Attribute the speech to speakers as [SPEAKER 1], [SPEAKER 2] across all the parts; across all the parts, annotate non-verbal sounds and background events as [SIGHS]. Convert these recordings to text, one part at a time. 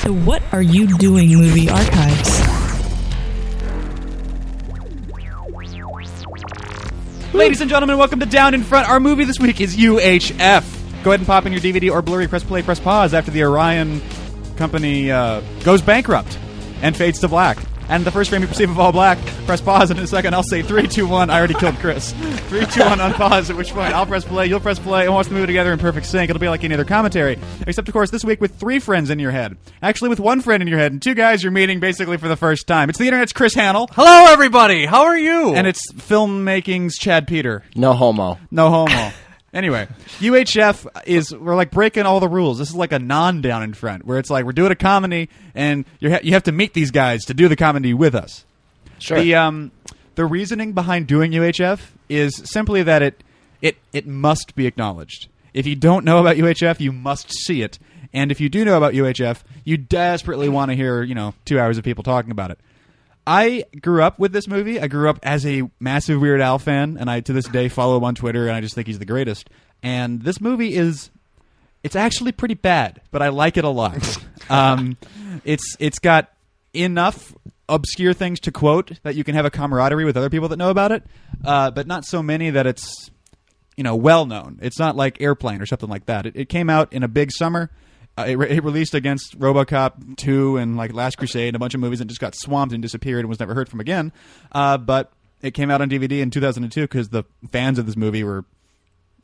[SPEAKER 1] to What Are You Doing Movie Archives.
[SPEAKER 2] Ladies and gentlemen, welcome to Down in Front. Our movie this week is UHF. Go ahead and pop in your DVD or Blu-ray, press play, press pause after the Orion company uh, goes bankrupt and fades to black. And the first frame you perceive of all black, press pause, and in a second I'll say three, two, one. I already killed Chris. Three, two, one, unpause. At which point I'll press play, you'll press play, and watch the movie together in perfect sync. It'll be like any other commentary, except of course this week with three friends in your head. Actually, with one friend in your head and two guys you're meeting basically for the first time. It's the internet's Chris Hannell,
[SPEAKER 3] Hello, everybody. How are you?
[SPEAKER 2] and it's filmmaking's Chad Peter.
[SPEAKER 4] No homo.
[SPEAKER 2] No homo. anyway, UHF is we're like breaking all the rules. This is like a non down in front where it's like we're doing a comedy and you ha- you have to meet these guys to do the comedy with us.
[SPEAKER 4] Sure.
[SPEAKER 3] uh,
[SPEAKER 2] The um the reasoning behind doing UHF is simply that it it it must be acknowledged. If you don't know about UHF, you must see it. And if you do know about UHF, you desperately want to hear, you know, 2 hours of people talking about it. I grew up with this movie. I grew up as a massive Weird Al fan and I to this day follow him on Twitter and I just think he's the greatest. And this movie is it's actually pretty bad, but I like it a lot. um, it's it's got enough obscure things to quote that you can have a camaraderie with other people that know about it, uh, but not so many that it's you know well known. It's not like Airplane or something like that. It, it came out in a big summer. Uh, it, re- it released against RoboCop 2 and like Last Crusade and a bunch of movies and just got swamped and disappeared and was never heard from again. Uh, but it came out on DVD in 2002 because the fans of this movie were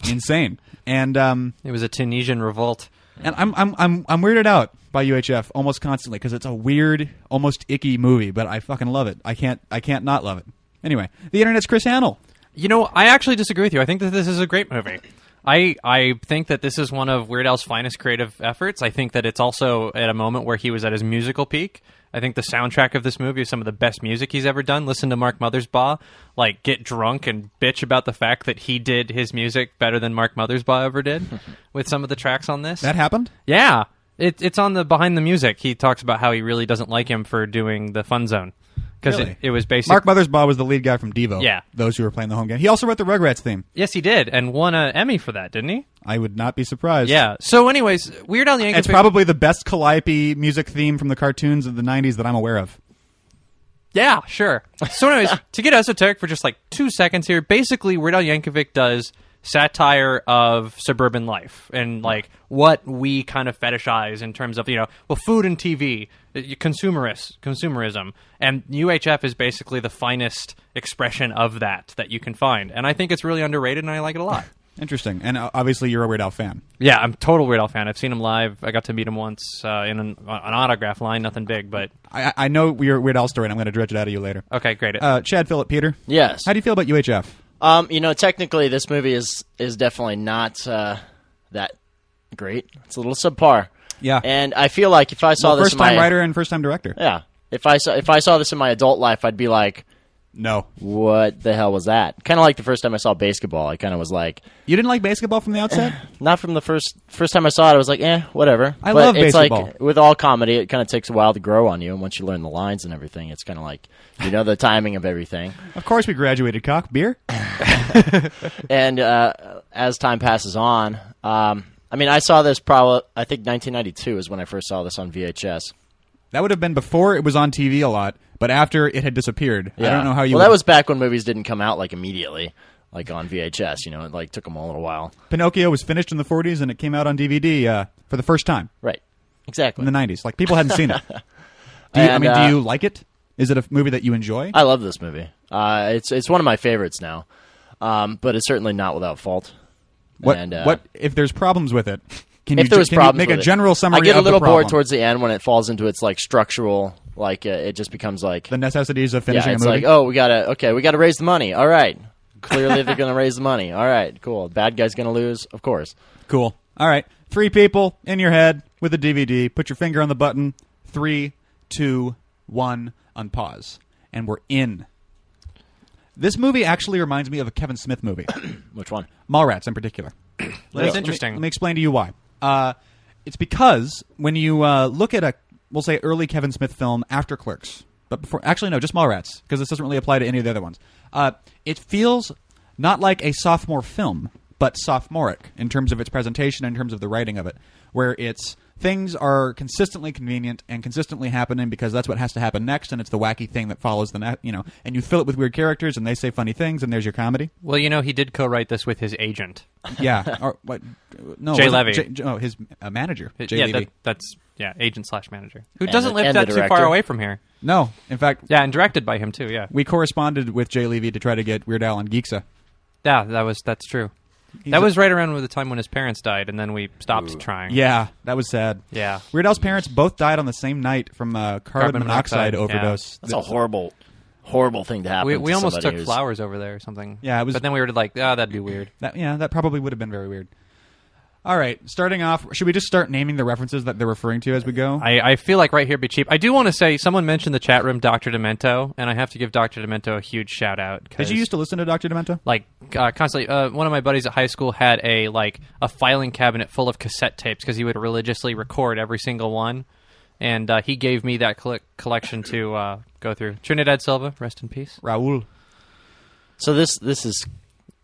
[SPEAKER 2] insane. And um,
[SPEAKER 3] it was a Tunisian revolt.
[SPEAKER 2] and I'm I'm I'm I'm weirded out by UHF almost constantly because it's a weird, almost icky movie, but I fucking love it. I can't I can't not love it. Anyway, the internet's Chris Hannell.
[SPEAKER 3] You know, I actually disagree with you. I think that this is a great movie. I, I think that this is one of Weird Al's finest creative efforts. I think that it's also at a moment where he was at his musical peak. I think the soundtrack of this movie is some of the best music he's ever done. Listen to Mark Mothersbaugh, like get drunk and bitch about the fact that he did his music better than Mark Mothersbaugh
[SPEAKER 2] [LAUGHS]
[SPEAKER 3] ever did with some of the tracks on this.
[SPEAKER 2] That happened.
[SPEAKER 3] Yeah, it, it's on the behind the music. He talks about how he really doesn't like him for doing the fun zone because
[SPEAKER 2] Really?
[SPEAKER 3] it, it was basically
[SPEAKER 2] Mark Mothersbaugh was the lead guy from Devo.
[SPEAKER 3] Yeah.
[SPEAKER 2] those who were playing the home game. He also wrote the Rugrats theme.
[SPEAKER 3] yes, he did, and won an Emmy for that, didn't he?
[SPEAKER 2] I would not be surprised.
[SPEAKER 3] Yeah. So, anyways, Weird Al Yankovic.
[SPEAKER 2] It's probably the best Calliope music theme from the cartoons of the '90s that I'm aware of.
[SPEAKER 3] yeah, sure. So, [LAUGHS] anyways, to get esoteric for just like two seconds here, basically, Weird Al Yankovic does satire of suburban life and like what we kind of fetishize in terms of you know well food and TV uh, consumerist consumerism and UHF is basically the finest expression of that that you can find and I think it's really underrated and I like it a lot.
[SPEAKER 2] Interesting. And uh, obviously, you're a Weird Al fan.
[SPEAKER 3] [LAUGHS] Yeah, I'm a total Weird Al fan. I've seen him live. I got to meet him once uh, in an, an autograph line, nothing big, but
[SPEAKER 2] I, I- I know your Weird Al story, and I'm going to dredge it out of you later.
[SPEAKER 3] okay, great.
[SPEAKER 2] Uh, Chad Phillip Peter.
[SPEAKER 4] Yes.
[SPEAKER 2] How do you feel about UHF?
[SPEAKER 4] Um, you know, technically, this movie is is definitely not uh, that great. It's a little subpar.
[SPEAKER 2] Yeah.
[SPEAKER 4] And I feel like if I saw
[SPEAKER 2] Well,
[SPEAKER 4] this,
[SPEAKER 2] first
[SPEAKER 4] in
[SPEAKER 2] time
[SPEAKER 4] my,
[SPEAKER 2] writer and first time director.
[SPEAKER 4] Yeah. If I saw if I saw this in my adult life, I'd be like,
[SPEAKER 2] No,
[SPEAKER 4] "What the hell was that?" Kind of like the first time I saw basketball. I kind of was like,
[SPEAKER 2] you didn't like basketball from the
[SPEAKER 4] [SIGHS]
[SPEAKER 2] outset.
[SPEAKER 4] not from the first first time I saw it. I was like, "Eh, whatever."
[SPEAKER 2] I
[SPEAKER 4] but
[SPEAKER 2] love
[SPEAKER 4] it's
[SPEAKER 2] baseball.
[SPEAKER 4] Like, with all comedy, it kind of takes a while to grow on you, and once you learn the lines and everything, it's kind of like you know the timing of everything.
[SPEAKER 2] Of course, we graduated cock beer.
[SPEAKER 4] and uh, as time passes on, um, I mean, I saw this probably. I think 1992 is when I first saw this on VHS.
[SPEAKER 2] That would have been before it was on TV a lot, but after it had disappeared. I don't know how you.
[SPEAKER 4] Well, that
[SPEAKER 2] would-
[SPEAKER 4] was back when movies didn't come out like immediately, like on VHS. You know, it like took them a little while.
[SPEAKER 2] Pinocchio was finished in the 40s and it came out on DVD uh, for the first time
[SPEAKER 4] Right.
[SPEAKER 2] in
[SPEAKER 4] Exactly.
[SPEAKER 2] the 90s. Like people hadn't
[SPEAKER 4] [LAUGHS]
[SPEAKER 2] seen it. Do you, I
[SPEAKER 4] And,
[SPEAKER 2] mean,
[SPEAKER 4] uh,
[SPEAKER 2] do you like it? Is it a movie that you enjoy?
[SPEAKER 4] I love this movie. Uh, it's it's one of my favorites now, um, but it's certainly not without fault.
[SPEAKER 2] what,
[SPEAKER 4] and, uh,
[SPEAKER 2] what if there's problems with it? Can
[SPEAKER 4] if
[SPEAKER 2] you,
[SPEAKER 4] there
[SPEAKER 2] ju-
[SPEAKER 4] was
[SPEAKER 2] can you
[SPEAKER 4] problems,
[SPEAKER 2] make
[SPEAKER 4] with
[SPEAKER 2] a
[SPEAKER 4] it.
[SPEAKER 2] general summary?
[SPEAKER 4] I get a
[SPEAKER 2] of the
[SPEAKER 4] little bored
[SPEAKER 2] problem?
[SPEAKER 4] towards the end when it falls into its like structural. Like uh, it just becomes like
[SPEAKER 2] the necessities of finishing
[SPEAKER 4] yeah, it's
[SPEAKER 2] a movie.
[SPEAKER 4] like oh we gotta okay we gotta raise the money. All right, clearly they're gonna raise the money. All right, cool. Bad guy's gonna lose, of course.
[SPEAKER 2] Cool. All right. Three people in your head with a DVD. Put your finger on the button. Three, two, one, unpause. And we're in. This movie actually reminds me of a Kevin Smith movie,
[SPEAKER 4] Which one?
[SPEAKER 2] Mallrats in particular.
[SPEAKER 3] That's
[SPEAKER 2] Let me-
[SPEAKER 3] interesting.
[SPEAKER 2] Let me explain to you why. Uh, it's because when you uh, look at a, we'll say, early Kevin Smith film after Clerks, but before, actually, no, just Mallrats, because this doesn't really apply to any of the other ones. Uh, it feels not like a sophomore film, but sophomoric in terms of its presentation, in terms of the writing of it, where it's things are consistently convenient and consistently happening because that's what has to happen next, and it's the wacky thing that follows the ne- you know, and you fill it with weird characters, and they say funny things, and there's your comedy.
[SPEAKER 3] Well, you know, he did co-write this with his agent.
[SPEAKER 2] Yeah, or what? No,
[SPEAKER 3] Jay
[SPEAKER 2] wasn't-
[SPEAKER 3] Levy.
[SPEAKER 2] J- J- oh, his uh, manager, Jay
[SPEAKER 3] yeah,
[SPEAKER 2] Levy.
[SPEAKER 3] that- that's yeah, agent slash manager who
[SPEAKER 4] And
[SPEAKER 3] doesn't
[SPEAKER 4] the-
[SPEAKER 3] live
[SPEAKER 4] and the
[SPEAKER 3] that too far
[SPEAKER 4] director.
[SPEAKER 3] away from here.
[SPEAKER 2] no, in fact,
[SPEAKER 3] Yeah, and directed by him too. Yeah,
[SPEAKER 2] we corresponded with Jay Levy to try to get Weird Al on Geeksa.
[SPEAKER 3] yeah, that was that's true.
[SPEAKER 2] He's
[SPEAKER 3] that
[SPEAKER 2] a-
[SPEAKER 3] was right around with the time when his parents died, and then we stopped trying.
[SPEAKER 2] Yeah, that was sad.
[SPEAKER 3] yeah.
[SPEAKER 2] Weird Al's parents both died on the same night from uh, carbon,
[SPEAKER 3] Carbon
[SPEAKER 2] monoxide,
[SPEAKER 3] monoxide, yeah.
[SPEAKER 2] overdose.
[SPEAKER 4] That's a horrible, horrible thing to happen.
[SPEAKER 3] We, we
[SPEAKER 4] to
[SPEAKER 3] almost
[SPEAKER 4] somebody
[SPEAKER 3] took
[SPEAKER 4] who's-
[SPEAKER 3] flowers over there or something.
[SPEAKER 2] Yeah, it was-
[SPEAKER 3] But then we were like, ah, that'd be weird.
[SPEAKER 2] That yeah, that probably would have been very weird. All right, starting off, should we just start naming the references that they're referring to as we go?
[SPEAKER 3] [CLEARS THROAT] I, I feel like right here would be cheap. I do want to say someone mentioned the chat room, Doctor Demento, and I have to give Doctor Demento a huge shout out. 'cause,
[SPEAKER 2] Did you used to listen to Doctor Demento?
[SPEAKER 3] like uh, constantly? Uh, one of my buddies at high school had a like a filing cabinet full of cassette tapes because he would religiously record every single one, and uh, he gave me that colle- collection to uh, go through. Trinidad Silva, rest in peace.
[SPEAKER 2] Raul.
[SPEAKER 4] So this this is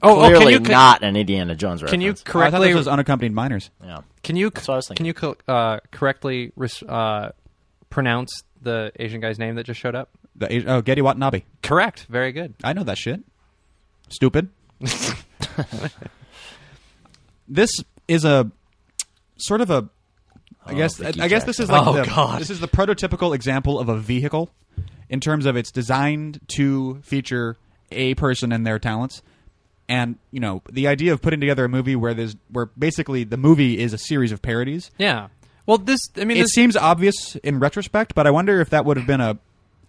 [SPEAKER 3] Oh, oh, can
[SPEAKER 4] clearly
[SPEAKER 3] you co-
[SPEAKER 4] not an Indiana Jones reference.
[SPEAKER 3] Can you
[SPEAKER 2] Oh, I thought
[SPEAKER 3] correctly?
[SPEAKER 2] this was unaccompanied minors.
[SPEAKER 4] Yeah.
[SPEAKER 3] Can you
[SPEAKER 4] what I was
[SPEAKER 3] can you co- uh, correctly res- uh, pronounce the Asian guy's name that just showed up?
[SPEAKER 2] The Asi- oh, Getty Watanabe.
[SPEAKER 3] Correct. Very good.
[SPEAKER 2] I know that shit. Stupid. this is a sort of a. I
[SPEAKER 4] Oh,
[SPEAKER 2] guess I,
[SPEAKER 4] Vicky
[SPEAKER 2] I guess this is like
[SPEAKER 3] Jackson. Oh,
[SPEAKER 2] the,
[SPEAKER 3] God.
[SPEAKER 2] this is the prototypical example of a vehicle in terms of it's designed to feature a person and their talents. And you know the idea of putting together a movie where there's where basically the movie is a series of parodies.
[SPEAKER 3] Yeah. Well, this. I mean,
[SPEAKER 2] It
[SPEAKER 3] this,
[SPEAKER 2] seems obvious in retrospect, but I wonder if that would have been a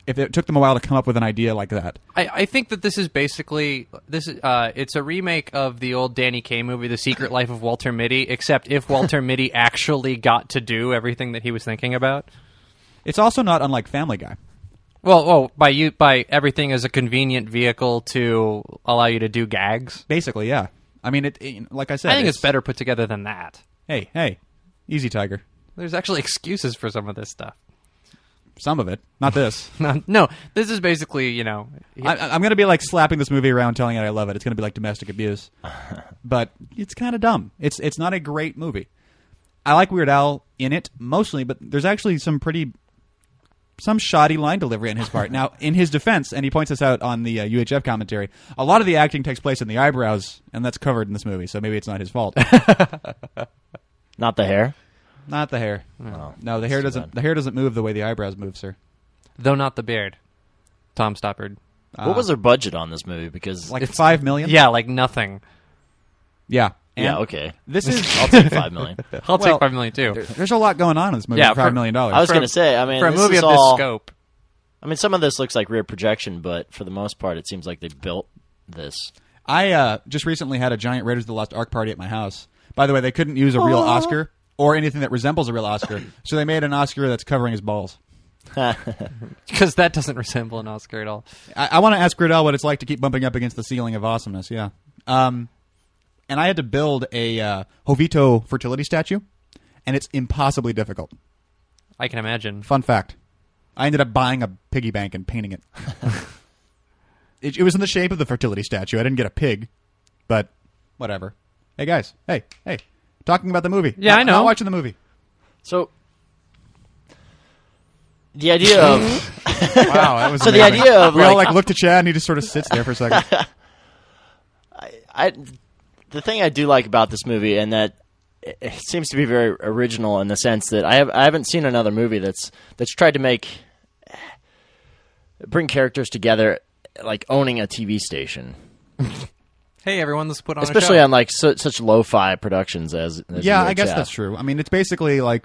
[SPEAKER 2] if it took them a while to come up with an idea like that.
[SPEAKER 3] I, I think that this is basically this. is, Uh, it's a remake of the old Danny Kaye movie, The Secret Life of Walter Mitty. Except if
[SPEAKER 4] [LAUGHS]
[SPEAKER 3] Walter Mitty actually got to do everything that he was thinking about.
[SPEAKER 2] It's also not unlike Family Guy.
[SPEAKER 3] Well, well, by you, by everything as a convenient vehicle to allow you to do gags.
[SPEAKER 2] Basically, yeah. I mean, it, it- like I said,
[SPEAKER 3] I think it's better put together than that.
[SPEAKER 2] Hey, hey, easy, Tiger.
[SPEAKER 3] There's actually excuses for some of this stuff. [LAUGHS]
[SPEAKER 2] Some of it, not this.
[SPEAKER 3] No, no, this is basically, you know,
[SPEAKER 2] I, I'm going to be like slapping this movie around, telling it I love it. It's going to be like domestic
[SPEAKER 3] [LAUGHS]
[SPEAKER 2] abuse, but it's kind of dumb. It's it's not a great movie. I like Weird Al in it mostly, but there's actually some pretty some shoddy line delivery in his part. now, in his defense, and he points this out on the uh, UHF commentary, a lot of the acting takes place in the eyebrows, and that's covered in this movie, so maybe it's not his fault.
[SPEAKER 4] Not the hair.
[SPEAKER 2] not the hair.
[SPEAKER 4] Oh.
[SPEAKER 2] No, the hair
[SPEAKER 4] That's too
[SPEAKER 2] doesn't. The hair doesn't move the way the eyebrows move, sir.
[SPEAKER 3] though not the beard. Tom Stoppard.
[SPEAKER 2] Uh,
[SPEAKER 4] what was their budget on this movie? Because
[SPEAKER 2] like five million?
[SPEAKER 3] Yeah, like nothing.
[SPEAKER 2] yeah, And
[SPEAKER 4] yeah, okay,
[SPEAKER 2] This
[SPEAKER 4] [LAUGHS]
[SPEAKER 2] is
[SPEAKER 4] I'll take
[SPEAKER 3] [LAUGHS]
[SPEAKER 4] five million.
[SPEAKER 2] Well,
[SPEAKER 3] I'll take five million too.
[SPEAKER 2] there's a lot going on in this movie.
[SPEAKER 3] Yeah,
[SPEAKER 2] for five
[SPEAKER 3] for-
[SPEAKER 2] million
[SPEAKER 4] I
[SPEAKER 2] dollars.
[SPEAKER 4] was
[SPEAKER 3] For-
[SPEAKER 4] going to say, I mean,
[SPEAKER 3] For a
[SPEAKER 4] this
[SPEAKER 3] movie
[SPEAKER 4] is
[SPEAKER 3] of
[SPEAKER 4] all-
[SPEAKER 3] this scope.
[SPEAKER 4] I mean, some of this looks like rear projection, but for the most part, it seems like they built this.
[SPEAKER 2] I uh, just recently had a giant Raiders of the Lost Ark party at my house. By the way, they couldn't use a real Oscar or anything that resembles a real
[SPEAKER 4] [LAUGHS]
[SPEAKER 2] Oscar, so they made an Oscar that's covering his balls.
[SPEAKER 3] Because that doesn't [LAUGHS] resemble an Oscar at all.
[SPEAKER 2] I, I want to ask Gridell what it's like to keep bumping up against the ceiling of awesomeness. Yeah. Um, and I had to build a uh, Jovito fertility statue, and it's impossibly difficult.
[SPEAKER 3] I can imagine.
[SPEAKER 2] Fun fact: I ended up buying a piggy bank and painting it. [LAUGHS] it. It was in the shape of the fertility statue. I didn't get a pig, but whatever. Hey guys, hey, hey, talking about the movie.
[SPEAKER 3] Yeah,
[SPEAKER 2] Not-
[SPEAKER 3] I know.
[SPEAKER 2] Not watching the movie.
[SPEAKER 4] So the idea of
[SPEAKER 2] [LAUGHS] Wow, that was [LAUGHS]
[SPEAKER 4] So the
[SPEAKER 2] amazing.
[SPEAKER 4] idea of,
[SPEAKER 2] we all
[SPEAKER 4] like-
[SPEAKER 2] like looked at Chad and he just sort of sits there for a [LAUGHS] second.
[SPEAKER 4] I, the thing I do like about this movie, and that it it seems to be very original in the sense that I have I haven't seen another movie that's that's tried to make bring characters together like owning a TV station,
[SPEAKER 3] Hey everyone, let's put on
[SPEAKER 4] especially
[SPEAKER 3] a show.
[SPEAKER 4] on like su- such lo-fi productions as, as
[SPEAKER 2] yeah, I guess
[SPEAKER 4] UHF.
[SPEAKER 2] that's true. I mean, it's basically like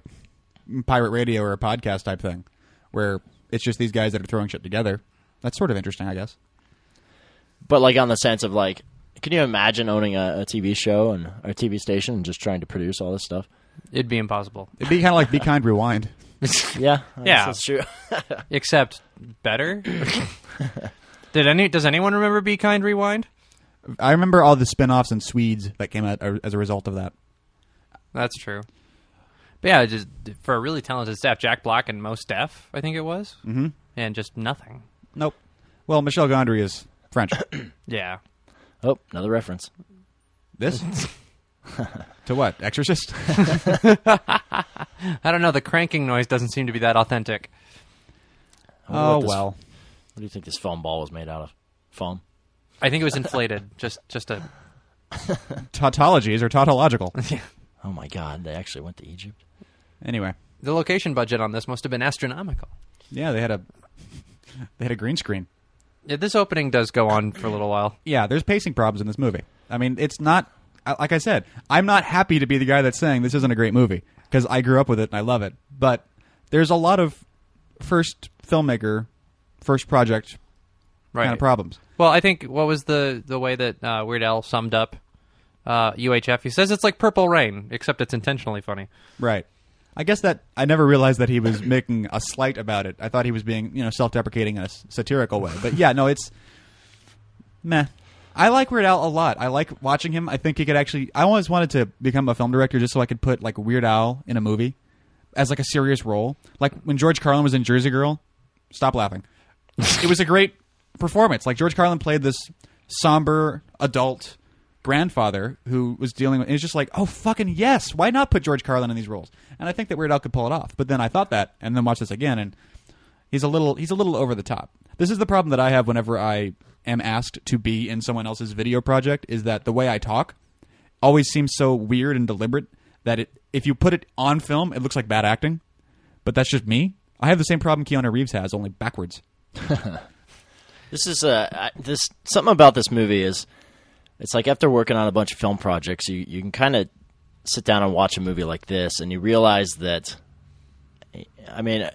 [SPEAKER 2] pirate radio or a podcast type thing, where it's just these guys that are throwing shit together. That's sort of interesting, I guess.
[SPEAKER 4] but like on the sense of like can you imagine owning a, a TV show and or a TV station and just trying to produce all this stuff?
[SPEAKER 3] It'd be impossible.
[SPEAKER 2] It'd be kind of like Be Kind Rewind.
[SPEAKER 4] Yeah, I guess
[SPEAKER 3] Yeah.
[SPEAKER 4] that's true. [LAUGHS]
[SPEAKER 3] Except better. [LAUGHS] Did any does anyone remember Be Kind Rewind?
[SPEAKER 2] I remember all the spin-offs and Swedes that came out as a result of that.
[SPEAKER 3] That's true. But yeah, just for a really talented staff, Jack Black and most Def, I think it was. Mm-hmm. And just nothing.
[SPEAKER 2] Nope. Well, Michel Gondry is [COUGHS] French.
[SPEAKER 3] Yeah.
[SPEAKER 2] [LAUGHS]
[SPEAKER 4] Oh, another reference.
[SPEAKER 2] this? To [LAUGHS] what? Exorcist?
[SPEAKER 3] I don't know. The cranking noise doesn't seem to be that authentic.
[SPEAKER 4] I wonder what
[SPEAKER 2] oh
[SPEAKER 4] this-
[SPEAKER 2] well.
[SPEAKER 4] What do you think this foam ball was made out of? Foam.
[SPEAKER 3] I
[SPEAKER 4] [LAUGHS]
[SPEAKER 3] think it was inflated. just, just a.
[SPEAKER 2] Tautologies are tautological.
[SPEAKER 4] Oh my God! They actually went to Egypt.
[SPEAKER 2] anyway,
[SPEAKER 3] The location budget on this must have been astronomical.
[SPEAKER 2] yeah, they had a [LAUGHS] they had a green screen.
[SPEAKER 3] Yeah, this opening does go on for a little while.
[SPEAKER 2] Yeah, there's pacing problems in this movie. I mean, it's not I- like I said. I'm not happy to be the guy that's saying this isn't a great movie because I grew up with it and I love it. But there's a lot of first filmmaker, first project
[SPEAKER 3] Right.
[SPEAKER 2] kind of problems.
[SPEAKER 3] Well, I think what was the the way that uh, Weird Al summed up uh, UHF? He says it's like Purple Rain, except it's intentionally funny.
[SPEAKER 2] Right. I guess that I never realized that he was making a slight about it. I thought he was being, you know, self-deprecating in a s- satirical way. But yeah, no, it's meh. I like Weird Al a lot. I like watching him. I think he could actually. I always wanted to become a film director just so I could put like Weird Al in a movie as like a serious role. Like when George Carlin was in Jersey Girl. Stop laughing. it was a great performance. Like George Carlin played this somber adult grandfather who was dealing with. And it's just like, oh fucking yes. Why not put George Carlin in these roles? And I think that Weird Al could pull it off. But then I thought that, and then watched this again, and he's a little he's a little over the top. This is the problem that I have whenever I am asked to be in someone else's video project is that the way I talk always seems so weird and deliberate that it if you put it on film it looks like bad acting. But that's just me. I have the same problem Keanu Reeves has, only backwards.
[SPEAKER 4] This is uh, I- this something about this movie is it's like after working on a bunch of film projects, you you can kind of sit down and watch a movie like this, and you realize that I mean,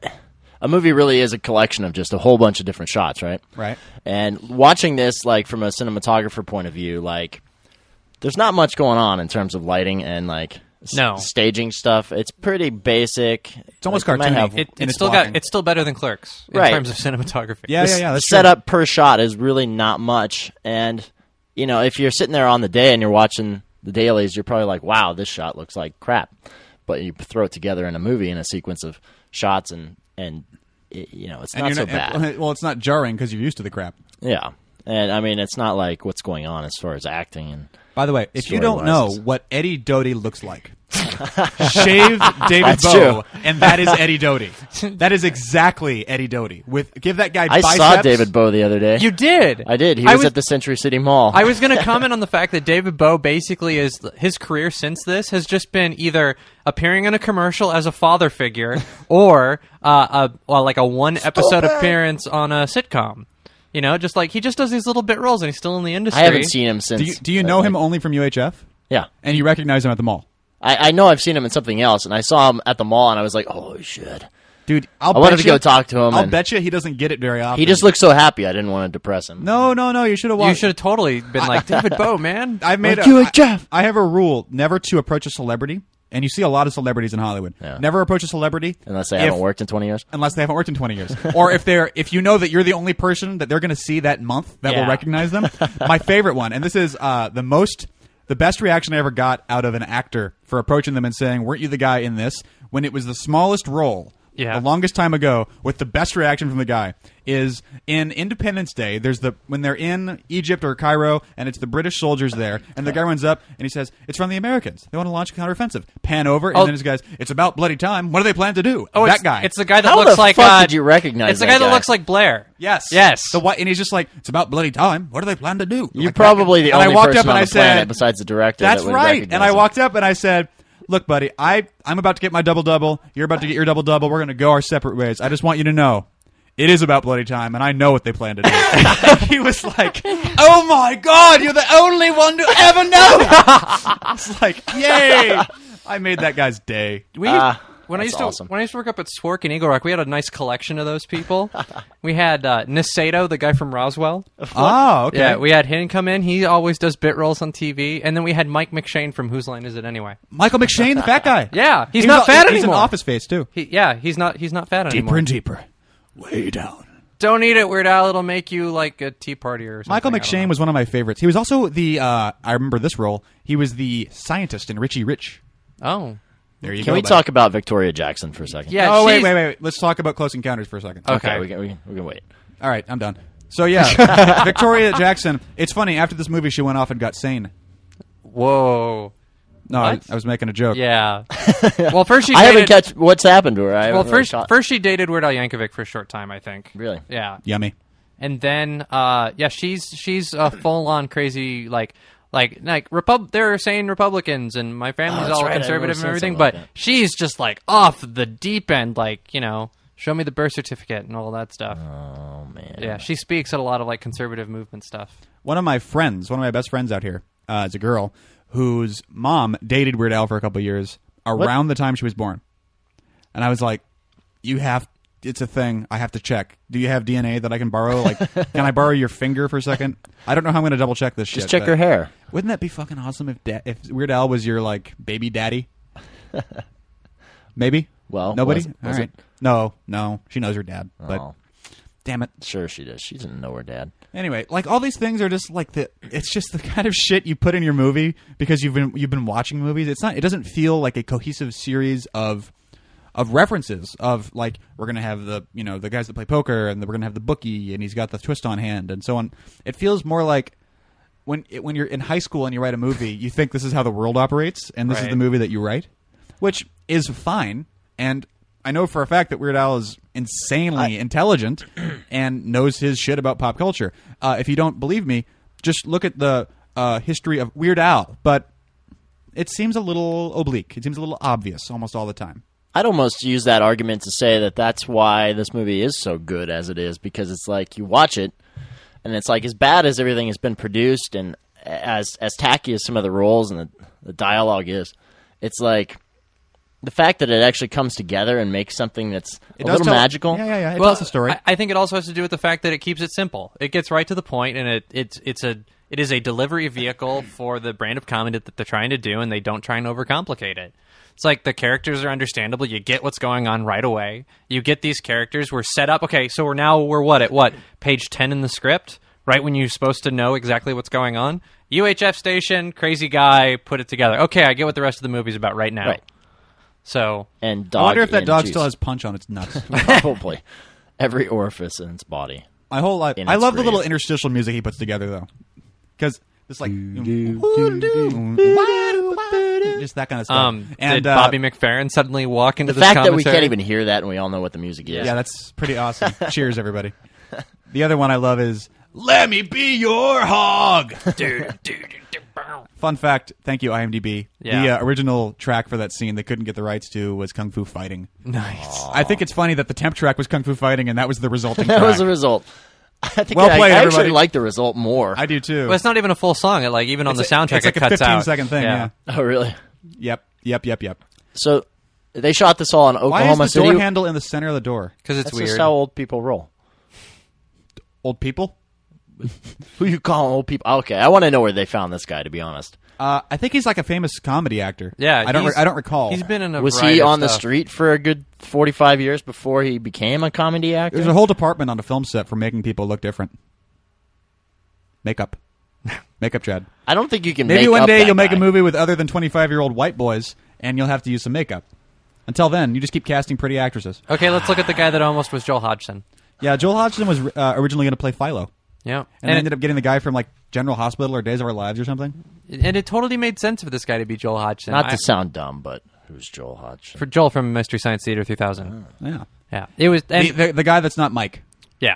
[SPEAKER 4] a movie really is a collection of just a whole bunch of different shots, right?
[SPEAKER 2] Right.
[SPEAKER 4] And watching this, like from a cinematographer point of view, like there's not much going on in terms of lighting and like s-
[SPEAKER 3] No.
[SPEAKER 4] staging stuff. It's pretty basic. It's
[SPEAKER 2] almost cartoony. And
[SPEAKER 3] It, it's
[SPEAKER 2] it's
[SPEAKER 3] still
[SPEAKER 2] blocking.
[SPEAKER 3] got it's still better than Clerks in
[SPEAKER 4] Right.
[SPEAKER 3] terms of cinematography.
[SPEAKER 2] Yeah, yeah,
[SPEAKER 4] s-
[SPEAKER 2] yeah. That's true.
[SPEAKER 4] setup per shot is really not much. And you know, if you're sitting there on the day and you're watching the dailies, you're probably like, "Wow, this shot looks like crap." But you throw it together in a movie in a sequence of shots, and and it, you know, it's
[SPEAKER 2] And
[SPEAKER 4] not so
[SPEAKER 2] you're
[SPEAKER 4] bad.
[SPEAKER 2] and- Well, it's not jarring because you're used to the crap.
[SPEAKER 4] yeah, and I mean, it's not like what's going on as far as acting and.
[SPEAKER 2] By the way, if you
[SPEAKER 4] Story
[SPEAKER 2] don't
[SPEAKER 4] wise.
[SPEAKER 2] know what Eddie Doty looks like,
[SPEAKER 4] [LAUGHS]
[SPEAKER 2] shave David
[SPEAKER 4] That's
[SPEAKER 2] Bowie,
[SPEAKER 4] true.
[SPEAKER 2] and that is Eddie Doty. That is exactly Eddie Doty. With give that guy.
[SPEAKER 4] I
[SPEAKER 2] biceps.
[SPEAKER 4] saw David Bowie the other day.
[SPEAKER 3] you did.
[SPEAKER 4] I did. He
[SPEAKER 3] I
[SPEAKER 4] was, at the Century City Mall.
[SPEAKER 3] I was going to comment on the fact that David Bowie basically is his career since this has just been either appearing in a commercial as a father
[SPEAKER 4] [LAUGHS]
[SPEAKER 3] figure or uh, a well, like a one episode appearance on a sitcom. You know, just like he just does these little bit roles and he's still in the industry.
[SPEAKER 4] I haven't seen him since.
[SPEAKER 2] Do you, do you
[SPEAKER 4] but,
[SPEAKER 2] know him
[SPEAKER 4] like,
[SPEAKER 2] only from UHF?
[SPEAKER 4] Yeah,
[SPEAKER 2] And you recognize him at the mall,
[SPEAKER 4] I, I know I've seen him in something else, and I saw him at the mall, and I was like, "Oh shit!"
[SPEAKER 2] dude. I'll
[SPEAKER 4] I wanted
[SPEAKER 2] bet
[SPEAKER 4] to go
[SPEAKER 2] you-
[SPEAKER 4] talk to him
[SPEAKER 2] I'll
[SPEAKER 4] and-
[SPEAKER 2] bet you he doesn't get it very often.
[SPEAKER 4] He just looked so happy. I didn't want to depress him.
[SPEAKER 2] No, no, no. You should have
[SPEAKER 3] You
[SPEAKER 2] watched.
[SPEAKER 3] should have totally been like David [LAUGHS] Bowie, man.
[SPEAKER 2] I've made
[SPEAKER 4] Like
[SPEAKER 2] a,
[SPEAKER 4] UHF.
[SPEAKER 2] I, I have a rule never to approach a celebrity, and you see a lot of celebrities in Hollywood.
[SPEAKER 4] Yeah.
[SPEAKER 2] Never approach a celebrity
[SPEAKER 4] unless they
[SPEAKER 2] if-
[SPEAKER 4] haven't worked in twenty years.
[SPEAKER 2] unless they haven't worked in 20 years or if they're if you know that you're the only person that they're going to see that month that will
[SPEAKER 3] Yeah.
[SPEAKER 2] recognize them my favorite one and this is uh, the most the best reaction i ever got out of an actor for approaching them and saying weren't you the guy in this when it was the smallest role
[SPEAKER 3] Yeah.
[SPEAKER 2] the longest time ago with the best reaction from the guy is in independence day there's the when they're in egypt or cairo and it's the british soldiers there and the guy runs up and he says it's from the americans they want to launch a counteroffensive pan over and
[SPEAKER 3] Oh.
[SPEAKER 2] then this guy's it's about bloody time what do they plan to do
[SPEAKER 3] Oh,
[SPEAKER 2] that
[SPEAKER 3] it's,
[SPEAKER 2] guy
[SPEAKER 3] It's the guy that
[SPEAKER 4] How
[SPEAKER 3] looks
[SPEAKER 4] the
[SPEAKER 3] like.
[SPEAKER 4] fuck
[SPEAKER 3] uh,
[SPEAKER 4] did you recognize
[SPEAKER 3] It's the
[SPEAKER 4] that
[SPEAKER 3] guy that
[SPEAKER 4] guy?
[SPEAKER 3] looks like Blair.
[SPEAKER 2] Yes.
[SPEAKER 3] Yes.
[SPEAKER 2] The white, and he's just like, it's about bloody time. What do they plan to do?
[SPEAKER 4] You're
[SPEAKER 2] Like,
[SPEAKER 4] probably the
[SPEAKER 2] and
[SPEAKER 4] only
[SPEAKER 2] I walked
[SPEAKER 4] person
[SPEAKER 2] up and
[SPEAKER 4] on
[SPEAKER 2] I
[SPEAKER 4] the planet
[SPEAKER 2] said,
[SPEAKER 4] besides the director.
[SPEAKER 2] "That's
[SPEAKER 4] that would
[SPEAKER 2] right."
[SPEAKER 4] recognize
[SPEAKER 2] And I
[SPEAKER 4] him.
[SPEAKER 2] walked up and I said, "Look, buddy, I I'm about to get my double double. You're about to get your double double. We're gonna go our separate ways. I just want you to know." It is about bloody time, and I know what they plan to do. And
[SPEAKER 3] [LAUGHS]
[SPEAKER 2] he was like, "Oh my God, you're the only one to ever know." It's like, "Yay!" I made that guy's day.
[SPEAKER 3] We
[SPEAKER 4] Ah,
[SPEAKER 3] when I
[SPEAKER 4] that's
[SPEAKER 3] used to
[SPEAKER 4] awesome.
[SPEAKER 3] when I used to work up at Swark and Eagle Rock, we had a nice collection of those [LAUGHS] people. we had uh, Niceto, the guy from Roswell.
[SPEAKER 2] Oh, okay.
[SPEAKER 3] Yeah, we had him come in. He always does bit roles on TV, and then we had Mike McShane from Whose Line Is It Anyway?
[SPEAKER 2] Michael McShane, the fat guy.
[SPEAKER 3] Yeah, he's
[SPEAKER 2] He was
[SPEAKER 3] not
[SPEAKER 2] a-
[SPEAKER 3] fat
[SPEAKER 2] He's an
[SPEAKER 3] anymore.
[SPEAKER 2] office face too.
[SPEAKER 3] He, yeah, he's not he's not fat anymore.
[SPEAKER 2] deeper, way down.
[SPEAKER 3] Don't eat it, Weird Al. It'll make you like a tea party or something.
[SPEAKER 2] Michael
[SPEAKER 3] I don't
[SPEAKER 2] McShane
[SPEAKER 3] know.
[SPEAKER 2] was one of my favorites. He was also the uh, I remember this role. He was the scientist in Richie Rich.
[SPEAKER 3] Oh,
[SPEAKER 2] There you
[SPEAKER 4] Can
[SPEAKER 2] go.
[SPEAKER 4] we
[SPEAKER 2] buddy.
[SPEAKER 4] talk about Victoria Jackson for a second?
[SPEAKER 3] yeah.
[SPEAKER 2] oh wait,
[SPEAKER 3] she's-
[SPEAKER 2] wait, wait, wait. Let's talk about Close Encounters for a second.
[SPEAKER 3] Okay.
[SPEAKER 4] Okay. We can, we can, we can wait.
[SPEAKER 2] All right, I'm done. So yeah, Victoria Jackson. It's funny. After this movie, she went off and got sane.
[SPEAKER 3] Whoa.
[SPEAKER 2] No, I,
[SPEAKER 3] What?
[SPEAKER 2] I was making a joke.
[SPEAKER 4] [LAUGHS]
[SPEAKER 3] Yeah. well, first she
[SPEAKER 4] I
[SPEAKER 3] dated,
[SPEAKER 4] haven't catch what's happened to her. I
[SPEAKER 3] Well,
[SPEAKER 4] haven't really
[SPEAKER 3] first
[SPEAKER 4] caught-
[SPEAKER 3] first she dated Weird Al Yankovic for a short time, I think.
[SPEAKER 4] Really?
[SPEAKER 3] Yeah.
[SPEAKER 2] Yummy.
[SPEAKER 3] And then, uh, yeah, she's she's a full on crazy like. Like, like Repub- they're saying Republicans and my family's
[SPEAKER 4] Oh, that's
[SPEAKER 3] all
[SPEAKER 4] right. I remember
[SPEAKER 3] conservative and
[SPEAKER 4] seeing
[SPEAKER 3] everything,
[SPEAKER 4] something like
[SPEAKER 3] but
[SPEAKER 4] that.
[SPEAKER 3] she's just like off the deep end. Like, you know, show me the birth certificate and all that stuff.
[SPEAKER 4] Oh man.
[SPEAKER 3] yeah, she speaks at a lot of like conservative movement stuff.
[SPEAKER 2] One of my friends, one of my best friends out here, uh, is a girl whose mom dated Weird Al for a couple years around the time she was born, and I was like, "You have." It's a thing. I have to check. Do you have DNA that I can borrow?
[SPEAKER 4] [LAUGHS]
[SPEAKER 2] Like, can I borrow your finger for a second? I don't know how I'm going to double check this shit.
[SPEAKER 4] Just check
[SPEAKER 2] but-
[SPEAKER 4] her hair.
[SPEAKER 2] Wouldn't that be fucking awesome if da- if Weird Al was your like baby
[SPEAKER 4] [LAUGHS]
[SPEAKER 2] daddy? Maybe.
[SPEAKER 4] Well,
[SPEAKER 2] nobody.
[SPEAKER 4] was- was
[SPEAKER 2] All right.
[SPEAKER 4] it?
[SPEAKER 2] No, no, she knows her dad, but
[SPEAKER 4] Oh.
[SPEAKER 2] damn it.
[SPEAKER 4] Sure, she does. She doesn't know her dad.
[SPEAKER 2] Anyway, like all these things are just like the. It's just the [LAUGHS] kind of shit you put in your movie because you've been you've been watching movies. It's not. It doesn't feel like a cohesive series of of references of like we're gonna have the you know the guys that play poker and we're gonna have the bookie and he's got the twist on hand and so on. It feels more like when it, when you're in high school and you write a movie, you think this is how the world operates and this is
[SPEAKER 3] Right.
[SPEAKER 2] the movie that you write, which is fine. And I know for a fact that Weird Al is insanely intelligent and knows his shit about pop culture. Uh, if you don't believe me, just look at the uh, history of Weird Al. But it seems a little oblique. It seems a little obvious almost all the time.
[SPEAKER 4] I'd almost use that argument to say that that's why this movie is so good as it is because it's like you watch it and it's like as bad as everything has been produced and as as tacky as some of the roles and the, the dialogue is, it's like the fact that it actually comes together and makes something that's
[SPEAKER 2] It
[SPEAKER 4] a
[SPEAKER 2] does
[SPEAKER 4] little
[SPEAKER 2] tell-
[SPEAKER 4] magical.
[SPEAKER 2] Yeah, yeah, yeah. It
[SPEAKER 3] well,
[SPEAKER 2] tells a story.
[SPEAKER 3] I, I think it also has to do with the fact that it keeps it simple. It gets right to the point, and it it's it's a it is a delivery vehicle for the brand of comedy that they're trying to do, and they don't try and overcomplicate it. It's like the characters are understandable. You get what's going on right away. You get these characters. We're set up. Okay, so we're now we're what at what page ten in the script. Right when you're supposed to know exactly what's going on. UHF station, crazy guy, put it together. Okay, I get what the rest of the movie's about right now.
[SPEAKER 4] Right.
[SPEAKER 3] So
[SPEAKER 4] And
[SPEAKER 2] I
[SPEAKER 4] dog
[SPEAKER 2] wonder if that
[SPEAKER 4] in
[SPEAKER 2] dog
[SPEAKER 4] juice.
[SPEAKER 2] still has punch on its nuts.
[SPEAKER 4] [LAUGHS] probably every orifice in its body.
[SPEAKER 2] My whole life.
[SPEAKER 4] In
[SPEAKER 2] I
[SPEAKER 4] its
[SPEAKER 2] love the
[SPEAKER 4] grave.
[SPEAKER 2] little interstitial music he puts together though, because it's like just that kind of stuff.
[SPEAKER 3] Um,
[SPEAKER 2] and
[SPEAKER 3] did
[SPEAKER 2] uh,
[SPEAKER 3] Bobby McFerrin suddenly walk into
[SPEAKER 4] The
[SPEAKER 3] this
[SPEAKER 4] fact that we
[SPEAKER 3] commentary?
[SPEAKER 4] can't even hear that and we all know what the music is.
[SPEAKER 2] yeah, that's pretty
[SPEAKER 3] [LAUGHS]
[SPEAKER 2] awesome. Cheers, everybody. The other one I love is "Let Me Be Your
[SPEAKER 3] [LAUGHS]
[SPEAKER 2] Hog." Fun fact, thank you IMDb. The
[SPEAKER 3] Yeah.
[SPEAKER 2] uh, original track for that scene they couldn't get the rights to was Kung Fu
[SPEAKER 3] [LAUGHS]
[SPEAKER 2] Fighting.
[SPEAKER 3] nice.
[SPEAKER 2] I think it's funny that the temp track was Kung Fu Fighting, and that was the
[SPEAKER 3] [LAUGHS]
[SPEAKER 2] resulting.
[SPEAKER 4] [LAUGHS] that
[SPEAKER 2] track.
[SPEAKER 4] was the result. [LAUGHS] I think
[SPEAKER 2] Well
[SPEAKER 4] I,
[SPEAKER 2] played,
[SPEAKER 4] I
[SPEAKER 2] everybody.
[SPEAKER 4] actually like the result more.
[SPEAKER 2] I do too. [LAUGHS]
[SPEAKER 3] Well, it's not even a full song. It, like even on
[SPEAKER 2] It's
[SPEAKER 3] the
[SPEAKER 2] a-
[SPEAKER 3] soundtrack,
[SPEAKER 2] it's like
[SPEAKER 3] it
[SPEAKER 2] a
[SPEAKER 3] cuts
[SPEAKER 2] 15
[SPEAKER 3] out.
[SPEAKER 2] second thing. Yeah.
[SPEAKER 4] oh, really?
[SPEAKER 2] Yep. Yep. Yep. Yep.
[SPEAKER 4] So they shot this all in
[SPEAKER 2] Why
[SPEAKER 4] Oklahoma
[SPEAKER 2] is the
[SPEAKER 4] City.
[SPEAKER 2] door handle in the center of the door?
[SPEAKER 3] because it's
[SPEAKER 4] That's
[SPEAKER 3] weird.
[SPEAKER 4] just how old people roll.
[SPEAKER 2] Old people.
[SPEAKER 4] Who you call old people? Okay, I want to know where they found this guy. To be honest,
[SPEAKER 2] Uh, I think he's like a famous comedy actor.
[SPEAKER 3] yeah,
[SPEAKER 2] I don't. Re-
[SPEAKER 3] he's-
[SPEAKER 2] I don't recall.
[SPEAKER 3] He's been in a
[SPEAKER 4] was
[SPEAKER 3] variety
[SPEAKER 4] he
[SPEAKER 3] of
[SPEAKER 4] on the
[SPEAKER 3] stuff.
[SPEAKER 4] street for a good forty-five years before he became a comedy actor?
[SPEAKER 2] There's a whole department on a film set for making people look different. Makeup, [LAUGHS] makeup, Chad.
[SPEAKER 4] I don't think you can.
[SPEAKER 2] Maybe
[SPEAKER 4] make
[SPEAKER 2] one
[SPEAKER 4] up
[SPEAKER 2] day
[SPEAKER 4] that
[SPEAKER 2] you'll make a
[SPEAKER 4] guy.
[SPEAKER 2] movie with other than 25 year old white boys, and you'll have to use some makeup. Until then, you just keep casting pretty actresses.
[SPEAKER 3] Okay, let's look at the guy that almost was Joel Hodgson.
[SPEAKER 2] Yeah, Joel Hodgson was uh, originally going to play Philo,
[SPEAKER 3] Yeah,
[SPEAKER 2] and, they ended up getting the guy from like General Hospital or Days of Our Lives or something.
[SPEAKER 3] it, and it totally made sense for this guy to be Joel Hodgson.
[SPEAKER 4] Not
[SPEAKER 3] I-
[SPEAKER 4] to sound dumb, but who's Joel Hodgson?
[SPEAKER 3] for Joel from Mystery Science Theater 3000.
[SPEAKER 2] Yeah,
[SPEAKER 3] Yeah, it was. And,
[SPEAKER 2] Mm. the, the, the guy that's not Mike.
[SPEAKER 3] yeah,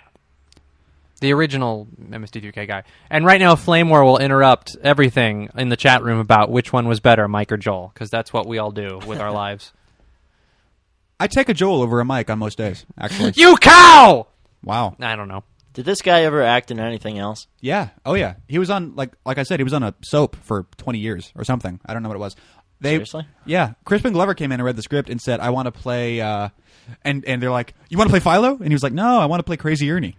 [SPEAKER 3] the original MSD2K guy. And right now, Flame War will interrupt everything in the chat room about which one was better, Mike or Joel, because that's what we all do with [LAUGHS] our lives.
[SPEAKER 2] I take a Joel over a Mike on most days.
[SPEAKER 3] [LAUGHS]
[SPEAKER 2] Actually,
[SPEAKER 3] You cow!
[SPEAKER 2] wow.
[SPEAKER 3] I don't know.
[SPEAKER 4] Did this guy ever act in anything else?
[SPEAKER 2] Yeah. Oh yeah. He was on like like I said, he was on a soap for twenty years or something. I don't know what it was. They
[SPEAKER 4] Seriously?
[SPEAKER 2] Yeah. Crispin Glover came in and read the script and said, I want to play uh and and they're like, You want to play Philo? And he was like, No, I want to play Crazy Ernie.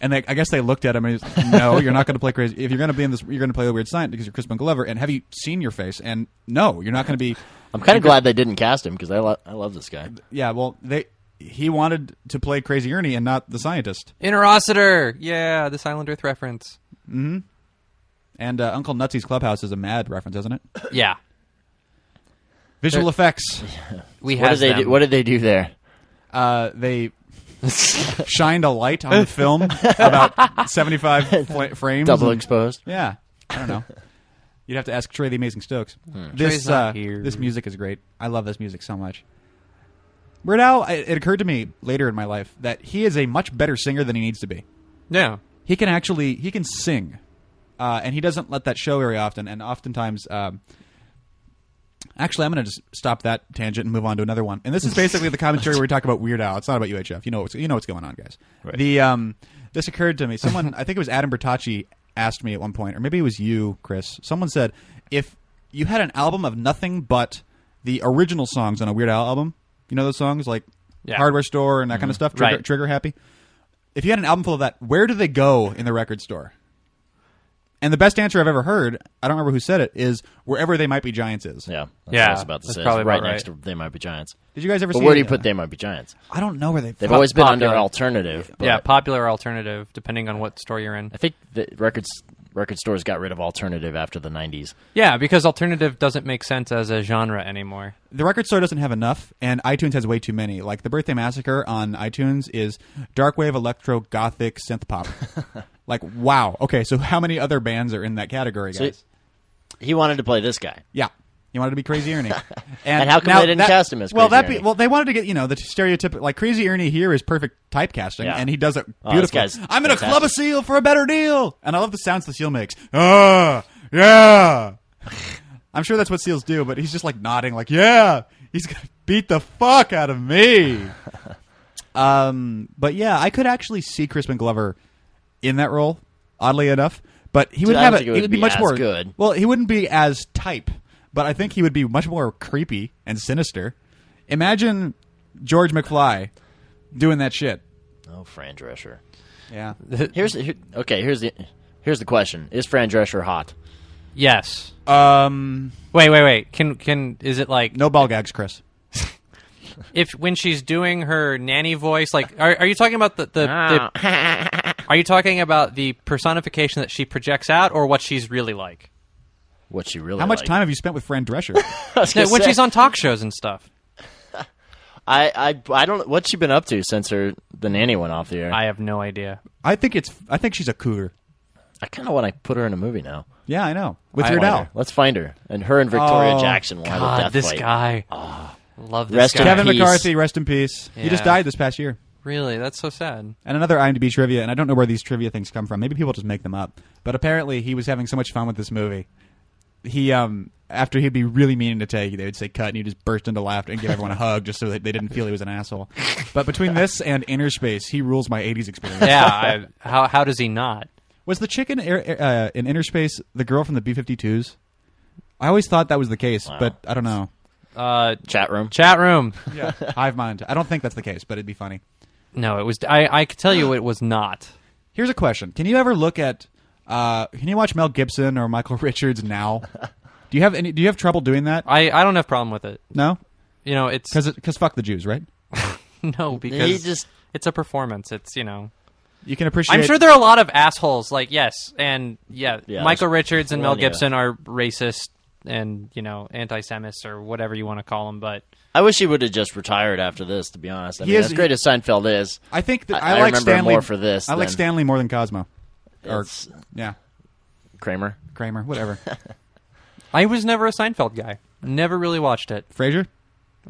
[SPEAKER 2] and they, I guess they looked at him and he was No, you're not going to play crazy. If you're going to be in this, you're going to play the weird science because you're Crispin Glover. And have you seen your face? And no, you're not going to be.
[SPEAKER 4] I'm kind of glad they didn't cast him because I lo- I love this guy.
[SPEAKER 2] Yeah, well, they he wanted to play Crazy Ernie and not the scientist.
[SPEAKER 3] Interocitor. Yeah, the Silent Earth reference.
[SPEAKER 2] And uh, Uncle Nutsy's Clubhouse is a mad reference, isn't it?
[SPEAKER 3] Yeah.
[SPEAKER 2] Visual effects.
[SPEAKER 3] We
[SPEAKER 4] What
[SPEAKER 3] have
[SPEAKER 4] did they do? What did they do there?
[SPEAKER 2] uh, they shined a light on the film about 75 fl- frames.
[SPEAKER 4] Double
[SPEAKER 2] and-
[SPEAKER 4] exposed.
[SPEAKER 2] Yeah. I don't know. You'd have to ask Trey the Amazing Stokes.
[SPEAKER 3] Trey's
[SPEAKER 2] This
[SPEAKER 3] not
[SPEAKER 2] uh,
[SPEAKER 3] here.
[SPEAKER 2] this music is great. I love this music so much. Weird Al, it it occurred to me later in my life that he is a much better singer than he needs to be.
[SPEAKER 3] Yeah.
[SPEAKER 2] He can actually he can sing, uh, and he doesn't let that show very often. And oftentimes, um, actually, I'm going to just stop that tangent and move on to another one. And this is basically the commentary where we talk about Weird Al. It's not about UHF. You know what's you know what's going on, guys.
[SPEAKER 4] Right.
[SPEAKER 2] The um, this occurred to me. Someone I think it was Adam Bertacci asked me at one point, or maybe it was you, Chris. Someone said if you had an album of nothing but the original songs on a Weird Al album, you know those songs like
[SPEAKER 3] Yeah.
[SPEAKER 2] Hardware Store and that kind of stuff. Trigger,
[SPEAKER 3] Right.
[SPEAKER 2] Trigger Happy if you had an album full of that, where do they go in the record store? And the best answer I've ever heard, I don't remember who said it, is wherever they might be giants is.
[SPEAKER 4] Yeah, that's
[SPEAKER 3] Yeah,
[SPEAKER 4] what I was about to
[SPEAKER 3] that's
[SPEAKER 4] say. It's
[SPEAKER 3] probably
[SPEAKER 4] right,
[SPEAKER 3] about
[SPEAKER 4] next to
[SPEAKER 3] right.
[SPEAKER 4] They Might Be Giants.
[SPEAKER 2] Did you guys ever
[SPEAKER 4] But
[SPEAKER 2] see?
[SPEAKER 4] where do you
[SPEAKER 2] uh,
[SPEAKER 4] put They Might Be Giants?
[SPEAKER 2] I don't know where they.
[SPEAKER 4] They've always been under
[SPEAKER 3] popular.
[SPEAKER 4] an alternative. But
[SPEAKER 3] yeah, popular alternative, depending on what store you're in.
[SPEAKER 4] I think the records record stores got rid of alternative after the '90s.
[SPEAKER 3] Yeah, because alternative doesn't make sense as a genre anymore.
[SPEAKER 2] the record store doesn't have enough, and iTunes has way too many. Like the Birthday Massacre on iTunes is dark wave, electro, gothic, synth
[SPEAKER 4] [LAUGHS]
[SPEAKER 2] pop. like wow. Okay, so how many other bands are in that category,
[SPEAKER 4] So
[SPEAKER 2] guys?
[SPEAKER 4] he wanted to play this guy.
[SPEAKER 2] Yeah. You wanted to be Crazy
[SPEAKER 4] [LAUGHS]
[SPEAKER 2] Ernie. And,
[SPEAKER 4] And how come they didn't cast him as
[SPEAKER 2] well?
[SPEAKER 4] Crazy
[SPEAKER 2] that be,
[SPEAKER 4] Ernie?
[SPEAKER 2] well, they wanted to get you know the stereotypical like Crazy Ernie here is perfect typecasting,
[SPEAKER 4] Yeah.
[SPEAKER 2] and he does it
[SPEAKER 4] Oh, this
[SPEAKER 2] beautifully.
[SPEAKER 4] guy's
[SPEAKER 2] I'm gonna
[SPEAKER 4] fantastic.
[SPEAKER 2] club a seal for a better deal, and I love the sounds the seal makes. Ah, yeah. I'm sure that's what seals do, but he's just like nodding, like yeah, he's gonna beat the fuck out of me. um, but yeah, I could actually see Crispin Glover in that role, oddly enough. But he would
[SPEAKER 4] I
[SPEAKER 2] have
[SPEAKER 4] don't
[SPEAKER 2] a,
[SPEAKER 4] think
[SPEAKER 2] he
[SPEAKER 4] it
[SPEAKER 2] would
[SPEAKER 4] would
[SPEAKER 2] be
[SPEAKER 4] be
[SPEAKER 2] much
[SPEAKER 4] as
[SPEAKER 2] more
[SPEAKER 4] good.
[SPEAKER 2] well, he wouldn't be as type, but I think he would be much more creepy and sinister. Imagine George McFly doing that shit.
[SPEAKER 4] Oh, Fran Drescher.
[SPEAKER 2] Yeah.
[SPEAKER 4] Here's here, okay. Here's the here's the question: Is Fran Drescher hot?
[SPEAKER 3] Yes.
[SPEAKER 2] Um.
[SPEAKER 3] Wait, wait, wait. Can can is it like
[SPEAKER 2] No ball gags, Chris.
[SPEAKER 3] if when she's doing her nanny voice? Like, are, are you talking about the, the, the
[SPEAKER 4] Ah.
[SPEAKER 3] [LAUGHS] Are you talking about the personification that she projects out, or what she's really like?
[SPEAKER 4] What she really?
[SPEAKER 2] How much
[SPEAKER 4] like?
[SPEAKER 2] time have you spent with Fran Drescher? [LAUGHS]
[SPEAKER 4] I was
[SPEAKER 3] No,
[SPEAKER 4] gonna
[SPEAKER 3] when
[SPEAKER 4] say,
[SPEAKER 3] she's on talk shows and stuff.
[SPEAKER 4] I, I I don't. What's she been up to since her the nanny went off the air?
[SPEAKER 3] I
[SPEAKER 4] I,
[SPEAKER 3] have no idea.
[SPEAKER 2] I think it's. I think she's a cougar.
[SPEAKER 4] kind of want to put her in a movie now.
[SPEAKER 2] Yeah, I know. With
[SPEAKER 4] I
[SPEAKER 2] your
[SPEAKER 4] find
[SPEAKER 2] Al.
[SPEAKER 4] her. Let's find her. And her and Victoria
[SPEAKER 2] Oh,
[SPEAKER 4] Jackson will have a
[SPEAKER 3] God,
[SPEAKER 4] death
[SPEAKER 3] Ah, this
[SPEAKER 4] fight.
[SPEAKER 3] guy. Love this
[SPEAKER 4] ah. Rest in
[SPEAKER 3] guy.
[SPEAKER 2] Kevin
[SPEAKER 4] Peace.
[SPEAKER 2] McCarthy, rest in peace. He just
[SPEAKER 3] Yeah.
[SPEAKER 2] died this past year.
[SPEAKER 3] Really, that's so
[SPEAKER 4] [LAUGHS]
[SPEAKER 3] sad.
[SPEAKER 2] And another IMDb trivia, and I don't know where these trivia things come from. Maybe people just make them up. But apparently, he was having so much fun with this movie. He, um, after he'd be really meaning to take, they would say cut, and he'd just burst into laughter and give everyone a hug just so that they didn't feel he was an asshole. But between this and Inner Space, he rules my 80s experience.
[SPEAKER 3] Yeah, I, how how does he not?
[SPEAKER 2] [LAUGHS] Was the chicken in, uh, in Inner Space the girl from the B 52s? I always thought that was the case, but I don't know.
[SPEAKER 3] Uh,
[SPEAKER 4] Chat room.
[SPEAKER 3] chat room.
[SPEAKER 2] Yeah. [LAUGHS] Hive mind. I don't think that's the case, but it'd be funny.
[SPEAKER 3] No, it was. I I could tell you it was not.
[SPEAKER 2] Here's a question: Can you ever look at? Uh, can you watch Mel Gibson or Michael [LAUGHS] Richards now? do you have any? Do you have trouble doing that?
[SPEAKER 3] I I don't have problem with it.
[SPEAKER 2] No,
[SPEAKER 3] You know,
[SPEAKER 4] [LAUGHS]
[SPEAKER 3] it's
[SPEAKER 2] because because fuck the Jews, right?
[SPEAKER 3] [LAUGHS] no
[SPEAKER 4] He
[SPEAKER 3] because
[SPEAKER 4] just
[SPEAKER 3] it's a performance. It's you know.
[SPEAKER 2] You can appreciate.
[SPEAKER 3] I'm sure there are a lot of assholes. Like yes, and yeah,
[SPEAKER 4] Yeah,
[SPEAKER 3] Michael
[SPEAKER 4] there's
[SPEAKER 3] Richards and Mel
[SPEAKER 4] plenty of-
[SPEAKER 3] Gibson are racist and you know anti-Semites or whatever you want to call them. But
[SPEAKER 4] I wish he would have just retired after this. To be honest, I
[SPEAKER 2] He
[SPEAKER 4] mean,
[SPEAKER 2] is-
[SPEAKER 4] as great as Seinfeld is,
[SPEAKER 2] I think that
[SPEAKER 4] I-
[SPEAKER 2] I,
[SPEAKER 4] I
[SPEAKER 2] like
[SPEAKER 4] remember him
[SPEAKER 2] Stanley
[SPEAKER 4] more for this
[SPEAKER 2] I like
[SPEAKER 4] than-
[SPEAKER 2] Stanley more than Cosmo. Or
[SPEAKER 4] it's
[SPEAKER 2] yeah,
[SPEAKER 4] Kramer.
[SPEAKER 2] Kramer,
[SPEAKER 4] [LAUGHS]
[SPEAKER 2] whatever.
[SPEAKER 3] I was never a Seinfeld guy. Never really watched it.
[SPEAKER 2] Frasier.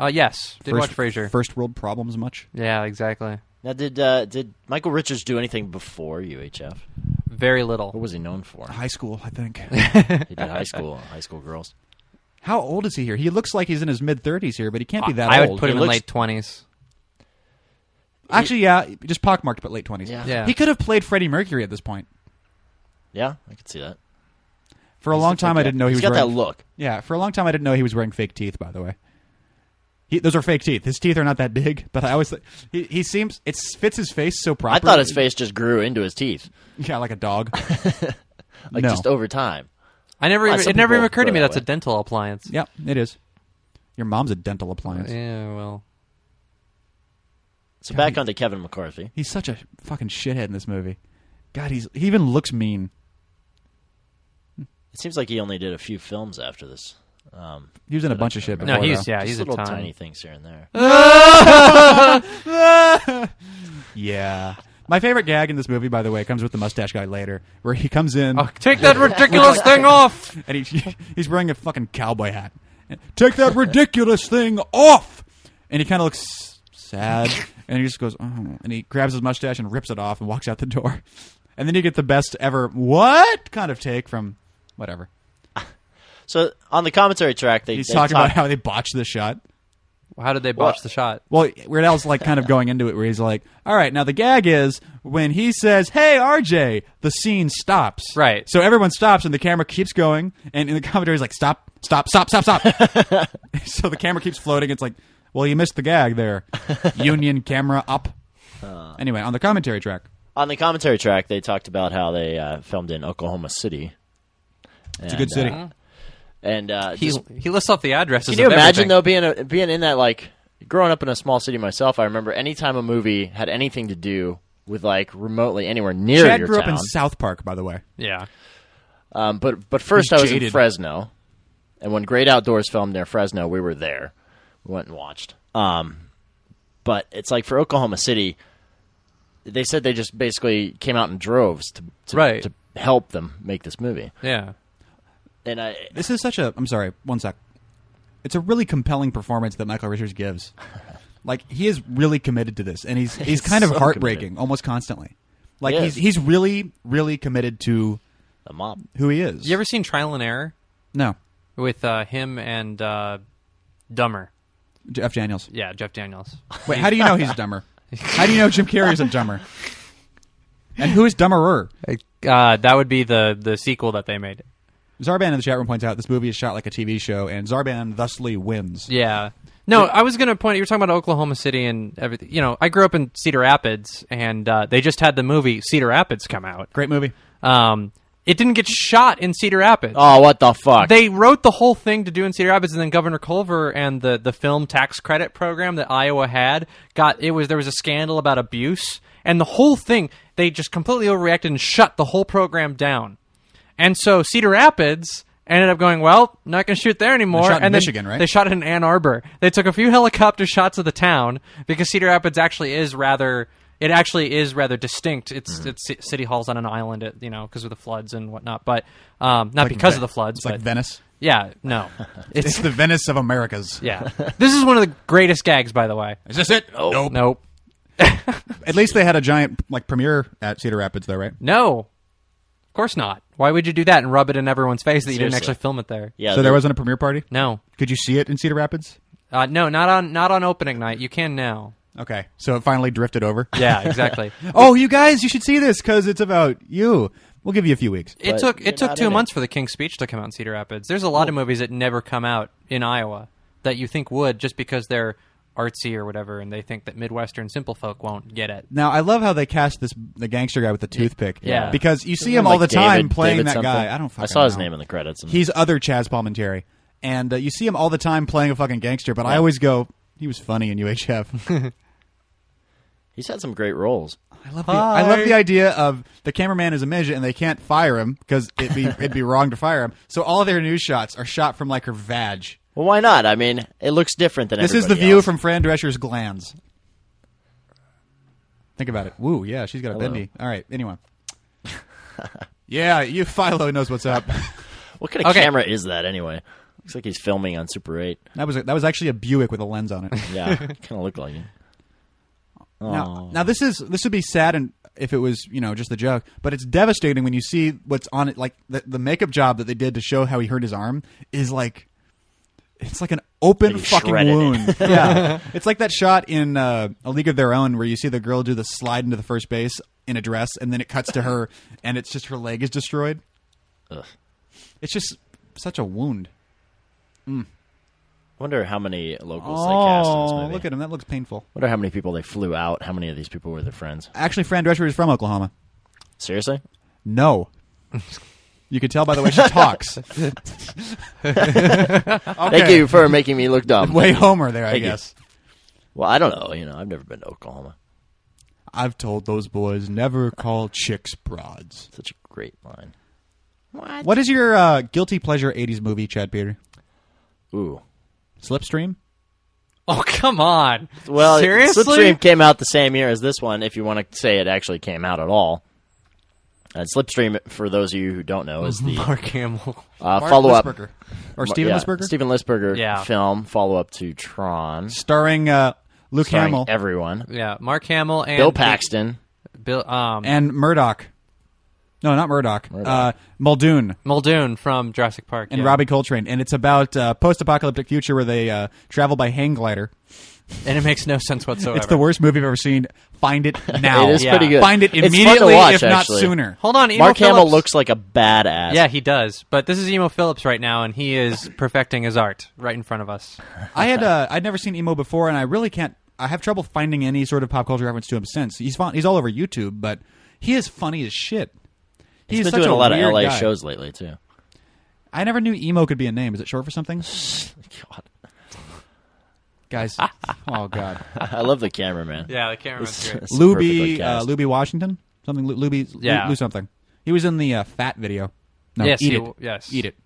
[SPEAKER 3] Uh, yes, did watch Frasier.
[SPEAKER 2] First world problems much.
[SPEAKER 3] yeah, exactly.
[SPEAKER 4] Now, did uh, did Michael Richards do anything before UHF?
[SPEAKER 3] Very little.
[SPEAKER 4] What was he known for?
[SPEAKER 2] High school, I think.
[SPEAKER 4] [LAUGHS]
[SPEAKER 2] [LAUGHS]
[SPEAKER 4] He did high school, high school girls.
[SPEAKER 2] How old is he here? He looks like he's in his mid 30s here, but he can't be that
[SPEAKER 3] I
[SPEAKER 2] old.
[SPEAKER 3] would put
[SPEAKER 4] He
[SPEAKER 3] him in
[SPEAKER 4] looks-
[SPEAKER 3] late twenties.
[SPEAKER 2] Actually, yeah, just pockmarked, but late 20s.
[SPEAKER 4] Yeah.
[SPEAKER 3] Yeah.
[SPEAKER 2] He could have played Freddie Mercury at this point.
[SPEAKER 4] Yeah, I could see that.
[SPEAKER 2] For a long time, I didn't know he
[SPEAKER 4] He's
[SPEAKER 2] was
[SPEAKER 4] got
[SPEAKER 2] wearing
[SPEAKER 4] that look.
[SPEAKER 2] Yeah, for a long time I didn't know he was wearing fake teeth. By the way, he, those are fake teeth. His teeth are not that big, [LAUGHS] but I always th- he, he seems it fits his face so
[SPEAKER 4] I
[SPEAKER 2] properly.
[SPEAKER 4] thought his face just grew into his teeth,
[SPEAKER 2] [LAUGHS] yeah, like a
[SPEAKER 3] [LAUGHS]
[SPEAKER 2] dog.
[SPEAKER 4] like
[SPEAKER 2] no,
[SPEAKER 4] just over time.
[SPEAKER 3] I never.
[SPEAKER 4] Well,
[SPEAKER 3] even-
[SPEAKER 4] some
[SPEAKER 3] it never
[SPEAKER 4] people
[SPEAKER 3] even occurred to
[SPEAKER 4] go
[SPEAKER 3] me
[SPEAKER 4] that
[SPEAKER 3] that's a
[SPEAKER 4] way.
[SPEAKER 3] dental appliance.
[SPEAKER 2] yeah, it is. Your mom's a dental appliance.
[SPEAKER 3] Yeah. Well.
[SPEAKER 4] So back onto Kevin McCarthy.
[SPEAKER 2] He's such a fucking shithead in this movie. God, he's he even looks mean.
[SPEAKER 4] It seems like he only did a few films after this. Um,
[SPEAKER 2] He was in a bunch of shit. Before,
[SPEAKER 3] No, he's
[SPEAKER 2] though.
[SPEAKER 3] yeah,
[SPEAKER 4] just
[SPEAKER 3] he's a
[SPEAKER 4] little
[SPEAKER 3] ton.
[SPEAKER 4] tiny things here and there.
[SPEAKER 2] yeah. My favorite gag in this movie, by the way, comes with the mustache guy later, where he comes in
[SPEAKER 3] Oh, take that ridiculous thing off.
[SPEAKER 2] and he, [LAUGHS] he's wearing a fucking cowboy hat. Take that ridiculous thing off! And he kind of looks sad, and he just goes, oh. and he grabs his mustache and rips it off and walks out the door. And then you get the best ever what kind of take from whatever.
[SPEAKER 4] So on the commentary track, they
[SPEAKER 2] He's
[SPEAKER 4] they
[SPEAKER 2] talking
[SPEAKER 4] talk-
[SPEAKER 2] about how they botched the shot.
[SPEAKER 3] How did they botch
[SPEAKER 4] Well-
[SPEAKER 3] the shot?
[SPEAKER 2] Well, Weird Al's like kind of going into it where he's like, "All right, now the gag is when he says, "Hey, RJ," the scene stops.
[SPEAKER 3] Right.
[SPEAKER 2] So everyone stops and the camera keeps going and in the [LAUGHS] commentary is like, "Stop, stop, stop, stop, stop." so the camera keeps floating. It's like, "Well, you missed the gag there." Union camera up. anyway, on the commentary track.
[SPEAKER 4] on the commentary track, they talked about how they uh, filmed in Oklahoma City. uh,
[SPEAKER 2] It's a good city.
[SPEAKER 4] and uh,
[SPEAKER 3] He
[SPEAKER 4] just-
[SPEAKER 3] he lists off the addresses.
[SPEAKER 4] can you
[SPEAKER 3] of
[SPEAKER 4] imagine
[SPEAKER 3] everything.
[SPEAKER 4] though being a, being in that like growing up in a small city myself? I remember any time a movie had anything to do with like remotely anywhere near
[SPEAKER 2] Chad
[SPEAKER 4] your
[SPEAKER 2] grew up
[SPEAKER 4] town.
[SPEAKER 2] in South Park, by the way.
[SPEAKER 3] Yeah.
[SPEAKER 4] um, but but first
[SPEAKER 2] He's
[SPEAKER 4] I was in
[SPEAKER 2] jaded.
[SPEAKER 4] Fresno, and when Great Outdoors filmed near Fresno, we were there. We went and watched. Um, but it's like for Oklahoma City, they said they just basically came out in droves to to,
[SPEAKER 3] Right.
[SPEAKER 4] to help them make this movie.
[SPEAKER 3] Yeah.
[SPEAKER 4] And I
[SPEAKER 2] This is such a. I'm sorry. One sec. It's a really compelling performance that Michael Richards
[SPEAKER 3] [LAUGHS]
[SPEAKER 2] gives. Like he is really committed to this, and he's he's,
[SPEAKER 4] He's
[SPEAKER 2] kind of
[SPEAKER 4] so
[SPEAKER 2] heartbreaking almost constantly. Like
[SPEAKER 4] He
[SPEAKER 2] he's
[SPEAKER 4] is.
[SPEAKER 2] he's really really committed to
[SPEAKER 4] the mom.
[SPEAKER 2] who he is.
[SPEAKER 3] You ever seen Trial and Error
[SPEAKER 2] no
[SPEAKER 3] with uh, him and uh, Dumber?
[SPEAKER 2] Jeff
[SPEAKER 3] [LAUGHS]
[SPEAKER 2] Daniels?
[SPEAKER 3] Yeah, Jeff Daniels.
[SPEAKER 2] Wait, how do you know he's dumber? How do you know Jim Carrey isn't dumber? And who is dumberer?
[SPEAKER 3] Uh, that would be the the sequel that they made.
[SPEAKER 2] Zarban in the chat room points out this movie is shot like a TV show, and Zarban thusly wins.
[SPEAKER 3] Yeah. No, I was gonna point. You were talking about Oklahoma City and everything. You know, I grew up in Cedar Rapids, and uh, they just had the movie Cedar Rapids come out.
[SPEAKER 2] Great movie.
[SPEAKER 3] Um, it didn't get shot in Cedar Rapids.
[SPEAKER 4] Oh, what the fuck!
[SPEAKER 3] They wrote the whole thing to do in Cedar Rapids, and then Governor Culver and the, the film tax credit program that Iowa had got it was there was a scandal about abuse, and the whole thing they just completely overreacted and shut the whole program down. And so Cedar Rapids ended up going well, not going to shoot there anymore.
[SPEAKER 2] shot in
[SPEAKER 3] and then
[SPEAKER 2] Michigan, right?
[SPEAKER 3] They shot it in Ann Arbor. They took a few helicopter shots of the town because Cedar Rapids actually is rather. It actually is rather distinct. It's
[SPEAKER 2] Mm-hmm.
[SPEAKER 3] it's ci- city halls on an island, at, you know, because of the floods and whatnot. But um, not because of the floods.
[SPEAKER 2] It's like
[SPEAKER 3] but-
[SPEAKER 2] Venice.
[SPEAKER 3] yeah,
[SPEAKER 4] [LAUGHS]
[SPEAKER 3] no.
[SPEAKER 2] It's the Venice of Americas.
[SPEAKER 3] yeah. This is one of the greatest gags, by the way.
[SPEAKER 2] Is this it? Oh Nope.
[SPEAKER 3] Nope.
[SPEAKER 2] At least they had a giant like premiere at Cedar Rapids, though, right?
[SPEAKER 3] No. Of course not. Why would you do that and rub it in everyone's face that you didn't
[SPEAKER 4] Seriously.
[SPEAKER 3] actually film it there?
[SPEAKER 4] yeah,
[SPEAKER 2] so
[SPEAKER 4] they-
[SPEAKER 2] there wasn't a premiere party.
[SPEAKER 3] No.
[SPEAKER 2] Could you see it in Cedar Rapids?
[SPEAKER 3] Uh, no, not on not on opening night. You can now.
[SPEAKER 2] Okay, so it finally drifted over.
[SPEAKER 3] Yeah, exactly.
[SPEAKER 4] [LAUGHS]
[SPEAKER 2] oh, you guys, you should see this because it's about you. We'll give you a few weeks.
[SPEAKER 3] it
[SPEAKER 4] But
[SPEAKER 3] took
[SPEAKER 4] you're
[SPEAKER 3] it took
[SPEAKER 4] not
[SPEAKER 3] two
[SPEAKER 4] in
[SPEAKER 3] months
[SPEAKER 4] it.
[SPEAKER 3] for the King's Speech to come out in Cedar Rapids. There's a lot of movies that never come out in Iowa that you think would just because they're artsy or whatever, and they think that Midwestern simple folk won't get it.
[SPEAKER 2] Now I love how they cast this the gangster guy with the toothpick.
[SPEAKER 3] Yeah.
[SPEAKER 2] because you see
[SPEAKER 4] Isn't
[SPEAKER 2] him
[SPEAKER 4] it
[SPEAKER 2] all
[SPEAKER 4] like
[SPEAKER 2] the time
[SPEAKER 4] David-
[SPEAKER 2] playing
[SPEAKER 4] David
[SPEAKER 2] that
[SPEAKER 4] something?
[SPEAKER 2] guy. I don't.
[SPEAKER 4] I
[SPEAKER 2] Fucking
[SPEAKER 4] saw his
[SPEAKER 2] know.
[SPEAKER 4] name in the credits. and-
[SPEAKER 2] He's other Chaz Palminteri, and uh, you see him all the time playing a fucking gangster. But I always go, he was funny in UHF.
[SPEAKER 4] he's had some great roles.
[SPEAKER 2] I love the I love the idea of the cameraman is a midget and they can't fire him because it'd be it'd be wrong to fire him. So all their news shots are shot from like her vag.
[SPEAKER 4] Well, why not? I mean, it looks different than
[SPEAKER 2] This is the
[SPEAKER 4] everybody
[SPEAKER 2] view
[SPEAKER 4] else.
[SPEAKER 2] from Fran Drescher's glands. Think about it. Woo, yeah, she's got a
[SPEAKER 4] Hello.
[SPEAKER 2] bendy. All right, anyone. [LAUGHS] yeah, you Philo knows what's
[SPEAKER 4] [LAUGHS]
[SPEAKER 2] up.
[SPEAKER 4] What kind of
[SPEAKER 3] Okay.
[SPEAKER 4] camera is that anyway? Looks like he's filming on Super 8.
[SPEAKER 2] That was a, that was actually a Buick with a lens on it. [LAUGHS]
[SPEAKER 4] Yeah, kind of look like it.
[SPEAKER 2] Now, now this is this would be sad and if it was you know just a joke, but it's devastating when you see what's on it. Like the, the makeup job that they did to show how he hurt his arm is like it's like an open
[SPEAKER 4] Like he
[SPEAKER 2] fucking
[SPEAKER 4] shredded it. [LAUGHS]
[SPEAKER 2] wound. yeah, it's like that shot in uh, A League of Their Own where you see the girl do the slide into the first base in a dress, and then it cuts to
[SPEAKER 4] [LAUGHS]
[SPEAKER 2] her, and it's just her leg is destroyed.
[SPEAKER 4] Ugh.
[SPEAKER 2] It's just such a wound.
[SPEAKER 4] Wonder how many locals they cast in this
[SPEAKER 2] Oh,
[SPEAKER 4] movie.
[SPEAKER 2] look at him! That looks painful.
[SPEAKER 4] Wonder how many people they flew out. How many of these people were their friends?
[SPEAKER 2] Actually, Fran Drescher is from Oklahoma.
[SPEAKER 4] Seriously?
[SPEAKER 2] No. You could tell by the way
[SPEAKER 4] [LAUGHS]
[SPEAKER 2] she talks. okay.
[SPEAKER 4] Thank you for making me look
[SPEAKER 2] [LAUGHS]
[SPEAKER 4] dumb.
[SPEAKER 2] Way Homer there, I
[SPEAKER 4] Thank you.
[SPEAKER 2] guess.
[SPEAKER 4] Well, I don't know. You know, I've never been to Oklahoma.
[SPEAKER 2] I've told those boys never call chicks broads.
[SPEAKER 4] Such a great line.
[SPEAKER 2] What is your uh, guilty pleasure 80s movie, Chad Peter?
[SPEAKER 4] Ooh.
[SPEAKER 2] Slipstream?
[SPEAKER 3] Oh come on!
[SPEAKER 4] Well,
[SPEAKER 3] seriously,
[SPEAKER 4] Slipstream came out the same year as this one, if you want to say it actually came out at all. And Slipstream, for those of you who don't know,
[SPEAKER 2] [LAUGHS]
[SPEAKER 4] is the
[SPEAKER 3] Mark Hamill.
[SPEAKER 4] uh,
[SPEAKER 2] Mark
[SPEAKER 4] follow up.
[SPEAKER 2] Lisberger. or Steven
[SPEAKER 4] yeah,
[SPEAKER 2] Lisberger,
[SPEAKER 4] Steven Lisberger
[SPEAKER 3] Yeah.
[SPEAKER 4] film, follow up to Tron.
[SPEAKER 2] starring uh, Luke
[SPEAKER 4] starring
[SPEAKER 2] Hamill
[SPEAKER 4] Everyone.
[SPEAKER 3] Yeah, Mark Hamill and
[SPEAKER 4] Bill Paxton.
[SPEAKER 3] Bill um,
[SPEAKER 2] and Murdoch. No, not Murdoch.
[SPEAKER 4] Murdoch.
[SPEAKER 2] Uh, Muldoon
[SPEAKER 3] Muldoon from Jurassic Park
[SPEAKER 2] and
[SPEAKER 3] yeah.
[SPEAKER 2] Robbie Coltrane, and it's about uh, post-apocalyptic future where they uh, travel by hang glider.
[SPEAKER 3] and it makes no sense whatsoever.
[SPEAKER 2] It's the worst movie I've ever seen. Find
[SPEAKER 4] [LAUGHS]
[SPEAKER 2] it now.
[SPEAKER 4] It is
[SPEAKER 3] Yeah.
[SPEAKER 4] pretty good.
[SPEAKER 2] Find it
[SPEAKER 4] It's fun to
[SPEAKER 2] immediately,
[SPEAKER 4] watch,
[SPEAKER 2] if not
[SPEAKER 4] actually.
[SPEAKER 2] sooner.
[SPEAKER 3] Hold on, Emo
[SPEAKER 4] Mark Hamill
[SPEAKER 3] Phillips-
[SPEAKER 4] looks like a badass.
[SPEAKER 3] Yeah, he does. But this is Emo Phillips right now, and
[SPEAKER 2] [LAUGHS]
[SPEAKER 3] he is perfecting his art right in front of us.
[SPEAKER 2] I had uh, I'd never seen emo before, and I really can't. I have trouble finding any sort of pop culture reference to him since he's fun, he's all over YouTube, but he is funny as shit. He's,
[SPEAKER 4] He's been
[SPEAKER 2] such
[SPEAKER 4] doing a, lot of
[SPEAKER 2] weird
[SPEAKER 4] LA
[SPEAKER 2] guy.
[SPEAKER 4] shows lately too.
[SPEAKER 2] I never knew emo could be a name. Is it short for something,
[SPEAKER 4] God. [LAUGHS]
[SPEAKER 2] guys? oh god,
[SPEAKER 4] [LAUGHS] I love the cameraman.
[SPEAKER 3] Yeah, the cameraman's
[SPEAKER 4] It's-
[SPEAKER 3] great.
[SPEAKER 4] it's perfectly
[SPEAKER 2] Luby uh,
[SPEAKER 4] cast.
[SPEAKER 2] Luby Washington, something Lu- Luby Lu-
[SPEAKER 3] Yeah.
[SPEAKER 2] Lu something. He was in the uh, fat video. No,
[SPEAKER 3] yes,
[SPEAKER 2] eat
[SPEAKER 3] he-
[SPEAKER 2] it.
[SPEAKER 3] yes,
[SPEAKER 2] Eat it.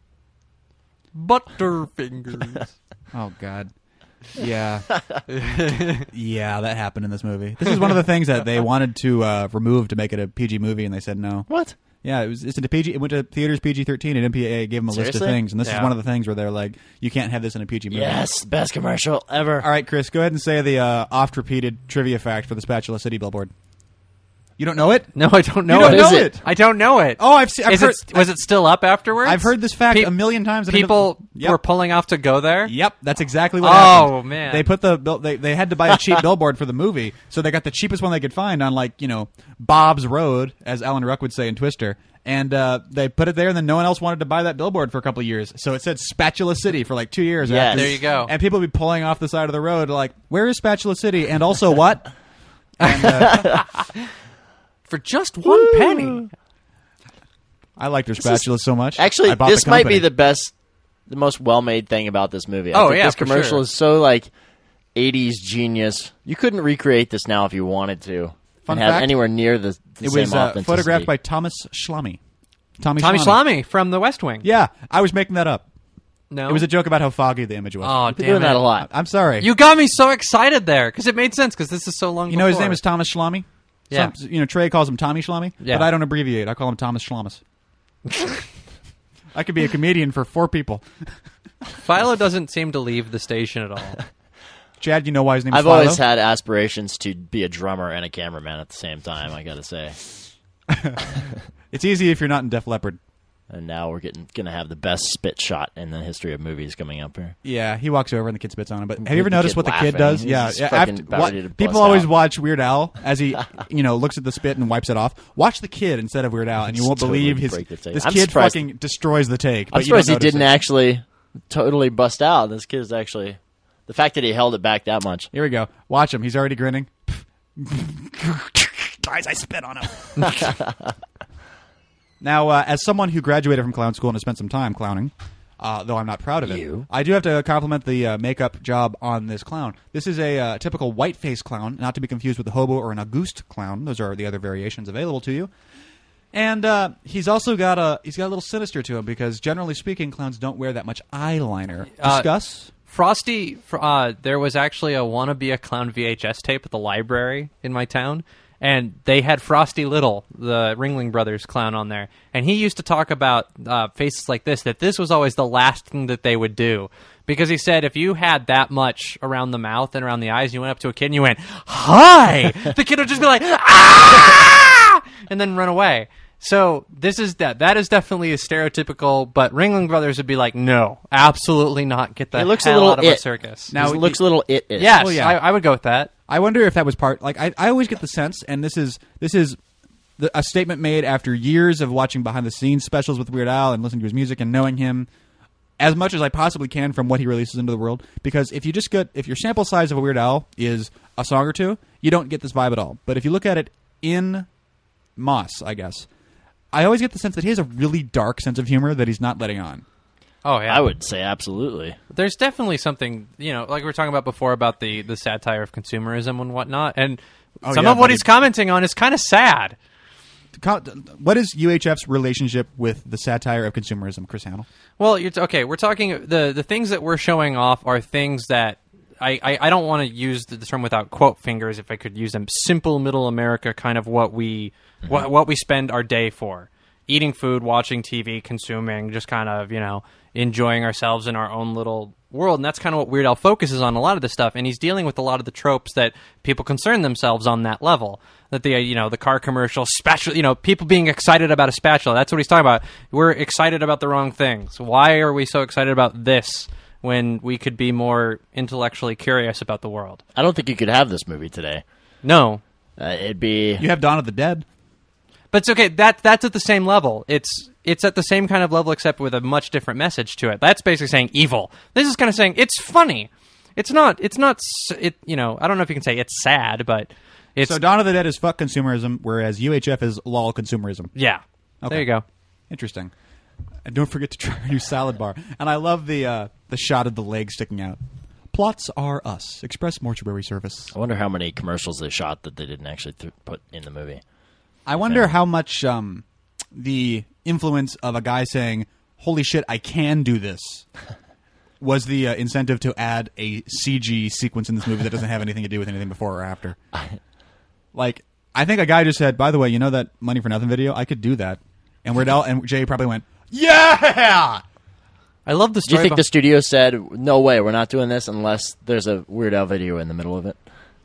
[SPEAKER 3] Butterfingers.
[SPEAKER 2] Oh God.
[SPEAKER 3] [LAUGHS]
[SPEAKER 2] Yeah. yeah, that happened in this movie. This is one of the things that they wanted to uh, remove to make it a PG movie, and they said no.
[SPEAKER 4] What?
[SPEAKER 2] Yeah, it was it's into PG. It went to theaters PG thirteen, and MPAA gave them a list of
[SPEAKER 4] Seriously?
[SPEAKER 2] things, and this is
[SPEAKER 3] Yeah.
[SPEAKER 2] one of the things where they're like, you can't have this in a PG movie.
[SPEAKER 4] Yes, best commercial ever.
[SPEAKER 2] All right, Chris, go ahead and say the uh, oft-repeated trivia fact for the Spatula City billboard. You don't know it?
[SPEAKER 3] [LAUGHS] no, I don't know
[SPEAKER 2] You don't
[SPEAKER 3] it.
[SPEAKER 2] know
[SPEAKER 3] Is
[SPEAKER 2] it.
[SPEAKER 3] I don't know it.
[SPEAKER 2] Oh, I've seen. I've
[SPEAKER 3] Is
[SPEAKER 2] heard,
[SPEAKER 3] it, was it still up afterwards?
[SPEAKER 2] I've heard this fact
[SPEAKER 3] Pe-
[SPEAKER 2] a million times. and I
[SPEAKER 3] People
[SPEAKER 2] never- Yep.
[SPEAKER 3] were pulling off to go there.
[SPEAKER 2] Yep, that's exactly what
[SPEAKER 3] Oh,
[SPEAKER 2] happened.
[SPEAKER 3] man.
[SPEAKER 2] They put the bill- they they had to buy a
[SPEAKER 4] [LAUGHS]
[SPEAKER 2] cheap billboard for the movie, so they got the cheapest one they could find on like you know Bob's Road, as Alan Ruck would say in Twister, and uh, they put it there, and then no one else wanted to buy that billboard for a couple of years, so it said Spatula City for like two years.
[SPEAKER 4] Yes.
[SPEAKER 2] after.
[SPEAKER 4] There
[SPEAKER 3] you go.
[SPEAKER 2] And people would be pulling off the side of the road, like, "Where is Spatula City?" And also [LAUGHS] what? And, uh,
[SPEAKER 3] for just one penny.
[SPEAKER 2] I liked their spatula so much.
[SPEAKER 4] Actually,
[SPEAKER 2] I bought
[SPEAKER 4] this
[SPEAKER 2] the
[SPEAKER 4] might be
[SPEAKER 2] company.
[SPEAKER 4] the best, the most well-made thing about this movie. I
[SPEAKER 3] Oh,
[SPEAKER 4] think
[SPEAKER 3] yeah,
[SPEAKER 4] this
[SPEAKER 3] for
[SPEAKER 4] commercial
[SPEAKER 3] sure.
[SPEAKER 4] is so like '80s genius. You couldn't recreate this now if you wanted to,
[SPEAKER 2] Fun
[SPEAKER 4] and have
[SPEAKER 2] fact,
[SPEAKER 4] anywhere near the, the
[SPEAKER 2] It
[SPEAKER 4] same
[SPEAKER 2] was uh,
[SPEAKER 4] authenticity.
[SPEAKER 2] photographed by Thomas Schlamme. Tommy,
[SPEAKER 3] Tommy
[SPEAKER 2] Schlamme.
[SPEAKER 3] Schlamme from The West Wing.
[SPEAKER 2] Yeah, I was making that up.
[SPEAKER 3] no,
[SPEAKER 2] It was a joke about how foggy the image was.
[SPEAKER 3] Oh,
[SPEAKER 4] You've been
[SPEAKER 3] damn
[SPEAKER 4] doing
[SPEAKER 3] it.
[SPEAKER 4] that a lot.
[SPEAKER 2] I'm sorry.
[SPEAKER 3] You got me so excited there because it made sense because this is so long.
[SPEAKER 2] You know his
[SPEAKER 3] before.
[SPEAKER 2] name is Thomas Schlamme.
[SPEAKER 3] Yeah.
[SPEAKER 2] Some- you know Trey calls him Tommy Schlamme,
[SPEAKER 3] Yeah.
[SPEAKER 2] but I don't abbreviate. I call him Thomas
[SPEAKER 4] [LAUGHS]
[SPEAKER 2] Schlammes. I could be a comedian for four people.
[SPEAKER 3] Philo. Doesn't seem to leave the station at all.
[SPEAKER 2] Chad, you know why his name is
[SPEAKER 4] I've
[SPEAKER 2] Philo?
[SPEAKER 4] always had aspirations to be a drummer and a cameraman at the same time. I gotta say,
[SPEAKER 2] it's easy if you're not in Def Leppard.
[SPEAKER 4] and now we're getting gonna have the best spit shot in the history of movies coming up here.
[SPEAKER 2] Yeah, he walks over and the kid spits on him. But have you ever
[SPEAKER 4] The
[SPEAKER 2] noticed
[SPEAKER 4] kid
[SPEAKER 2] what the
[SPEAKER 4] laughing.
[SPEAKER 2] kid does?
[SPEAKER 4] He's
[SPEAKER 2] yeah,
[SPEAKER 4] just
[SPEAKER 2] yeah.
[SPEAKER 4] fucking
[SPEAKER 2] after-
[SPEAKER 4] about
[SPEAKER 2] wa-
[SPEAKER 4] ready to
[SPEAKER 2] people
[SPEAKER 4] bust
[SPEAKER 2] always
[SPEAKER 4] out.
[SPEAKER 2] watch Weird Al as
[SPEAKER 4] [LAUGHS]
[SPEAKER 2] he, you know, looks at the spit and wipes it off. Watch the kid instead of Weird Al, and you
[SPEAKER 4] Just
[SPEAKER 2] won't
[SPEAKER 4] totally
[SPEAKER 2] believe his.
[SPEAKER 4] break the tape.
[SPEAKER 2] This
[SPEAKER 4] I'm
[SPEAKER 2] kid
[SPEAKER 4] surprised-
[SPEAKER 2] fucking destroys the take.
[SPEAKER 4] I'm
[SPEAKER 2] but you don't
[SPEAKER 4] surprised he
[SPEAKER 2] notice
[SPEAKER 4] didn't
[SPEAKER 2] it.
[SPEAKER 4] actually totally bust out. This kid's actually the fact that he held it back that much.
[SPEAKER 2] Here we go. Watch him. He's already grinning. [LAUGHS] Guys, I spit on him. [LAUGHS] now, uh, as someone who graduated from clown school and has spent some time clowning, uh, though I'm not proud of it,
[SPEAKER 4] You.
[SPEAKER 2] I do have to compliment the uh, makeup job on this clown. This is a uh, typical white face clown, not to be confused with a hobo or an august clown. Those are the other variations available to you. And uh, he's also got a he's got a little sinister to him because generally speaking, clowns don't wear that much eyeliner.
[SPEAKER 3] Uh,
[SPEAKER 2] Discuss.
[SPEAKER 3] Frosty, fr- uh, there was actually a wannabe a clown VHS tape at the library in my town, and they had Frosty Little, the Ringling Brothers clown, on there, and he used to talk about uh, faces like this. That this was always the last thing that they would do, because he said if you had that much around the mouth and around the eyes, you went up to a kid and you went "Hi," the kid would just be like "Ah," and then run away. So this is that. That is definitely a stereotypical. But Ringling Brothers would be like, no, absolutely not. Get the
[SPEAKER 4] It looks a
[SPEAKER 3] hell
[SPEAKER 4] little
[SPEAKER 3] out of a
[SPEAKER 4] it.
[SPEAKER 3] circus. Oh,
[SPEAKER 2] Now-
[SPEAKER 4] Now it looks a little it.
[SPEAKER 3] yes,
[SPEAKER 2] Well, yeah.
[SPEAKER 3] I, I would go with that.
[SPEAKER 2] I wonder if that was part. Like I, I always get the sense, and this is this is the, a statement made after years of watching behind the scenes specials with Weird Al and listening to his music and knowing him as much as I possibly can from what he releases into the world. Because if you just get if your sample size of a Weird Al is a song or two, you don't get this vibe at all. But if you look at it in Moss, I guess. I always get the sense that he has a really dark sense of humor that he's not letting on.
[SPEAKER 3] Oh yeah,
[SPEAKER 4] I would say absolutely.
[SPEAKER 3] There's definitely something you know, like we were talking about before about the the satire of consumerism and whatnot, and
[SPEAKER 2] Oh,
[SPEAKER 3] some
[SPEAKER 2] yeah,
[SPEAKER 3] of what
[SPEAKER 2] buddy.
[SPEAKER 3] he's commenting on is kind of sad.
[SPEAKER 2] Co- What is UHF's relationship with the satire of consumerism, Chris Hannell?
[SPEAKER 3] Well, you're t- okay. We're talking the the things that we're showing off are things that I, I, I don't want to use the term without quote fingers if I could use them. Simple middle America, kind of what we what what we spend our day for: eating food, watching TV, consuming, just kind of you know enjoying ourselves in our own little world. And that's kind of what Weird Al focuses on a lot of this stuff. And he's dealing with a lot of the tropes that people concern themselves on that level. That the uh, you know the car commercial spatula, you know people being excited about a spatula. That's what he's talking about. We're excited about the wrong things. Why are we so excited about this? when we could be more intellectually curious about the world.
[SPEAKER 4] I don't think you could have this movie today.
[SPEAKER 3] No,
[SPEAKER 4] Uh, it'd be
[SPEAKER 2] You have Dawn of the Dead.
[SPEAKER 3] but it's okay. That that's at the same level. It's it's at the same kind of level, except with a much different message to it. That's basically saying evil. This is kind of saying it's funny. It's not. It's not. s- It you know. I don't know if you can say it's sad, but it's
[SPEAKER 2] So Dawn of the Dead is fuck consumerism, whereas UHF is lol consumerism.
[SPEAKER 3] yeah.
[SPEAKER 2] Okay.
[SPEAKER 3] There you go.
[SPEAKER 2] Interesting. And don't forget to [LAUGHS] try our new salad bar. And I love the uh, the shot of the leg sticking out. Plots are us. Express Mortuary Service.
[SPEAKER 4] I wonder how many commercials they shot that they didn't actually th- put in the movie.
[SPEAKER 2] I wonder how much um, the influence of a guy saying, "Holy shit, I can do
[SPEAKER 4] [LAUGHS]
[SPEAKER 2] this," was the uh, incentive to add a CG sequence in this movie that doesn't have anything to do with anything before or
[SPEAKER 4] [LAUGHS]
[SPEAKER 2] after. Like, I think a guy just said, "By the way, you know that Money for Nothing video? I could do that." And Weird Al and Jay probably went, "Yeah."
[SPEAKER 3] I love the
[SPEAKER 4] Do you
[SPEAKER 3] story.
[SPEAKER 4] think
[SPEAKER 3] beh-
[SPEAKER 4] the studio said, "No way, we're not doing this unless there's a Weird Al video in the middle of it"?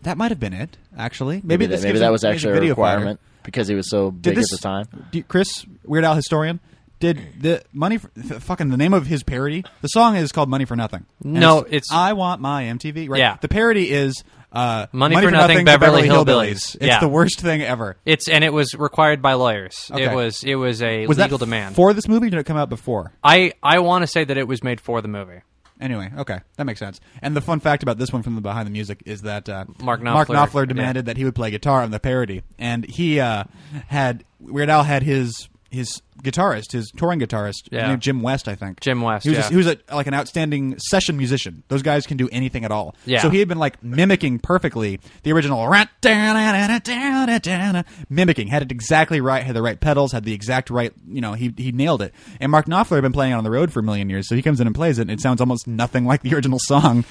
[SPEAKER 2] That might have been it, actually. Maybe
[SPEAKER 4] Maybe,
[SPEAKER 2] this
[SPEAKER 4] that, maybe
[SPEAKER 2] gives
[SPEAKER 4] that
[SPEAKER 2] him
[SPEAKER 4] was
[SPEAKER 2] amazing
[SPEAKER 4] actually a
[SPEAKER 2] video fodder.
[SPEAKER 4] requirement because he was so
[SPEAKER 2] Did
[SPEAKER 4] big
[SPEAKER 2] this
[SPEAKER 4] at the time.
[SPEAKER 2] do- Chris Weird Al historian? Did the money for, th- fucking the name of his parody? The song is called "Money for Nothing." And
[SPEAKER 3] No, it's-
[SPEAKER 2] I want my MTV. Right?
[SPEAKER 3] Yeah.
[SPEAKER 2] The parody is uh,
[SPEAKER 3] Money for Nothing,
[SPEAKER 2] the
[SPEAKER 3] Beverly Hillbillies.
[SPEAKER 2] It's
[SPEAKER 3] Yeah.
[SPEAKER 2] the worst thing ever.
[SPEAKER 3] it's and it was required by lawyers.
[SPEAKER 2] Okay.
[SPEAKER 3] It was it was a
[SPEAKER 2] Was
[SPEAKER 3] legal
[SPEAKER 2] that
[SPEAKER 3] demand.
[SPEAKER 2] for this movie? Or did it come out before?
[SPEAKER 3] I I want to say that it was made for the movie.
[SPEAKER 2] Anyway, okay, that makes sense. And the fun fact about this one from the behind the music is that uh,
[SPEAKER 3] Mark
[SPEAKER 2] Mark
[SPEAKER 3] Knopfler,
[SPEAKER 2] Knopfler demanded
[SPEAKER 3] yeah.
[SPEAKER 2] that he would play guitar on the parody, and he uh, had Weird Al had his his guitarist, his touring guitarist,
[SPEAKER 3] Yeah.
[SPEAKER 2] named Jim West, I think.
[SPEAKER 3] Jim West,
[SPEAKER 2] He was,
[SPEAKER 3] yeah.
[SPEAKER 2] just- he was a, like an outstanding session musician. Those guys can do anything at all.
[SPEAKER 3] Yeah.
[SPEAKER 2] So he had been like mimicking perfectly the original "Rat da da da da da da da," mimicking had it exactly right had the right pedals had the exact right you know he he nailed it and Mark Knopfler had been playing it on the road for a million years so he comes in and plays it and it sounds almost nothing like the original song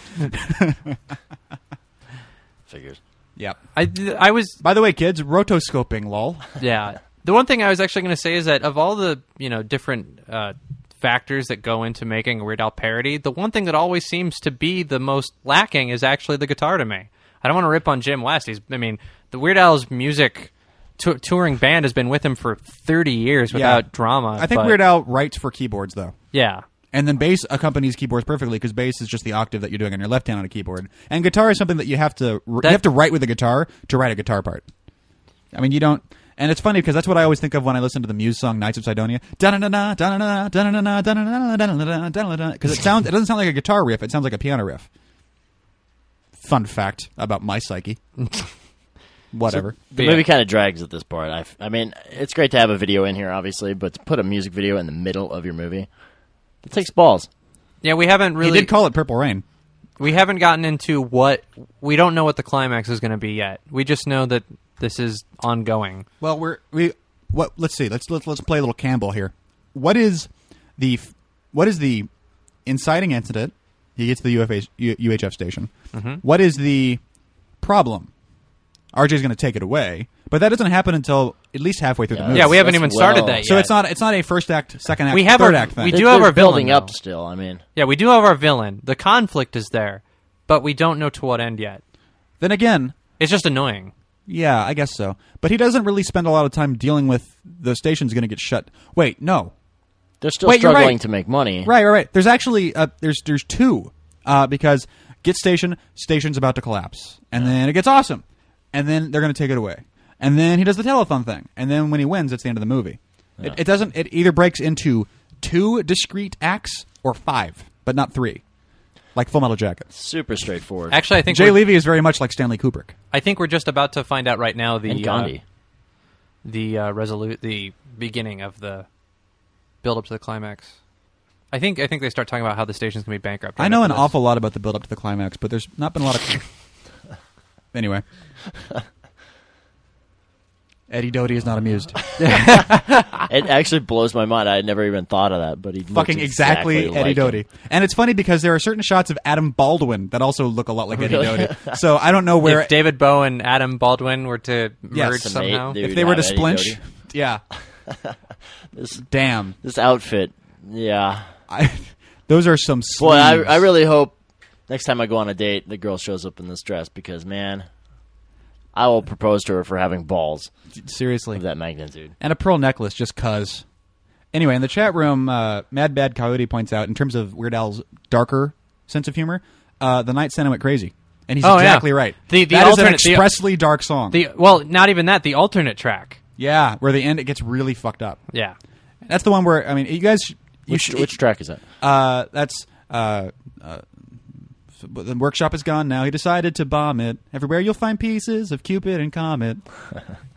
[SPEAKER 4] Figures.
[SPEAKER 2] yep
[SPEAKER 3] I I was
[SPEAKER 2] by the way kids rotoscoping lol
[SPEAKER 3] yeah. The one thing I was actually going to say is that of all the you know different uh, factors that go into making a Weird Al parody, the one thing that always seems to be the most lacking is actually the guitar to me. I don't want to rip on Jim West. He's I mean the Weird Al's music tou- touring band has been with him for thirty years without drama.
[SPEAKER 2] I think
[SPEAKER 3] but-
[SPEAKER 2] Weird Al writes for keyboards though
[SPEAKER 3] Yeah.
[SPEAKER 2] And then bass accompanies keyboards perfectly because bass is just the octave that you're doing on your left hand on a keyboard. And guitar is something that you have to you
[SPEAKER 3] That-
[SPEAKER 2] have to write with a guitar to write a guitar part. I mean, you don't. And it's funny because that's what I always think of when I listen to the Muse song "Knights of Sidonia." Because it sounds it doesn't sound like a guitar riff; it sounds like a piano riff. Fun fact about my psyche. Whatever.
[SPEAKER 4] The
[SPEAKER 3] Yeah.
[SPEAKER 4] movie kind of drags at this part. I, f- I mean, it's great to have a video in here, obviously, but to put a music video in the middle of your movie, it takes balls.
[SPEAKER 3] Yeah, we haven't really
[SPEAKER 2] He did call it "Purple Rain."
[SPEAKER 3] we haven't gotten into what we don't know what the climax is going to be yet. We just know that this is ongoing.
[SPEAKER 2] Well, we're we what? Let's see. Let's let's let's play a little Campbell here. What is the f- what is the inciting incident? He gets to the UFA, U- UHF station.
[SPEAKER 3] Mm-hmm.
[SPEAKER 2] What is the problem? RJ's going to take it away, but that doesn't happen until at least halfway through the movie.
[SPEAKER 3] Yeah, we haven't
[SPEAKER 4] That's
[SPEAKER 3] even started that
[SPEAKER 2] so
[SPEAKER 3] yet.
[SPEAKER 2] it's not it's not a first act, second act,
[SPEAKER 3] We have
[SPEAKER 2] third
[SPEAKER 3] our-
[SPEAKER 2] act thing.
[SPEAKER 3] we
[SPEAKER 4] They're-
[SPEAKER 3] do have
[SPEAKER 4] they're
[SPEAKER 3] our villain,
[SPEAKER 4] building
[SPEAKER 3] though.
[SPEAKER 4] up still. I mean,
[SPEAKER 3] Yeah, we do have our villain. The conflict is there, but we don't know to what end yet.
[SPEAKER 2] then again,
[SPEAKER 3] It's just annoying.
[SPEAKER 2] Yeah, I guess so. But he doesn't really spend a lot of time dealing with the station's going to get shut. Wait, no,
[SPEAKER 4] they're still
[SPEAKER 2] Wait, you're
[SPEAKER 4] struggling
[SPEAKER 2] right.
[SPEAKER 4] to make money.
[SPEAKER 2] Right, right, right. There's actually uh, there's there's two uh, because get station station's about to collapse, and then it gets awesome, and then they're going to take it away, and then he does the telethon thing, and then when he wins, it's the end of the movie. It, it doesn't. It either breaks into two discrete acts or five, but not three, like Full Metal Jacket.
[SPEAKER 4] Super straightforward.
[SPEAKER 3] Actually, I think
[SPEAKER 2] Jay
[SPEAKER 3] we're,
[SPEAKER 2] Levy is very much like Stanley Kubrick.
[SPEAKER 3] I think we're just about to find out right now the
[SPEAKER 4] and Gandhi.
[SPEAKER 2] [LAUGHS]
[SPEAKER 3] Uh, the uh, resolute the beginning of the build up to the climax. I think I think they start talking about how the station's going to be bankrupt.
[SPEAKER 2] I
[SPEAKER 3] right
[SPEAKER 2] know an
[SPEAKER 3] after this.
[SPEAKER 2] awful lot about the build up to the climax, but there's
[SPEAKER 3] [LAUGHS]
[SPEAKER 2] not been a lot of. anyway. Eddie Doty is not amused.
[SPEAKER 4] It actually blows my mind. I had never even thought of that, but he looked
[SPEAKER 2] Fucking exactly, Eddie
[SPEAKER 4] like
[SPEAKER 2] Doty.
[SPEAKER 4] him.
[SPEAKER 2] And it's funny because there are certain shots of Adam Baldwin that also look a lot like
[SPEAKER 4] Really?
[SPEAKER 2] Eddie Doty. So I don't know where
[SPEAKER 3] if David Bowie and Adam Baldwin were to
[SPEAKER 2] Yes.
[SPEAKER 3] merge
[SPEAKER 2] To mate,
[SPEAKER 3] somehow,
[SPEAKER 4] dude.
[SPEAKER 2] if they were to
[SPEAKER 4] Not Eddie
[SPEAKER 2] splinch.
[SPEAKER 4] Doty. [LAUGHS]
[SPEAKER 2] Yeah. Damn.
[SPEAKER 4] This outfit, yeah.
[SPEAKER 2] I, [LAUGHS] those are some
[SPEAKER 4] Boy, I,
[SPEAKER 2] sleeves.
[SPEAKER 4] I really hope next time I go on a date, the girl shows up in this dress because man, I will propose to her for having balls
[SPEAKER 2] seriously
[SPEAKER 4] of that magnitude.
[SPEAKER 2] and a pearl necklace just cuz. Anyway, in the chat room, uh, Mad Bad Coyote points out in terms of Weird Al's darker sense of humor, uh, the night sent him crazy, and he's
[SPEAKER 3] Oh, yeah.
[SPEAKER 2] exactly right.
[SPEAKER 3] The- the
[SPEAKER 2] That is an
[SPEAKER 3] alternate- the-
[SPEAKER 2] expressly dark song.
[SPEAKER 3] the well, not even that. The alternate track,
[SPEAKER 2] yeah, where the end it gets really fucked up.
[SPEAKER 3] yeah,
[SPEAKER 2] That's the one where I mean, you guys, sh- you
[SPEAKER 4] Which,
[SPEAKER 2] should.
[SPEAKER 4] which track is that?
[SPEAKER 2] uh, that's uh, uh, but the workshop is gone now. He decided to bomb it. Everywhere you'll find pieces of Cupid and
[SPEAKER 4] [LAUGHS]
[SPEAKER 2] Comet.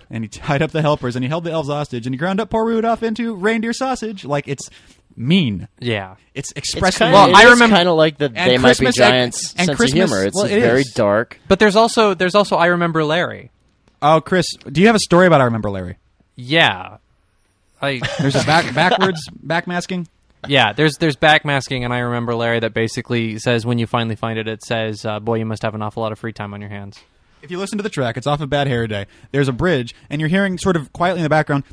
[SPEAKER 2] and he tied up the helpers, and he held the elves hostage, and he ground up poor Rudolph into reindeer sausage. Like it's mean.
[SPEAKER 3] yeah.
[SPEAKER 2] It's
[SPEAKER 4] It's
[SPEAKER 2] expressly.
[SPEAKER 4] kind
[SPEAKER 3] Well,
[SPEAKER 4] of
[SPEAKER 3] I remember-
[SPEAKER 4] kind of like the they might be
[SPEAKER 2] Christmas- and-
[SPEAKER 4] giants
[SPEAKER 2] and
[SPEAKER 4] sense
[SPEAKER 2] Christmas-
[SPEAKER 4] of humor. It's
[SPEAKER 2] well, it
[SPEAKER 4] very
[SPEAKER 2] is.
[SPEAKER 4] dark.
[SPEAKER 3] But there's also there's also I remember Larry.
[SPEAKER 2] oh, Chris, do you have a story about I remember Larry?
[SPEAKER 3] Yeah, I
[SPEAKER 2] There's a back [LAUGHS] backwards backmasking.
[SPEAKER 3] yeah. There's there's backmasking and I remember Larry that basically says when you finally find it, it says, uh, "Boy, you must have an awful lot of free time on your hands."
[SPEAKER 2] If you listen to the track, it's off of Bad Hair Day. There's a bridge, and you're hearing sort of quietly in the background,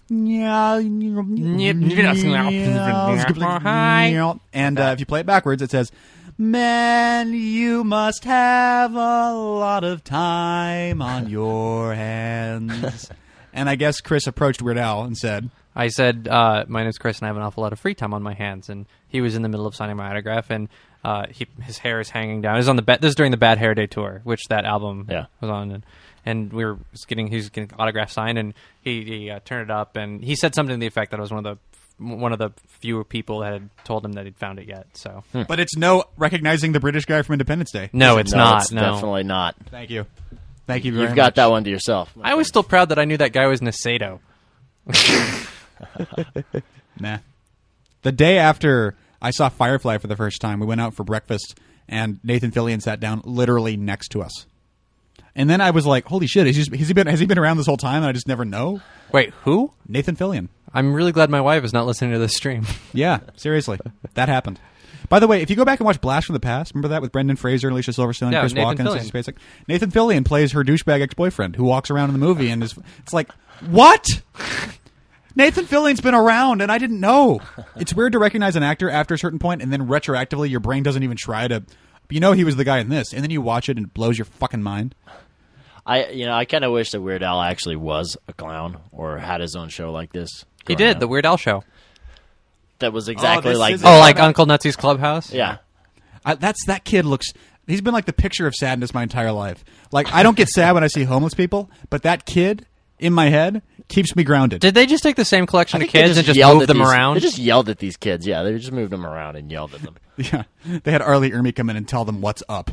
[SPEAKER 2] and uh, if you play it backwards, it says, "Man, you must have a lot of time on your
[SPEAKER 4] [LAUGHS]
[SPEAKER 2] hands." And I guess Chris approached Weird Al and said,
[SPEAKER 3] I said, uh, "My name's Chris, and I have an awful lot of free time on my hands." And he was in the middle of signing my autograph, and uh, he, his hair is hanging down. It was on the ba- this is during the Bad Hair Day tour, which that album
[SPEAKER 4] Yeah.
[SPEAKER 3] was on, and, and we were just getting he was getting autograph signed, and he, he uh, turned it up, and he said something to the effect that I was one of the one of the fewer people that had told him that he'd found it yet. So
[SPEAKER 4] Hmm.
[SPEAKER 2] "But it's no recognizing the British guy from Independence Day."
[SPEAKER 3] no, it's not.
[SPEAKER 4] It's
[SPEAKER 3] no,
[SPEAKER 4] definitely not.
[SPEAKER 2] Thank you, thank you very
[SPEAKER 4] You've got
[SPEAKER 2] much.
[SPEAKER 4] that one to yourself.
[SPEAKER 3] I was still proud that I knew that guy was Niceto.
[SPEAKER 2] Nah. The day after I saw Firefly for the first time, we went out for breakfast, and Nathan Fillion sat down literally next to us. And then I was like, "Holy shit! Is he, has he been has he been around this whole time?" And I just never know.
[SPEAKER 3] Wait, who?
[SPEAKER 2] Nathan Fillion.
[SPEAKER 3] I'm really glad my wife is not listening to this stream.
[SPEAKER 2] Yeah, seriously, that happened. By the way, if you go back and watch Blast from the Past, remember that with Brendan Fraser and Alicia Silverstone,
[SPEAKER 3] Yeah,
[SPEAKER 2] Chris
[SPEAKER 3] Nathan
[SPEAKER 2] Walken,
[SPEAKER 3] Fillion.
[SPEAKER 2] Sissy Spacek. Nathan Fillion plays her douchebag ex-boyfriend who walks around in the movie and is. It's like what? Nathan Fillion's been around, and I didn't know. It's weird to recognize an actor after a certain point, and then retroactively, your brain doesn't even try to. You know he was the guy in this, and then you watch it and it blows your fucking mind.
[SPEAKER 4] I you know I kind of wish that Weird Al actually was a clown or had his own show like this.
[SPEAKER 3] he
[SPEAKER 4] growing
[SPEAKER 3] did
[SPEAKER 4] up.
[SPEAKER 3] the Weird Al show.
[SPEAKER 4] that was exactly
[SPEAKER 2] this
[SPEAKER 4] like
[SPEAKER 2] is-
[SPEAKER 4] that.
[SPEAKER 3] Oh, like Uncle Nutsy's Clubhouse?
[SPEAKER 4] yeah.
[SPEAKER 2] I, that's that kid looks. He's been like the picture of sadness my entire life. Like I don't get sad when I see homeless people, but that kid in my head keeps me grounded.
[SPEAKER 3] Did they just take the same collection of
[SPEAKER 4] think they
[SPEAKER 3] kids and just
[SPEAKER 4] yelled
[SPEAKER 3] move
[SPEAKER 4] at
[SPEAKER 3] them
[SPEAKER 4] these-
[SPEAKER 3] around?
[SPEAKER 4] They just yelled at these kids. Yeah, they just moved them around and yelled at them.
[SPEAKER 2] [LAUGHS] yeah, they had Arlie Ermy come in and tell them what's up.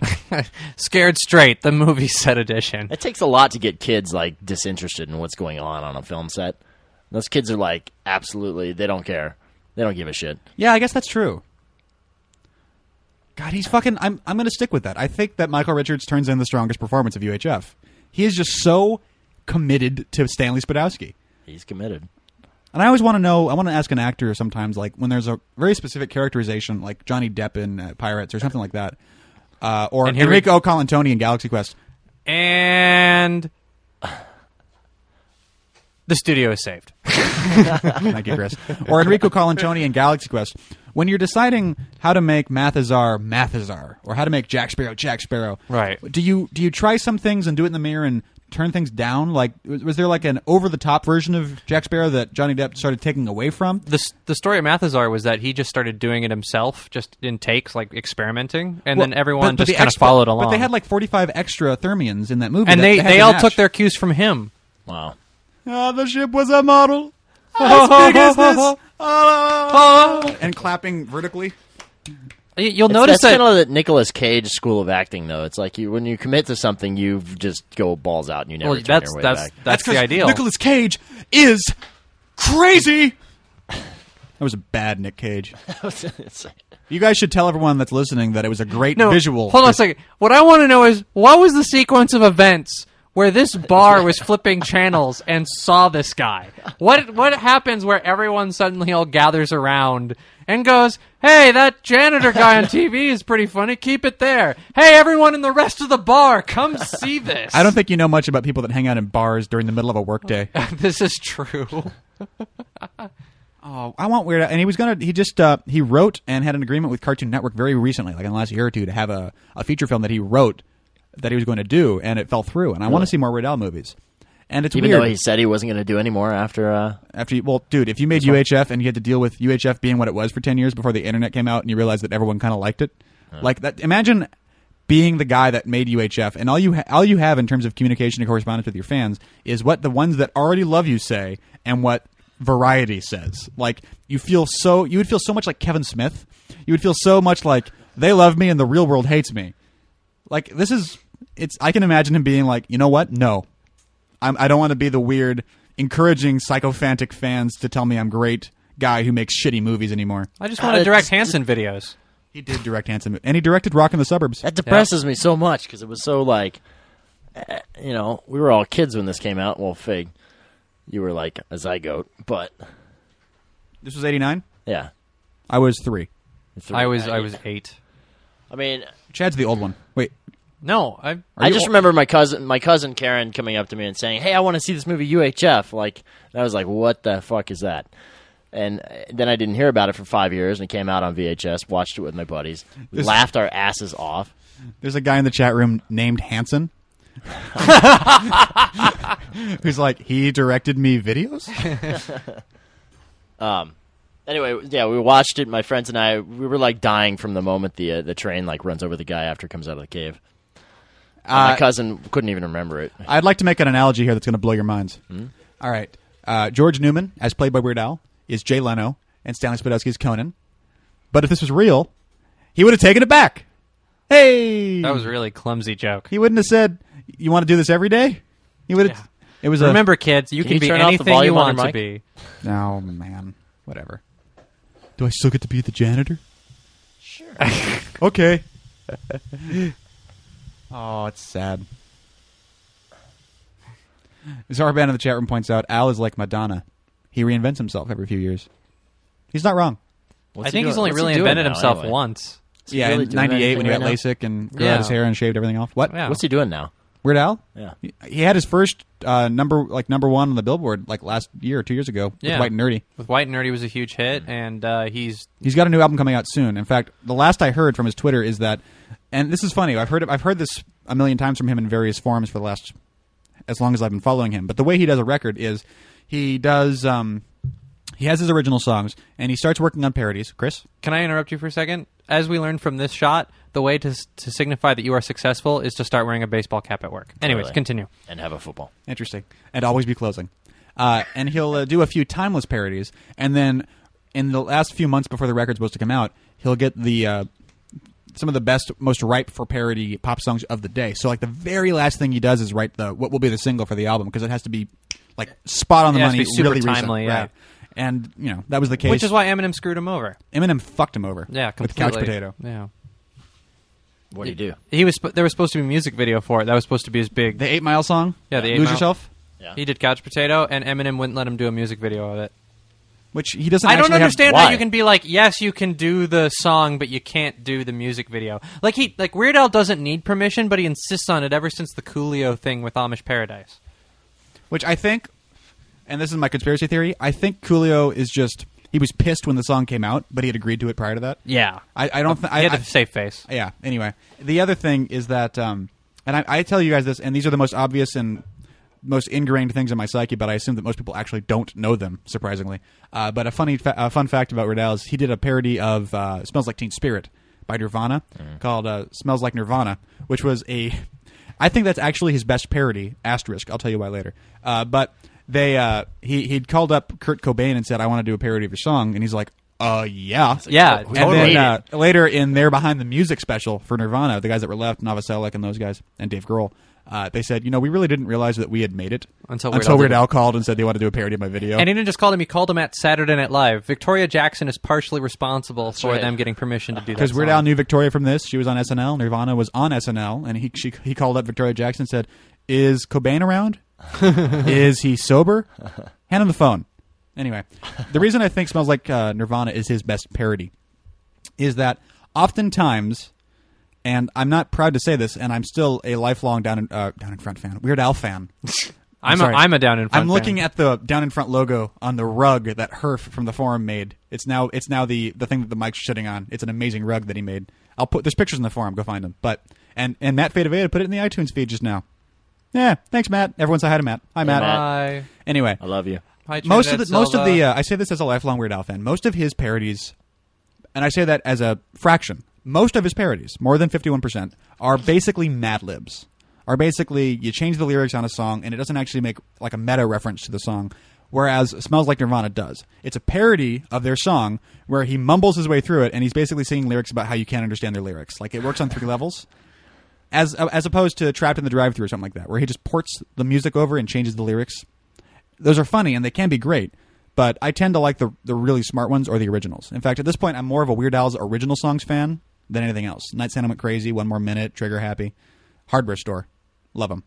[SPEAKER 3] Scared Straight, the movie [LAUGHS] set edition.
[SPEAKER 4] It takes a lot to get kids like disinterested in what's going on on a film set. Those kids are like absolutely they don't care. They don't give a shit.
[SPEAKER 2] [LAUGHS] yeah, I guess that's true. God, he's fucking. I'm I'm gonna stick with that. I think that Michael Richards turns in the strongest performance of UHF. He is just so committed to Stanley Spadowski.
[SPEAKER 4] He's committed.
[SPEAKER 2] And I always want to know. I want to ask an actor sometimes, like when there's a very specific characterization, like Johnny Depp in uh, Pirates or something like that, uh, or
[SPEAKER 3] And here
[SPEAKER 2] Enrico Colantoni in Galaxy Quest. [LAUGHS]
[SPEAKER 3] And the studio is saved.
[SPEAKER 2] Thank you, Chris. or Enrico Colantoni in Galaxy Quest. When you're deciding how to make Mathazar Mathazar, or how to make Jack Sparrow Jack Sparrow,
[SPEAKER 3] Right.
[SPEAKER 2] Do you do you try some things and do it in the mirror and turn things down? Like, was was there like an over the top version of Jack Sparrow that Johnny Depp started taking away from?
[SPEAKER 3] The, s- the story of Mathazar was that he just started doing it himself, just in takes, like experimenting, and then
[SPEAKER 2] Well,
[SPEAKER 3] everyone
[SPEAKER 2] but- but
[SPEAKER 3] just
[SPEAKER 2] the
[SPEAKER 3] kind of
[SPEAKER 2] extra-
[SPEAKER 3] followed along.
[SPEAKER 2] But they had like 45 extra Thermians in that movie.
[SPEAKER 3] and
[SPEAKER 2] that
[SPEAKER 3] they,
[SPEAKER 2] had
[SPEAKER 3] they
[SPEAKER 2] to
[SPEAKER 3] all
[SPEAKER 2] match.
[SPEAKER 3] took their cues from him.
[SPEAKER 4] Wow.
[SPEAKER 2] Ah, the ship was a model. Ah,
[SPEAKER 3] As [LAUGHS] big as
[SPEAKER 2] this.
[SPEAKER 3] this. Ah.
[SPEAKER 2] and clapping vertically.
[SPEAKER 3] Y- You'll
[SPEAKER 4] It's-
[SPEAKER 3] notice
[SPEAKER 4] that's
[SPEAKER 3] that
[SPEAKER 4] kind of the Nicolas Cage school of acting, though. It's like you when you commit to something, you just go balls out and you never
[SPEAKER 3] well,
[SPEAKER 4] turn
[SPEAKER 3] that's
[SPEAKER 4] your way
[SPEAKER 3] that's
[SPEAKER 4] back.
[SPEAKER 3] that's the ideal.
[SPEAKER 2] Nicholas Cage is crazy. That was a bad Nick
[SPEAKER 3] [LAUGHS]
[SPEAKER 2] Cage. You guys should tell everyone that's listening that it was a great
[SPEAKER 3] no
[SPEAKER 2] visual.
[SPEAKER 3] Hold on a second. What I want to know is what was the sequence of events where this bar was flipping channels and saw this guy. What what happens where everyone suddenly all gathers around and goes, "Hey, that janitor guy on TV is pretty funny. Keep it there. Hey, everyone in the rest of the bar, come [LAUGHS] see this."
[SPEAKER 2] I don't think you know much about people that hang out in bars during the middle of a
[SPEAKER 3] [LAUGHS]
[SPEAKER 2] workday.
[SPEAKER 3] this is true.
[SPEAKER 2] Oh, I want Weird Al. And he was gonna. He just uh, he wrote and had an agreement with Cartoon Network very recently, like in the last year or two, to have a, a feature film that he wrote that he was going to do, and it fell through. And I want to see more Weird Al movies. And it's
[SPEAKER 4] Even
[SPEAKER 2] weird
[SPEAKER 4] though he said he wasn't going to do any more after. Uh,
[SPEAKER 2] after you, well, dude, if you made UHF and you had to deal with UHF being what it was for ten years before the internet came out, and you realized that everyone kind of liked it, like that. Imagine being the guy that made UHF, and all you ha- all you have in terms of communication and correspondence with your fans is what the ones that already love you say, and what variety says. Like you feel so, you would feel so much like Kevin Smith. You would feel so much like they love me and the real world hates me. Like this is, it's. I can imagine him being like, you know what? No, I'm, I don't want to be the weird, encouraging psychophantic fans to tell me I'm great guy who makes shitty movies anymore.
[SPEAKER 3] I just
[SPEAKER 4] Uh,
[SPEAKER 3] want to direct
[SPEAKER 4] it's-
[SPEAKER 3] Hanson videos.
[SPEAKER 2] He did direct handsome, and he directed Rock in the Suburbs.
[SPEAKER 4] that depresses me so much because it was so like, eh, you know, we were all kids when this came out. Well, fig, you were like a zygote, but
[SPEAKER 2] This was '89.
[SPEAKER 4] yeah,
[SPEAKER 2] I was three.
[SPEAKER 4] It's-
[SPEAKER 3] I was uh, I was 8.
[SPEAKER 4] I mean,
[SPEAKER 2] Chad's the old one. Wait,
[SPEAKER 3] No, I
[SPEAKER 4] I
[SPEAKER 2] you
[SPEAKER 4] just
[SPEAKER 2] al-
[SPEAKER 4] remember my cousin, my cousin Karen, coming up to me and saying, "Hey, I want to see this movie UHF." Like, and I was like, "What the fuck is that?" And uh, then I didn't hear about it for five years, and it came out on VHS. Watched it with my buddies, We
[SPEAKER 2] This-
[SPEAKER 4] laughed our asses off.
[SPEAKER 2] there's a guy in the chat room named Hanson. [LAUGHS] Who's like he directed me videos?
[SPEAKER 4] Anyway, yeah, we watched it. My friends and I, we were like dying from the moment the uh, the train like runs over the guy after it comes out of the cave. And
[SPEAKER 2] Uh,
[SPEAKER 4] my cousin couldn't even remember it.
[SPEAKER 2] I'd like to make an analogy here that's going to blow your minds.
[SPEAKER 3] Hmm?
[SPEAKER 2] All right. Uh, George Newman, as played by Weird Al, is Jay Leno, and Stanley Spadowski is Conan. But if this was real, he would have taken it back. Hey!
[SPEAKER 3] that was a really clumsy joke.
[SPEAKER 2] he wouldn't have said, You want to do this every day? He would have.
[SPEAKER 3] Yeah.
[SPEAKER 2] It was
[SPEAKER 3] Remember kids, you
[SPEAKER 4] Can
[SPEAKER 3] can,
[SPEAKER 4] you
[SPEAKER 3] be
[SPEAKER 4] turn off the
[SPEAKER 3] anything you
[SPEAKER 4] volume on your
[SPEAKER 3] want to
[SPEAKER 4] mic?
[SPEAKER 3] be.
[SPEAKER 2] a. Oh, man. Whatever. Do I still get to be the janitor? Sure. [LAUGHS] okay. [LAUGHS] oh, it's sad. Zarban in the chat room points out Al is like Madonna. He reinvents himself every few years. He's not wrong.
[SPEAKER 4] What's
[SPEAKER 3] I
[SPEAKER 4] he
[SPEAKER 3] think he's
[SPEAKER 4] doing-
[SPEAKER 3] only
[SPEAKER 4] what's he
[SPEAKER 3] really
[SPEAKER 4] doing
[SPEAKER 3] invented
[SPEAKER 4] now,
[SPEAKER 3] himself
[SPEAKER 4] anyway?
[SPEAKER 3] once.
[SPEAKER 4] Is he
[SPEAKER 2] Yeah,
[SPEAKER 4] really
[SPEAKER 2] in
[SPEAKER 4] doing
[SPEAKER 2] '98
[SPEAKER 4] anything
[SPEAKER 2] when he
[SPEAKER 4] right
[SPEAKER 2] got
[SPEAKER 4] now?
[SPEAKER 2] LASIK and grew out his
[SPEAKER 3] Yeah.
[SPEAKER 2] hair and shaved everything off. What?
[SPEAKER 3] Yeah.
[SPEAKER 4] What's he doing now?
[SPEAKER 2] Weird Al?
[SPEAKER 4] Yeah.
[SPEAKER 2] He- He had his first uh, number like number one on the Billboard like last year or two years ago with
[SPEAKER 3] Yeah.
[SPEAKER 2] White and Nerdy.
[SPEAKER 3] With White and Nerdy was a huge hit, and uh, he's
[SPEAKER 2] He's got a new album coming out soon. In fact, the last I heard from his Twitter is that, and this is funny. I've heard I've heard this a million times from him in various forms for the last as long as I've been following him. But the way he does a record is he does um, he has his original songs and he starts working on parodies. Chris,
[SPEAKER 3] Can I interrupt you for a second? As we learned from this shot, the way to, to signify that you are successful is to start wearing a baseball cap at work. Anyways,
[SPEAKER 4] Really?
[SPEAKER 3] continue.
[SPEAKER 4] And have a football.
[SPEAKER 2] Interesting. And always be closing. Uh, and he'll uh, do a few timeless parodies, and then in the last few months before the record's supposed to come out, he'll get the uh, some of the best, most ripe for parody pop songs of the day. So like the very last thing he does is write the what will be the single for the album because it has to be like spot on the
[SPEAKER 3] It has to
[SPEAKER 2] money,
[SPEAKER 3] be super
[SPEAKER 2] really recent,
[SPEAKER 3] timely, yeah.
[SPEAKER 2] right? And you know that was the case.
[SPEAKER 3] Which is why Eminem screwed him over.
[SPEAKER 2] Eminem fucked him over.
[SPEAKER 3] Yeah,
[SPEAKER 2] with
[SPEAKER 3] completely.
[SPEAKER 2] couch potato.
[SPEAKER 3] Yeah.
[SPEAKER 4] What do you do?
[SPEAKER 3] He was. sp- There was supposed to be a music video for it. That was supposed to be his big.
[SPEAKER 2] The Eight Mile song.
[SPEAKER 3] Yeah, the Eight
[SPEAKER 2] lose
[SPEAKER 3] Mile-
[SPEAKER 2] yourself.
[SPEAKER 4] Yeah.
[SPEAKER 3] He did couch potato, and Eminem wouldn't let him do a music video of it.
[SPEAKER 2] Which he doesn't.
[SPEAKER 3] I don't
[SPEAKER 2] actually have-
[SPEAKER 3] understand how
[SPEAKER 4] why?
[SPEAKER 3] you can be like, yes, you can do the song, but you can't do the music video. Like he, like Weird Al doesn't need permission, but he insists on it ever since the Coolio thing with Amish Paradise.
[SPEAKER 2] which I think, and this is my conspiracy theory. I think Coolio is just he was pissed when the song came out, but he had agreed to it prior to that.
[SPEAKER 3] Yeah,
[SPEAKER 2] I, I don't. Th-
[SPEAKER 3] he
[SPEAKER 2] I,
[SPEAKER 3] had
[SPEAKER 2] I,
[SPEAKER 3] a safe face.
[SPEAKER 2] yeah. Anyway, the other thing is that, um, and I, I tell you guys this, and these are the most obvious and most ingrained things in my psyche, but I assume that most people actually don't know them, surprisingly. Uh, but a funny, fa- a fun fact about Riddell is he did a parody of uh, "Smells Like Teen Spirit" by Nirvana called uh, "Smells Like Nirvana," which was a, I think that's actually his best parody. Asterisk. I'll tell you why later. Uh, but they, uh, he he'd called up Kurt Cobain and said, "I want to do a parody of your song," and he's like, "Uh, yeah,
[SPEAKER 3] Yeah,
[SPEAKER 4] Who
[SPEAKER 2] and
[SPEAKER 4] totally.
[SPEAKER 2] then
[SPEAKER 4] made
[SPEAKER 2] uh, later in their behind the music special for Nirvana, the guys that were left, Novoselic and those guys, and Dave Grohl, uh, they said, you know, we really didn't realize that we had made it
[SPEAKER 3] Until Weird
[SPEAKER 2] until
[SPEAKER 3] Al
[SPEAKER 2] Weird
[SPEAKER 3] did it.
[SPEAKER 2] Al called and said they want to do a parody of my video.
[SPEAKER 3] And he didn't just call him; he called him at Saturday Night Live. Victoria Jackson is partially responsible for
[SPEAKER 4] right.
[SPEAKER 3] them getting permission to do that.
[SPEAKER 2] because Weird
[SPEAKER 3] song.
[SPEAKER 2] Al knew Victoria from this, she was on SNL. Nirvana was on SNL, and he she, he called up Victoria Jackson and said, Is Cobain
[SPEAKER 3] [LAUGHS]
[SPEAKER 2] around? is he sober? Hand him the phone. Anyway, the reason I think Smells Like uh, Nirvana is his best parody is that oftentimes, and I'm not proud to say this, and I'm still a lifelong down in, uh, down in front fan, Weird Al fan.
[SPEAKER 3] I'm,
[SPEAKER 2] sorry.
[SPEAKER 3] a, I'm a down in front.
[SPEAKER 2] I'm looking
[SPEAKER 3] fan.
[SPEAKER 2] at the down in front logo on the rug that Herf from the forum made. It's now it's now the the thing that the Mike's sitting on. It's an amazing rug that he made. I'll put there's pictures in the forum. Go find them. But and and Matt Fadaveda put it in the iTunes feed just now. Yeah, thanks, Matt. Everyone say hi to Matt. Hi, Matt.
[SPEAKER 4] Matt.
[SPEAKER 3] Hi.
[SPEAKER 2] Anyway,
[SPEAKER 4] I love you.
[SPEAKER 3] Hi,
[SPEAKER 2] most of the
[SPEAKER 3] Trinidad
[SPEAKER 2] most of
[SPEAKER 3] Silva.
[SPEAKER 2] the uh, I say this as a lifelong Weird Al fan. Most of his parodies, and I say that as a fraction. Most of his parodies, more than fifty one percent, are basically Mad Libs. Are basically you change the lyrics on a song and it doesn't actually make like a meta reference to the song. Whereas "Smells Like Nirvana" does. It's a parody of their song where he mumbles his way through it and he's basically singing lyrics about how you can't understand their lyrics. Like it works on three levels as uh, as opposed to trapped in the drive-through or something like that, where he just ports the music over and changes the lyrics. Those are funny and they can be great, but I tend to like the the really smart ones or the originals. In fact, at this point, I'm more of a Weird Al's original songs fan than anything else. Night Sentiment Crazy, One More Minute, Trigger Happy, Hardware Store, love them.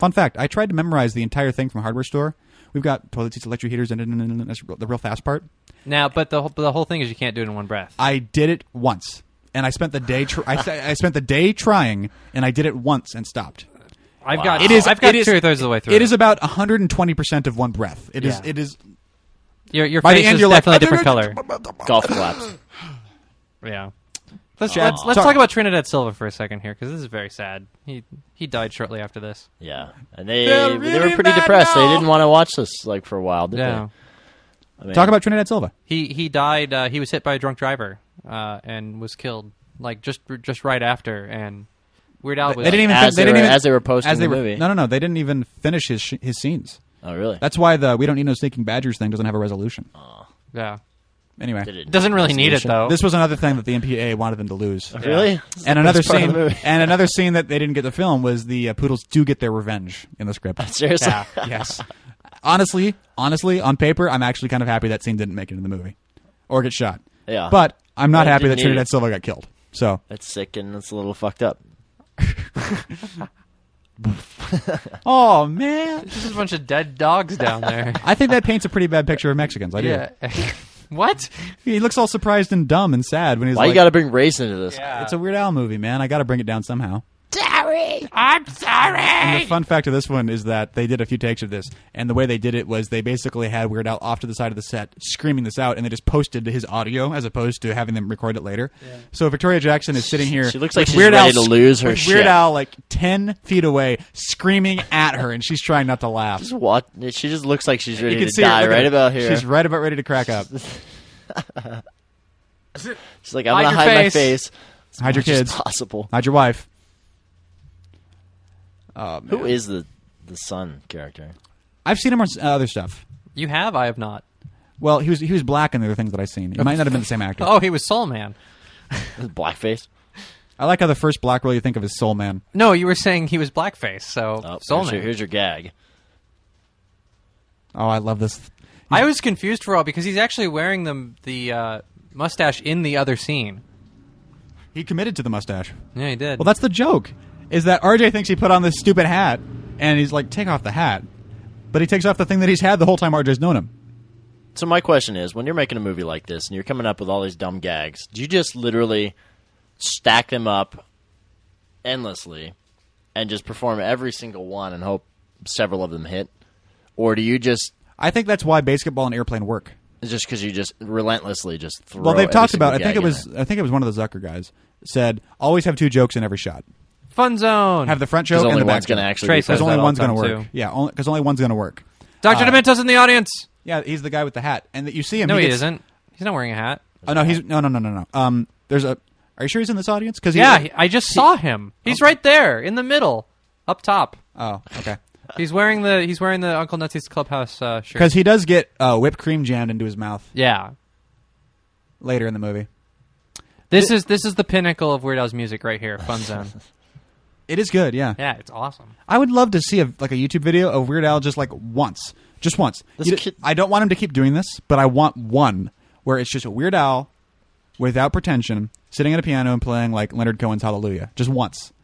[SPEAKER 2] Fun fact: I tried to memorize the entire thing from Hardware Store. We've got toilet seats, electric heaters, and- and and- and- that's the real fast part.
[SPEAKER 3] now, but the whole, but the whole thing is you can't do it in one breath.
[SPEAKER 2] I did it once, and I spent the day. Tr- I, I spent the day trying, and I did it once and stopped.
[SPEAKER 3] I've got
[SPEAKER 2] It is.
[SPEAKER 3] I've got
[SPEAKER 2] it is-
[SPEAKER 3] two thirds of the way through.
[SPEAKER 2] It is about 120 percent of one breath. It is.
[SPEAKER 3] Yeah.
[SPEAKER 2] It is.
[SPEAKER 3] your your
[SPEAKER 2] By
[SPEAKER 3] face
[SPEAKER 2] the end,
[SPEAKER 3] is
[SPEAKER 2] you're like
[SPEAKER 3] definitely a different color.
[SPEAKER 4] Golf
[SPEAKER 3] [LAUGHS]
[SPEAKER 4] claps.
[SPEAKER 3] Yeah. Let's
[SPEAKER 2] Chad,
[SPEAKER 3] let's, let's
[SPEAKER 2] sorry.
[SPEAKER 3] talk about Trinidad Silva for a second here because this is very sad. He he died shortly after this.
[SPEAKER 4] Yeah, and they
[SPEAKER 2] They're
[SPEAKER 4] they
[SPEAKER 2] really
[SPEAKER 4] were pretty
[SPEAKER 2] mad
[SPEAKER 4] depressed. They
[SPEAKER 2] now.
[SPEAKER 4] didn't want to watch this like for a while, did
[SPEAKER 3] Yeah.
[SPEAKER 4] they? I mean,
[SPEAKER 2] Talk about Trinidad Silva.
[SPEAKER 3] He he died. Uh, he was hit by a drunk driver uh, and was killed like just just right after. And Weird Al was
[SPEAKER 2] They didn't even. fin-
[SPEAKER 4] As they
[SPEAKER 2] didn't
[SPEAKER 4] were-
[SPEAKER 2] even
[SPEAKER 4] as they were posting
[SPEAKER 2] as they
[SPEAKER 4] the
[SPEAKER 2] were-
[SPEAKER 4] movie.
[SPEAKER 2] No, no, no. They didn't even finish his sh- his scenes.
[SPEAKER 4] Oh, really?
[SPEAKER 2] That's why the "We don't need no sneaking badgers" thing doesn't have a resolution.
[SPEAKER 3] yeah.
[SPEAKER 2] Anyway,
[SPEAKER 4] Oh, Did it-
[SPEAKER 3] Doesn't really need it
[SPEAKER 4] Resolution.
[SPEAKER 3] though.
[SPEAKER 2] this was another thing that the MPA wanted them to lose.
[SPEAKER 4] Really?
[SPEAKER 2] And another
[SPEAKER 4] That's part of
[SPEAKER 2] scene.
[SPEAKER 4] the movie.
[SPEAKER 2] And another scene that they didn't get to film was the uh, poodles do get their revenge in the
[SPEAKER 4] [LAUGHS]
[SPEAKER 2] script.
[SPEAKER 4] [LAUGHS] Seriously?
[SPEAKER 2] Yeah, yes. Honestly, honestly, on paper, I'm actually kind of happy that scene didn't make it in the movie or get shot.
[SPEAKER 4] Yeah.
[SPEAKER 2] But I'm not
[SPEAKER 4] But it
[SPEAKER 2] happy that
[SPEAKER 4] didn't need
[SPEAKER 2] Trinidad
[SPEAKER 4] it.
[SPEAKER 2] Silva got killed. So
[SPEAKER 4] That's sick and that's a little fucked up.
[SPEAKER 2] Oh man.
[SPEAKER 3] There's just a bunch of dead dogs
[SPEAKER 2] [LAUGHS]
[SPEAKER 3] down there.
[SPEAKER 2] I think that paints a pretty bad picture of Mexicans. I do.
[SPEAKER 3] yeah. [LAUGHS] what?
[SPEAKER 2] He looks all surprised and dumb and sad when he's
[SPEAKER 4] Why
[SPEAKER 2] like, "Ah,
[SPEAKER 4] you got to bring race into this?
[SPEAKER 2] "It's a Weird Al movie, man. I got to bring it down somehow."
[SPEAKER 3] I'm sorry.
[SPEAKER 2] And the fun fact of this one is that they did a few takes of this, and the way they did it was they basically had Weird Al off to the side of the set screaming this out, and they just posted his audio as opposed to having them record it later. So Victoria Jackson is sitting here.
[SPEAKER 4] She looks
[SPEAKER 2] with
[SPEAKER 4] like she's
[SPEAKER 2] Weird
[SPEAKER 4] ready
[SPEAKER 2] Al
[SPEAKER 4] to
[SPEAKER 2] sc-
[SPEAKER 4] lose her
[SPEAKER 2] with Weird
[SPEAKER 4] shit.
[SPEAKER 2] Al like ten feet away, screaming at her, and she's trying not to laugh.
[SPEAKER 4] Just watch. She just looks like she's ready
[SPEAKER 2] you can
[SPEAKER 4] to
[SPEAKER 2] see her,
[SPEAKER 4] die
[SPEAKER 2] look at
[SPEAKER 4] right
[SPEAKER 2] her.
[SPEAKER 4] about here.
[SPEAKER 2] She's right about ready to crack
[SPEAKER 4] [LAUGHS]
[SPEAKER 2] up.
[SPEAKER 4] She's like, I'm
[SPEAKER 3] Hide
[SPEAKER 4] gonna
[SPEAKER 3] your
[SPEAKER 4] hide my
[SPEAKER 3] face.
[SPEAKER 4] face.
[SPEAKER 2] Hide your
[SPEAKER 4] Much as
[SPEAKER 2] kids. Oh,
[SPEAKER 4] Possible.
[SPEAKER 2] Hide your wife.
[SPEAKER 4] Who is the the son character?
[SPEAKER 2] I've seen him on s- uh, other stuff.
[SPEAKER 3] You have? I have not.
[SPEAKER 2] Well, he was he was black in the other things that I've seen. He might not have been the same actor.
[SPEAKER 3] Oh, he was Soul Man.
[SPEAKER 4] Blackface.
[SPEAKER 2] I like how the first black role you think of is Soul Man.
[SPEAKER 3] No, you were saying he was blackface. So
[SPEAKER 4] Oh,
[SPEAKER 3] Soul
[SPEAKER 4] here's
[SPEAKER 3] Man.
[SPEAKER 4] your, here's your gag.
[SPEAKER 2] Oh, I love this.
[SPEAKER 3] I was confused for all because he's actually wearing the the uh, mustache in the other scene.
[SPEAKER 2] He committed to the mustache.
[SPEAKER 3] Yeah, he did.
[SPEAKER 2] Well, that's the joke. Is that RJ thinks he put on this stupid hat, and he's like, take off the hat, but he takes off the thing that he's had the whole time RJ's known him.
[SPEAKER 4] So my question is, when you're making a movie like this and you're coming up with all these dumb gags, do you just literally stack them up endlessly and just perform every single one and hope several of them hit, or do you just
[SPEAKER 2] I think that's why basketball and airplane work.
[SPEAKER 4] It's just because you just relentlessly just throw.
[SPEAKER 2] Well, they've
[SPEAKER 4] every
[SPEAKER 2] talked
[SPEAKER 4] single
[SPEAKER 2] about. I
[SPEAKER 4] gag
[SPEAKER 2] think it
[SPEAKER 4] in
[SPEAKER 2] was.
[SPEAKER 4] there.
[SPEAKER 2] I think it was one of the Zucker guys said, always have two jokes in every shot.
[SPEAKER 3] Fun Zone.
[SPEAKER 2] Have the front joke
[SPEAKER 4] Because
[SPEAKER 2] and
[SPEAKER 4] only
[SPEAKER 2] the back
[SPEAKER 4] one's going to
[SPEAKER 2] joke.
[SPEAKER 4] actually.
[SPEAKER 3] Trey
[SPEAKER 4] be
[SPEAKER 3] says
[SPEAKER 2] Because
[SPEAKER 4] funny.
[SPEAKER 3] that
[SPEAKER 2] only
[SPEAKER 3] all
[SPEAKER 2] one's
[SPEAKER 3] the time,
[SPEAKER 2] going to work.
[SPEAKER 3] too.
[SPEAKER 2] Yeah, because only one's going to work.
[SPEAKER 3] Doctor Demento's in the audience.
[SPEAKER 2] Yeah, he's the guy with the hat, and that you see him.
[SPEAKER 3] No, he,
[SPEAKER 2] gets-
[SPEAKER 3] isn't. He's not wearing a hat.
[SPEAKER 2] Oh no, he's no, no, no, no, no. Um, there's a. Are you sure he's in this audience? Because
[SPEAKER 3] Yeah, he, I just saw him. He's right there in the middle, up top.
[SPEAKER 2] oh, okay.
[SPEAKER 3] He's wearing the he's wearing the Uncle Nutty's Clubhouse uh, shirt.
[SPEAKER 2] Because he does get uh, whipped cream jammed into his mouth
[SPEAKER 3] yeah,
[SPEAKER 2] later in the movie.
[SPEAKER 3] this is this is the pinnacle of Weird Al's music right here. Fun Zone.
[SPEAKER 2] [LAUGHS] It is good, yeah.
[SPEAKER 3] yeah, it's awesome.
[SPEAKER 2] I would love to see a, like a YouTube video of Weird Al just like once, just once.
[SPEAKER 4] This
[SPEAKER 2] You d-
[SPEAKER 4] kid-
[SPEAKER 2] I don't want him to keep doing this, but I want one where it's just a Weird Al without pretension sitting at a piano and playing like Leonard Cohen's Hallelujah, just once.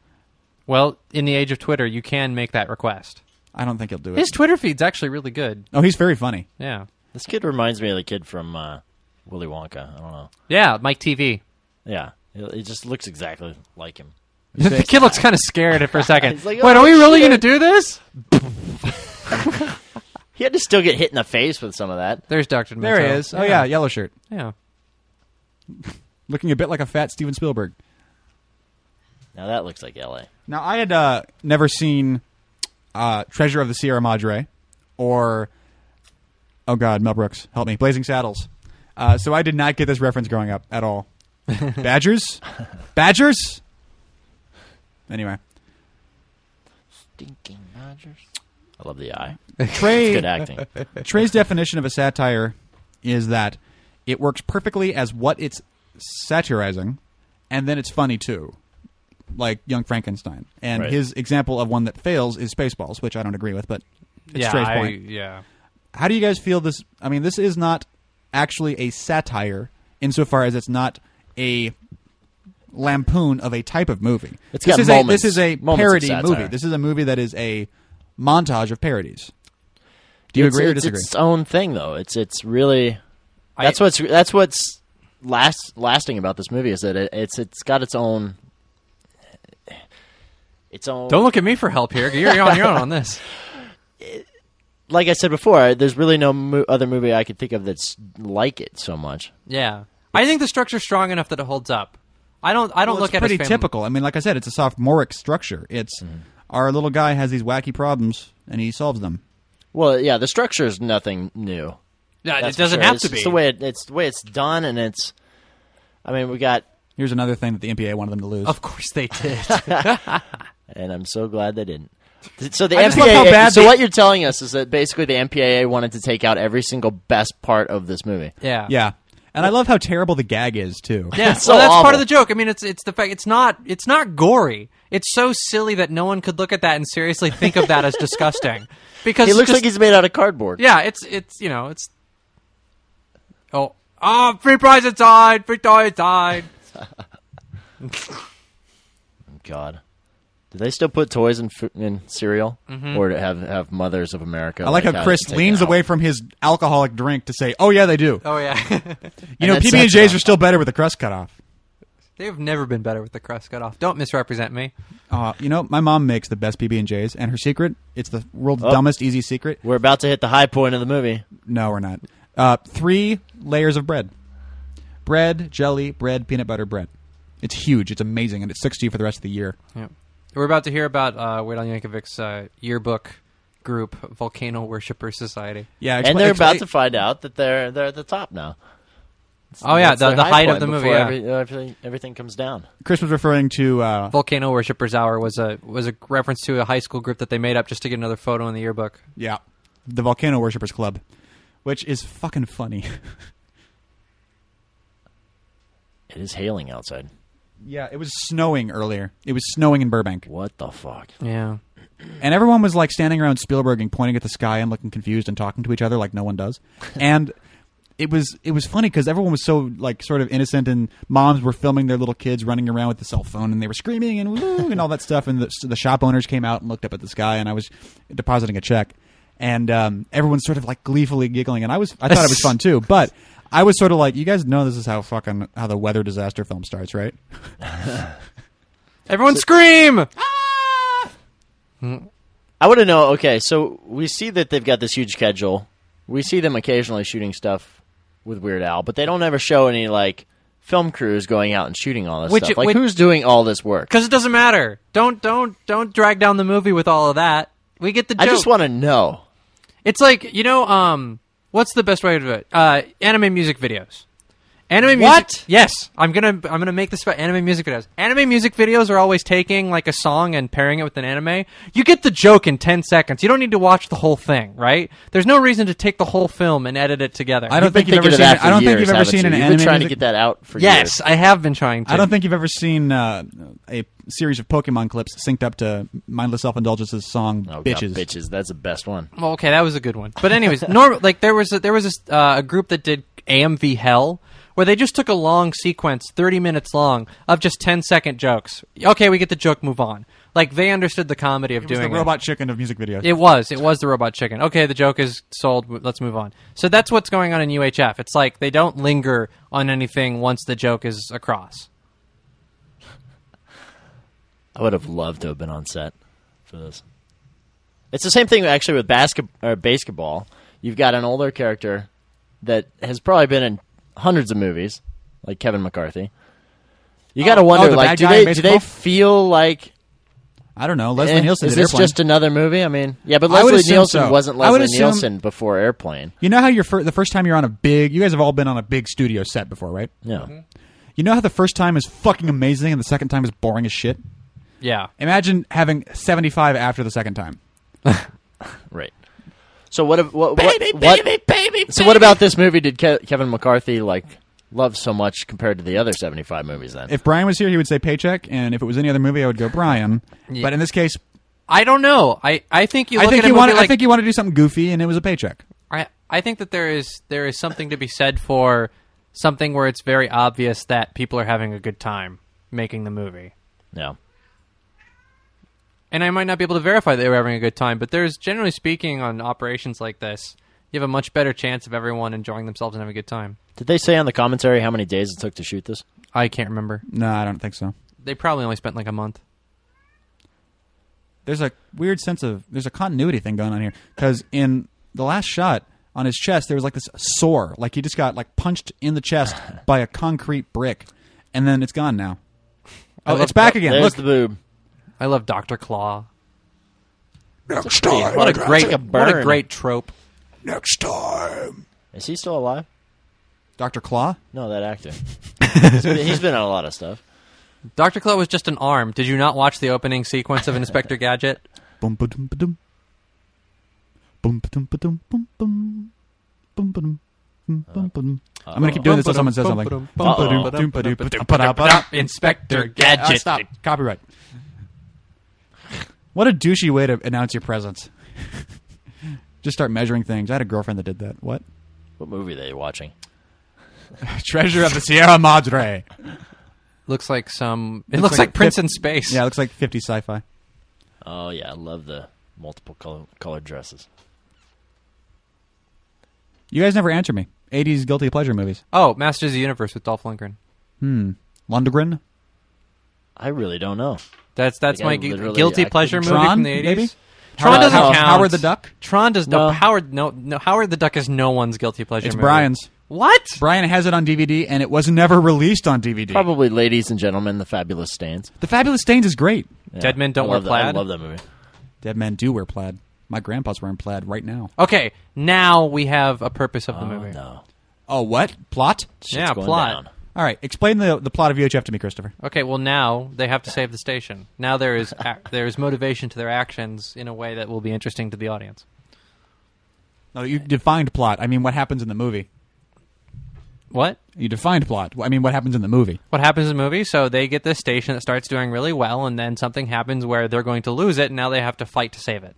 [SPEAKER 3] Well, in the age of Twitter, you can make that request.
[SPEAKER 2] I don't think he'll do it.
[SPEAKER 3] His Twitter feed's actually really good.
[SPEAKER 2] oh, he's very funny.
[SPEAKER 3] Yeah.
[SPEAKER 4] This kid reminds me of the kid from uh, Willy Wonka. I don't know.
[SPEAKER 3] Yeah,
[SPEAKER 2] [LAUGHS]
[SPEAKER 3] Mike TV.
[SPEAKER 4] Yeah, he, he just looks exactly like him.
[SPEAKER 3] the kid looks kind of scared
[SPEAKER 2] [LAUGHS]
[SPEAKER 3] for a second.
[SPEAKER 4] He's like,
[SPEAKER 3] Wait,
[SPEAKER 4] "Oh,
[SPEAKER 3] are we really
[SPEAKER 4] shit."
[SPEAKER 3] going to do this?
[SPEAKER 4] He had to still get hit in the face with some of that.
[SPEAKER 3] There's Dr. Demento.
[SPEAKER 2] There he is. Oh yeah, yellow shirt,
[SPEAKER 3] Yeah.
[SPEAKER 2] looking a bit like a fat Steven Spielberg.
[SPEAKER 4] Now that looks like L.A.
[SPEAKER 2] Now, I had uh, never seen uh, Treasure of the Sierra Madre or, oh God, Mel Brooks, help me, Blazing Saddles. Uh, so I did not get this reference growing up at
[SPEAKER 4] [LAUGHS]
[SPEAKER 2] all. Badgers? Badgers? Anyway.
[SPEAKER 4] Stinking Rogers. I love the eye. Good
[SPEAKER 2] Trey, [LAUGHS]
[SPEAKER 4] acting.
[SPEAKER 2] Trey's definition of a satire is that it works perfectly as what it's satirizing, and then it's funny too, like Young Frankenstein. And
[SPEAKER 4] Right.
[SPEAKER 2] his example of one that fails is Spaceballs, which I don't agree with, but it's
[SPEAKER 3] yeah,
[SPEAKER 2] Trey's
[SPEAKER 3] I-
[SPEAKER 2] point.
[SPEAKER 3] yeah.
[SPEAKER 2] how do you guys feel this i mean this is not actually a satire insofar as it's not a lampoon of a type of movie
[SPEAKER 4] It's
[SPEAKER 2] this
[SPEAKER 4] got
[SPEAKER 2] is
[SPEAKER 4] moments-
[SPEAKER 2] a this is a
[SPEAKER 4] moments of
[SPEAKER 2] parody
[SPEAKER 4] satire.
[SPEAKER 2] movie this is a movie that is a montage of parodies do you
[SPEAKER 4] it's,
[SPEAKER 2] agree or
[SPEAKER 4] it's
[SPEAKER 2] disagree
[SPEAKER 4] its own thing though. It's it's really
[SPEAKER 3] I-
[SPEAKER 4] that's what's that's what's last lasting about this movie is that it, it's it's got its own its own
[SPEAKER 3] Don't look at me for help here. You're on your own on
[SPEAKER 4] [LAUGHS]
[SPEAKER 3] this.
[SPEAKER 4] like I said before, there's really no mo- other movie I could think of that's like it so much.
[SPEAKER 3] Yeah. I think the structure's strong enough that it holds up. I don't I don't
[SPEAKER 2] Well,
[SPEAKER 3] look
[SPEAKER 2] it's
[SPEAKER 3] at it as
[SPEAKER 2] pretty
[SPEAKER 3] fam-
[SPEAKER 2] typical i mean like i said it's a sophomoric structure it's
[SPEAKER 4] Mm-hmm.
[SPEAKER 2] our little guy has these wacky problems and he solves them
[SPEAKER 4] Well, yeah, the structure is nothing new.
[SPEAKER 3] Yeah, it
[SPEAKER 4] That's for
[SPEAKER 3] doesn't
[SPEAKER 4] sure.
[SPEAKER 3] have
[SPEAKER 4] it's
[SPEAKER 3] to be.
[SPEAKER 4] just the way it, it's the way it's done, and it's. I mean, we got,
[SPEAKER 2] here's another thing that the npa wanted them to lose
[SPEAKER 3] [LAUGHS] of course they did.
[SPEAKER 4] [LAUGHS] and I'm so glad they didn't. Th- So the
[SPEAKER 2] I just love how
[SPEAKER 4] MPAA.
[SPEAKER 2] bad
[SPEAKER 4] So
[SPEAKER 2] the-
[SPEAKER 4] what you're telling us is that basically the MPAA wanted to take out every single best part of this movie.
[SPEAKER 3] yeah. [LAUGHS]
[SPEAKER 2] yeah and i love how terrible the gag is too
[SPEAKER 4] [LAUGHS]
[SPEAKER 3] Yeah,
[SPEAKER 4] It's so
[SPEAKER 3] well, that's part
[SPEAKER 4] awful.
[SPEAKER 3] of the joke. I mean, it's it's the fact it's not it's not gory. It's so silly that no one could look at that and seriously think of that as
[SPEAKER 4] [LAUGHS]
[SPEAKER 3] disgusting. Because
[SPEAKER 4] He
[SPEAKER 3] it's
[SPEAKER 4] looks
[SPEAKER 3] just-
[SPEAKER 4] like he's made out of cardboard.
[SPEAKER 3] yeah, it's it's you know it's oh ah free prize inside, free toy inside.
[SPEAKER 4] God. Do they still put toys in food, in cereal,
[SPEAKER 3] Mm-hmm.
[SPEAKER 4] or to have have mothers of America?
[SPEAKER 2] I like how Chris leans away from his alcoholic drink to say, "Oh yeah, they do."
[SPEAKER 3] Oh yeah, [LAUGHS]
[SPEAKER 2] You know,
[SPEAKER 4] And
[SPEAKER 2] PB
[SPEAKER 4] that's-
[SPEAKER 2] and J's
[SPEAKER 4] that's-
[SPEAKER 2] are still better with the crust cut off.
[SPEAKER 3] they've never been better with the crust cut off. Don't misrepresent me.
[SPEAKER 2] Uh, you know, my mom makes the best PB and J's, and her secret—it's the world's
[SPEAKER 4] Oh.
[SPEAKER 2] dumbest easy secret.
[SPEAKER 4] We're about to hit the high point of the movie.
[SPEAKER 2] No, we're not. Uh, three layers of bread: bread, jelly, bread, peanut butter, bread. It's huge. It's amazing, and it sticks to you for the rest of the year.
[SPEAKER 3] Yeah. We're about to hear about uh, Weird Al Yankovic's uh, yearbook group, Volcano Worshipper Society.
[SPEAKER 2] Yeah,
[SPEAKER 4] and they're about to find out that they're they're at the top now.
[SPEAKER 3] Oh yeah,
[SPEAKER 4] That's
[SPEAKER 3] the,
[SPEAKER 4] their
[SPEAKER 3] the
[SPEAKER 4] high
[SPEAKER 3] height of
[SPEAKER 4] point
[SPEAKER 3] the movie.
[SPEAKER 4] before
[SPEAKER 3] yeah.
[SPEAKER 4] every- uh, everything, everything comes down.
[SPEAKER 2] Chris was referring to uh,
[SPEAKER 3] Volcano Worshippers Hour was a was a reference to a high school group that they made up just to get another photo in the yearbook.
[SPEAKER 2] yeah, the Volcano Worshippers Club, which is fucking funny. [LAUGHS]
[SPEAKER 4] It is hailing outside.
[SPEAKER 2] yeah, it was snowing earlier. It was snowing in Burbank.
[SPEAKER 4] What the fuck?
[SPEAKER 3] Yeah.
[SPEAKER 2] And everyone was like standing around Spielberg and pointing at the sky and looking confused and talking to each other like no one does. And it was it was funny because everyone was so like sort of innocent and moms were filming their little kids running around with the cell phone and they were screaming and woo and all that stuff. And the, the shop owners came out and looked up at the sky and I was depositing a check and um, everyone's sort of like gleefully giggling and I was I thought it was fun too, but. I was sort of like, you guys know this is how fucking how the weather disaster film starts, right?
[SPEAKER 3] Everyone scream!
[SPEAKER 4] I want to know. Okay, so we see that they've got this huge schedule. We see them occasionally shooting stuff with Weird Al, but they don't ever show any like film crews going out and shooting all this
[SPEAKER 3] Which-
[SPEAKER 4] stuff. Like,
[SPEAKER 3] which-
[SPEAKER 4] who's doing all this work?
[SPEAKER 3] Because it doesn't matter. Don't don't don't drag down the movie with all of that. We get the joke.
[SPEAKER 4] I just want to know.
[SPEAKER 3] It's like you know, um, what's the best way to do it? Uh, anime music videos. Anime music.
[SPEAKER 4] What?
[SPEAKER 3] Yes, I'm gonna I'm gonna make this about anime music videos. Anime music videos are always taking like a song and pairing it with an anime. You get the joke in ten seconds. You don't need to watch the whole thing, right? There's no reason to take the whole film and edit it together.
[SPEAKER 2] I don't think
[SPEAKER 4] Been
[SPEAKER 2] you've ever
[SPEAKER 4] thinking of
[SPEAKER 2] seen.
[SPEAKER 4] that for
[SPEAKER 2] I don't think
[SPEAKER 4] years,
[SPEAKER 2] you've ever
[SPEAKER 4] haven't
[SPEAKER 2] seen
[SPEAKER 4] you?
[SPEAKER 2] an
[SPEAKER 4] You've
[SPEAKER 2] anime
[SPEAKER 4] been trying
[SPEAKER 2] music-
[SPEAKER 4] to get that out for years.
[SPEAKER 3] Yes, I have been trying to.
[SPEAKER 2] I don't think you've ever seen uh, a series of Pokemon clips synced up to Mindless Self Indulgence's song
[SPEAKER 4] Oh, God,
[SPEAKER 2] "Bitches."
[SPEAKER 4] bitches. That's the best one.
[SPEAKER 3] Well, okay, that was a good one. But anyways, normal like there was a, there was a, uh, a group that did AMV Hell, where they just took a long sequence, 30 minutes long, of just 10 second jokes. Okay, we get the joke, move on. Like they understood the comedy of
[SPEAKER 2] It was
[SPEAKER 3] doing
[SPEAKER 2] the
[SPEAKER 3] it.
[SPEAKER 2] robot chicken of music videos.
[SPEAKER 3] It was. It was the robot chicken. Okay, the joke is sold. W- Let's move on. So that's what's going on in UHF. It's like they don't linger on anything once the joke is across.
[SPEAKER 4] I would have loved to have been on set for this. It's the same thing actually with basket or basketball. You've got an older character that has probably been in hundreds of movies, like Kevin McCarthy. You got to wonder,
[SPEAKER 2] oh, the
[SPEAKER 4] like,
[SPEAKER 2] bad
[SPEAKER 4] do
[SPEAKER 2] guy in
[SPEAKER 4] they do they
[SPEAKER 2] baseball?
[SPEAKER 4] feel like
[SPEAKER 2] I don't know. Leslie
[SPEAKER 4] eh,
[SPEAKER 2] Nielsen
[SPEAKER 4] is
[SPEAKER 2] did
[SPEAKER 4] this
[SPEAKER 2] Airplane.
[SPEAKER 4] just another movie? I mean, yeah, but
[SPEAKER 2] I would
[SPEAKER 4] Leslie
[SPEAKER 2] assume
[SPEAKER 4] Nielsen
[SPEAKER 2] so.
[SPEAKER 4] wasn't
[SPEAKER 2] I would
[SPEAKER 4] Leslie
[SPEAKER 2] assume-
[SPEAKER 4] Nielsen before Airplane.
[SPEAKER 2] You know how you're fir- the first time you're on a big. You guys have all been on a big studio set before, right?
[SPEAKER 4] Yeah,
[SPEAKER 2] Mm-hmm. You know how the first time is fucking amazing and the second time is boring as shit.
[SPEAKER 3] Yeah.
[SPEAKER 2] Imagine having 75 after the second time.
[SPEAKER 4] right. So what? ab- What? What? what so what about this movie? Did Ke- Kevin McCarthy like love so much compared to the other seventy five movies? Then
[SPEAKER 2] If Brian was here, he would say paycheck, and if it was any other movie, I would go Brian. But in this case,
[SPEAKER 3] I don't know. I, I think you
[SPEAKER 2] I
[SPEAKER 3] look
[SPEAKER 2] think
[SPEAKER 3] at a
[SPEAKER 2] he
[SPEAKER 3] movie
[SPEAKER 2] wanted.
[SPEAKER 3] like
[SPEAKER 2] I think he wanted to do something goofy, and it was a paycheck.
[SPEAKER 3] I I think that there is there is something to be said for something where it's very obvious that people are having a good time making the movie.
[SPEAKER 4] yeah.
[SPEAKER 3] And I might not be able to verify they were having a good time, but there's generally speaking on operations like this, you have a much better chance of everyone enjoying themselves and having a good time.
[SPEAKER 4] Did they say on the commentary how many days it took to shoot this?
[SPEAKER 3] I can't remember.
[SPEAKER 2] No, I don't think so.
[SPEAKER 3] They probably only spent like a month.
[SPEAKER 2] There's a weird sense of there's a continuity thing going on here because in the last shot on his chest, there was like this sore, like he just got like punched in the [LAUGHS] chest by a concrete brick, and then it's gone now. Oh, it's back again. Look,
[SPEAKER 4] There's the boob.
[SPEAKER 3] I love Doctor Claw.
[SPEAKER 5] Next time.
[SPEAKER 3] What a
[SPEAKER 5] Grant.
[SPEAKER 3] great
[SPEAKER 4] like a
[SPEAKER 3] what a
[SPEAKER 4] burn.
[SPEAKER 3] great trope.
[SPEAKER 5] Next time.
[SPEAKER 4] Is he still alive?
[SPEAKER 2] Doctor Claw.
[SPEAKER 4] No,
[SPEAKER 2] [LAUGHS]
[SPEAKER 4] that actor. he's been on a lot of stuff.
[SPEAKER 3] Doctor Claw was just an arm. Did you not watch the opening sequence of Inspector Gadget?
[SPEAKER 2] Boom, ba-dum, ba-dum. Boom, ba-dum, ba-dum, boom, boom. Boom, ba-dum, boom, boom, ba-dum. I'm
[SPEAKER 4] Uh,
[SPEAKER 2] gonna keep doing this until someone says something.
[SPEAKER 3] Bum,
[SPEAKER 2] Boom,
[SPEAKER 3] ba-dum, bum,
[SPEAKER 2] ba-dum, ba-dum,
[SPEAKER 3] ba-dum, ba-dum,
[SPEAKER 2] ba-dum,
[SPEAKER 3] ba-dum,
[SPEAKER 2] ba-dum.
[SPEAKER 3] ba-dum. Inspector
[SPEAKER 2] Uh,
[SPEAKER 3] Gadget.
[SPEAKER 2] stop. Copyright. What a douchey way to announce your presence. [LAUGHS] Just start measuring things. I had a girlfriend that did that. What?
[SPEAKER 4] What movie are they watching?
[SPEAKER 2] [LAUGHS] Treasure of the Sierra Madre.
[SPEAKER 3] Looks like some. It looks, like, Prince in Space.
[SPEAKER 2] Yeah, it looks like 50 sci-fi.
[SPEAKER 4] Oh yeah, I love the multiple color, colored dresses.
[SPEAKER 2] You guys never answer me. 80s guilty pleasure movies.
[SPEAKER 3] Oh, Masters of the Universe with Dolph Lundgren.
[SPEAKER 2] Lundgren.
[SPEAKER 4] I really don't know.
[SPEAKER 3] That's that's
[SPEAKER 4] Like, I
[SPEAKER 3] my gu-
[SPEAKER 4] literally-
[SPEAKER 3] guilty
[SPEAKER 4] I
[SPEAKER 3] pleasure
[SPEAKER 4] couldn't-
[SPEAKER 3] movie
[SPEAKER 2] Tron,
[SPEAKER 3] from the
[SPEAKER 2] maybe?
[SPEAKER 3] eighties. Tron
[SPEAKER 4] Howard-
[SPEAKER 3] doesn't
[SPEAKER 4] Howard-
[SPEAKER 3] count.
[SPEAKER 2] Howard the Duck?
[SPEAKER 3] Tron does no
[SPEAKER 4] No.
[SPEAKER 3] Howard no no Howard the Duck is no one's guilty pleasure.
[SPEAKER 2] It's
[SPEAKER 3] movie.
[SPEAKER 2] Brian's.
[SPEAKER 3] What?
[SPEAKER 2] Brian has it on DVD, and it was never [LAUGHS] released on DVD.
[SPEAKER 4] Probably, ladies and gentlemen, the fabulous stands.
[SPEAKER 2] The Fabulous Stains is great.
[SPEAKER 4] Yeah.
[SPEAKER 3] Dead Men Don't
[SPEAKER 4] I
[SPEAKER 3] Wear
[SPEAKER 4] love that-
[SPEAKER 3] Plaid?
[SPEAKER 4] I love that movie.
[SPEAKER 2] Dead men do wear plaid. My grandpa's wearing plaid right now.
[SPEAKER 3] Okay, now we have a purpose of the movie.
[SPEAKER 4] Oh, No,
[SPEAKER 2] Oh, what? Plot?
[SPEAKER 4] Shit's
[SPEAKER 3] Yeah,
[SPEAKER 4] going
[SPEAKER 3] plot.
[SPEAKER 4] down.
[SPEAKER 2] All right, explain the, the plot of UHF to me, Christopher.
[SPEAKER 3] Okay, well now they have to save the station. Now there is ac- [LAUGHS] there is motivation to their actions in a way that will be interesting to the audience.
[SPEAKER 2] No, you defined plot. I mean, what happens in the movie?
[SPEAKER 3] What?
[SPEAKER 2] You defined plot. I mean, what happens in the movie?
[SPEAKER 3] what happens in the movie. So they get this station that starts doing really well, and then something happens where they're going to lose it, and now they have to fight to save it.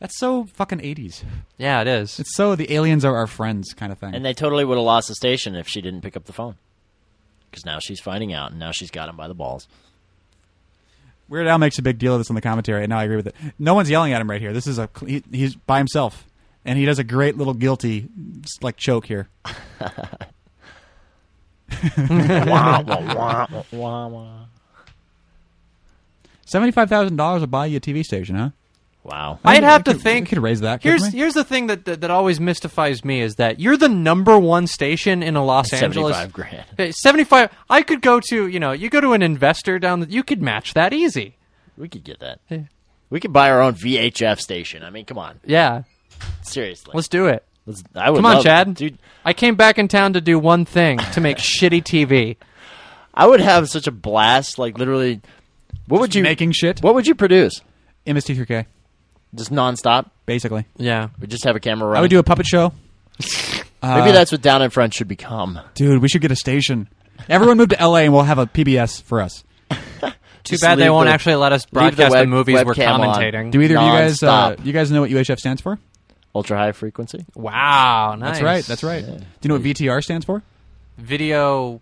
[SPEAKER 2] That's so fucking 80s.
[SPEAKER 3] Yeah, it is.
[SPEAKER 2] It's so the aliens are our friends kind of thing.
[SPEAKER 4] And they totally would have lost the station if she didn't pick up the phone. Because now she's finding out, and now she's got him by
[SPEAKER 3] [LAUGHS]
[SPEAKER 4] the balls.
[SPEAKER 2] Weird Al makes a big deal of this in the commentary, and now I agree with it. No one's yelling at him right here. This is a cl- he, he's by himself, and he does a great little guilty s- like choke here.
[SPEAKER 4] Wah, wah, wah, wah, wah, wah.
[SPEAKER 2] Seventy five thousand dollars will buy you a TV station, huh?
[SPEAKER 4] Wow.
[SPEAKER 3] I'd
[SPEAKER 2] We
[SPEAKER 3] have to
[SPEAKER 2] could-
[SPEAKER 3] think.
[SPEAKER 2] we could raise that. couldn't
[SPEAKER 3] Here's
[SPEAKER 2] we?
[SPEAKER 3] here's the thing that, that that always mystifies me is that you're the number one station in a Los Angeles.
[SPEAKER 4] 75 grand.
[SPEAKER 3] Hey, Seventy-five. I could go to you know you go to an investor down. The, you could match that easy.
[SPEAKER 4] We could get that.
[SPEAKER 3] Yeah.
[SPEAKER 4] We could buy our own VHF station. I mean, come on,
[SPEAKER 3] Yeah,
[SPEAKER 4] seriously.
[SPEAKER 3] let's do it.
[SPEAKER 4] Let's- I would
[SPEAKER 3] Come on,
[SPEAKER 4] love-
[SPEAKER 3] Chad.
[SPEAKER 4] dude.
[SPEAKER 3] I came back in town to do one thing to
[SPEAKER 4] [LAUGHS]
[SPEAKER 3] make shitty TV.
[SPEAKER 4] I would have such a blast. Like literally, what would you
[SPEAKER 2] making shit.
[SPEAKER 4] What would you produce?
[SPEAKER 2] MST3K
[SPEAKER 4] Just nonstop.
[SPEAKER 2] basically.
[SPEAKER 3] Yeah,
[SPEAKER 4] We just have a camera
[SPEAKER 2] I
[SPEAKER 4] running.
[SPEAKER 2] would do a puppet show.
[SPEAKER 3] uh,
[SPEAKER 4] Maybe that's what Down in Front should become.
[SPEAKER 2] Dude, we should get a station. Everyone move to LA and we'll have a PBS for us.
[SPEAKER 3] too bad they
[SPEAKER 4] leave
[SPEAKER 3] won't
[SPEAKER 4] the-
[SPEAKER 3] actually let us
[SPEAKER 4] the
[SPEAKER 3] broadcast the,
[SPEAKER 4] web-
[SPEAKER 3] movies we're
[SPEAKER 4] webcam on.
[SPEAKER 3] commentating.
[SPEAKER 2] Do either of you guys uh,
[SPEAKER 4] Non-stop.
[SPEAKER 2] you guys know what UHF stands for?
[SPEAKER 4] Ultra high frequency.
[SPEAKER 3] Wow, nice.
[SPEAKER 2] That's right. That's right. Do you know what VTR stands for?
[SPEAKER 3] video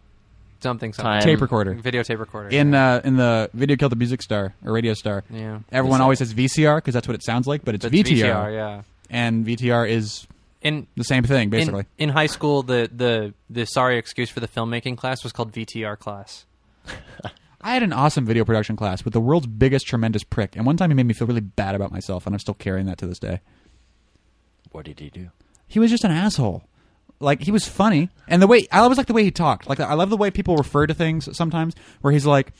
[SPEAKER 3] something something
[SPEAKER 4] Time.
[SPEAKER 2] Tape recorder.
[SPEAKER 3] video tape recorder
[SPEAKER 2] In uh, in the video killed the music star or radio star.
[SPEAKER 3] Yeah.
[SPEAKER 2] Everyone always says VCR because that's what it sounds like, but it's
[SPEAKER 3] That's
[SPEAKER 2] VTR.
[SPEAKER 3] VCR yeah
[SPEAKER 2] And VTR is
[SPEAKER 3] in
[SPEAKER 2] the same thing basically.
[SPEAKER 3] in, in high school the the the sorry excuse for the filmmaking class was called VTR class
[SPEAKER 2] I had an awesome video production class with the world's biggest tremendous prick, and one time he made me feel really bad about myself, and I'm still carrying that to this day.
[SPEAKER 4] What did he do?
[SPEAKER 2] He was just an asshole. Like he was funny, and the way I always like the way he talked. Like I love the way people refer to things sometimes, where he's like,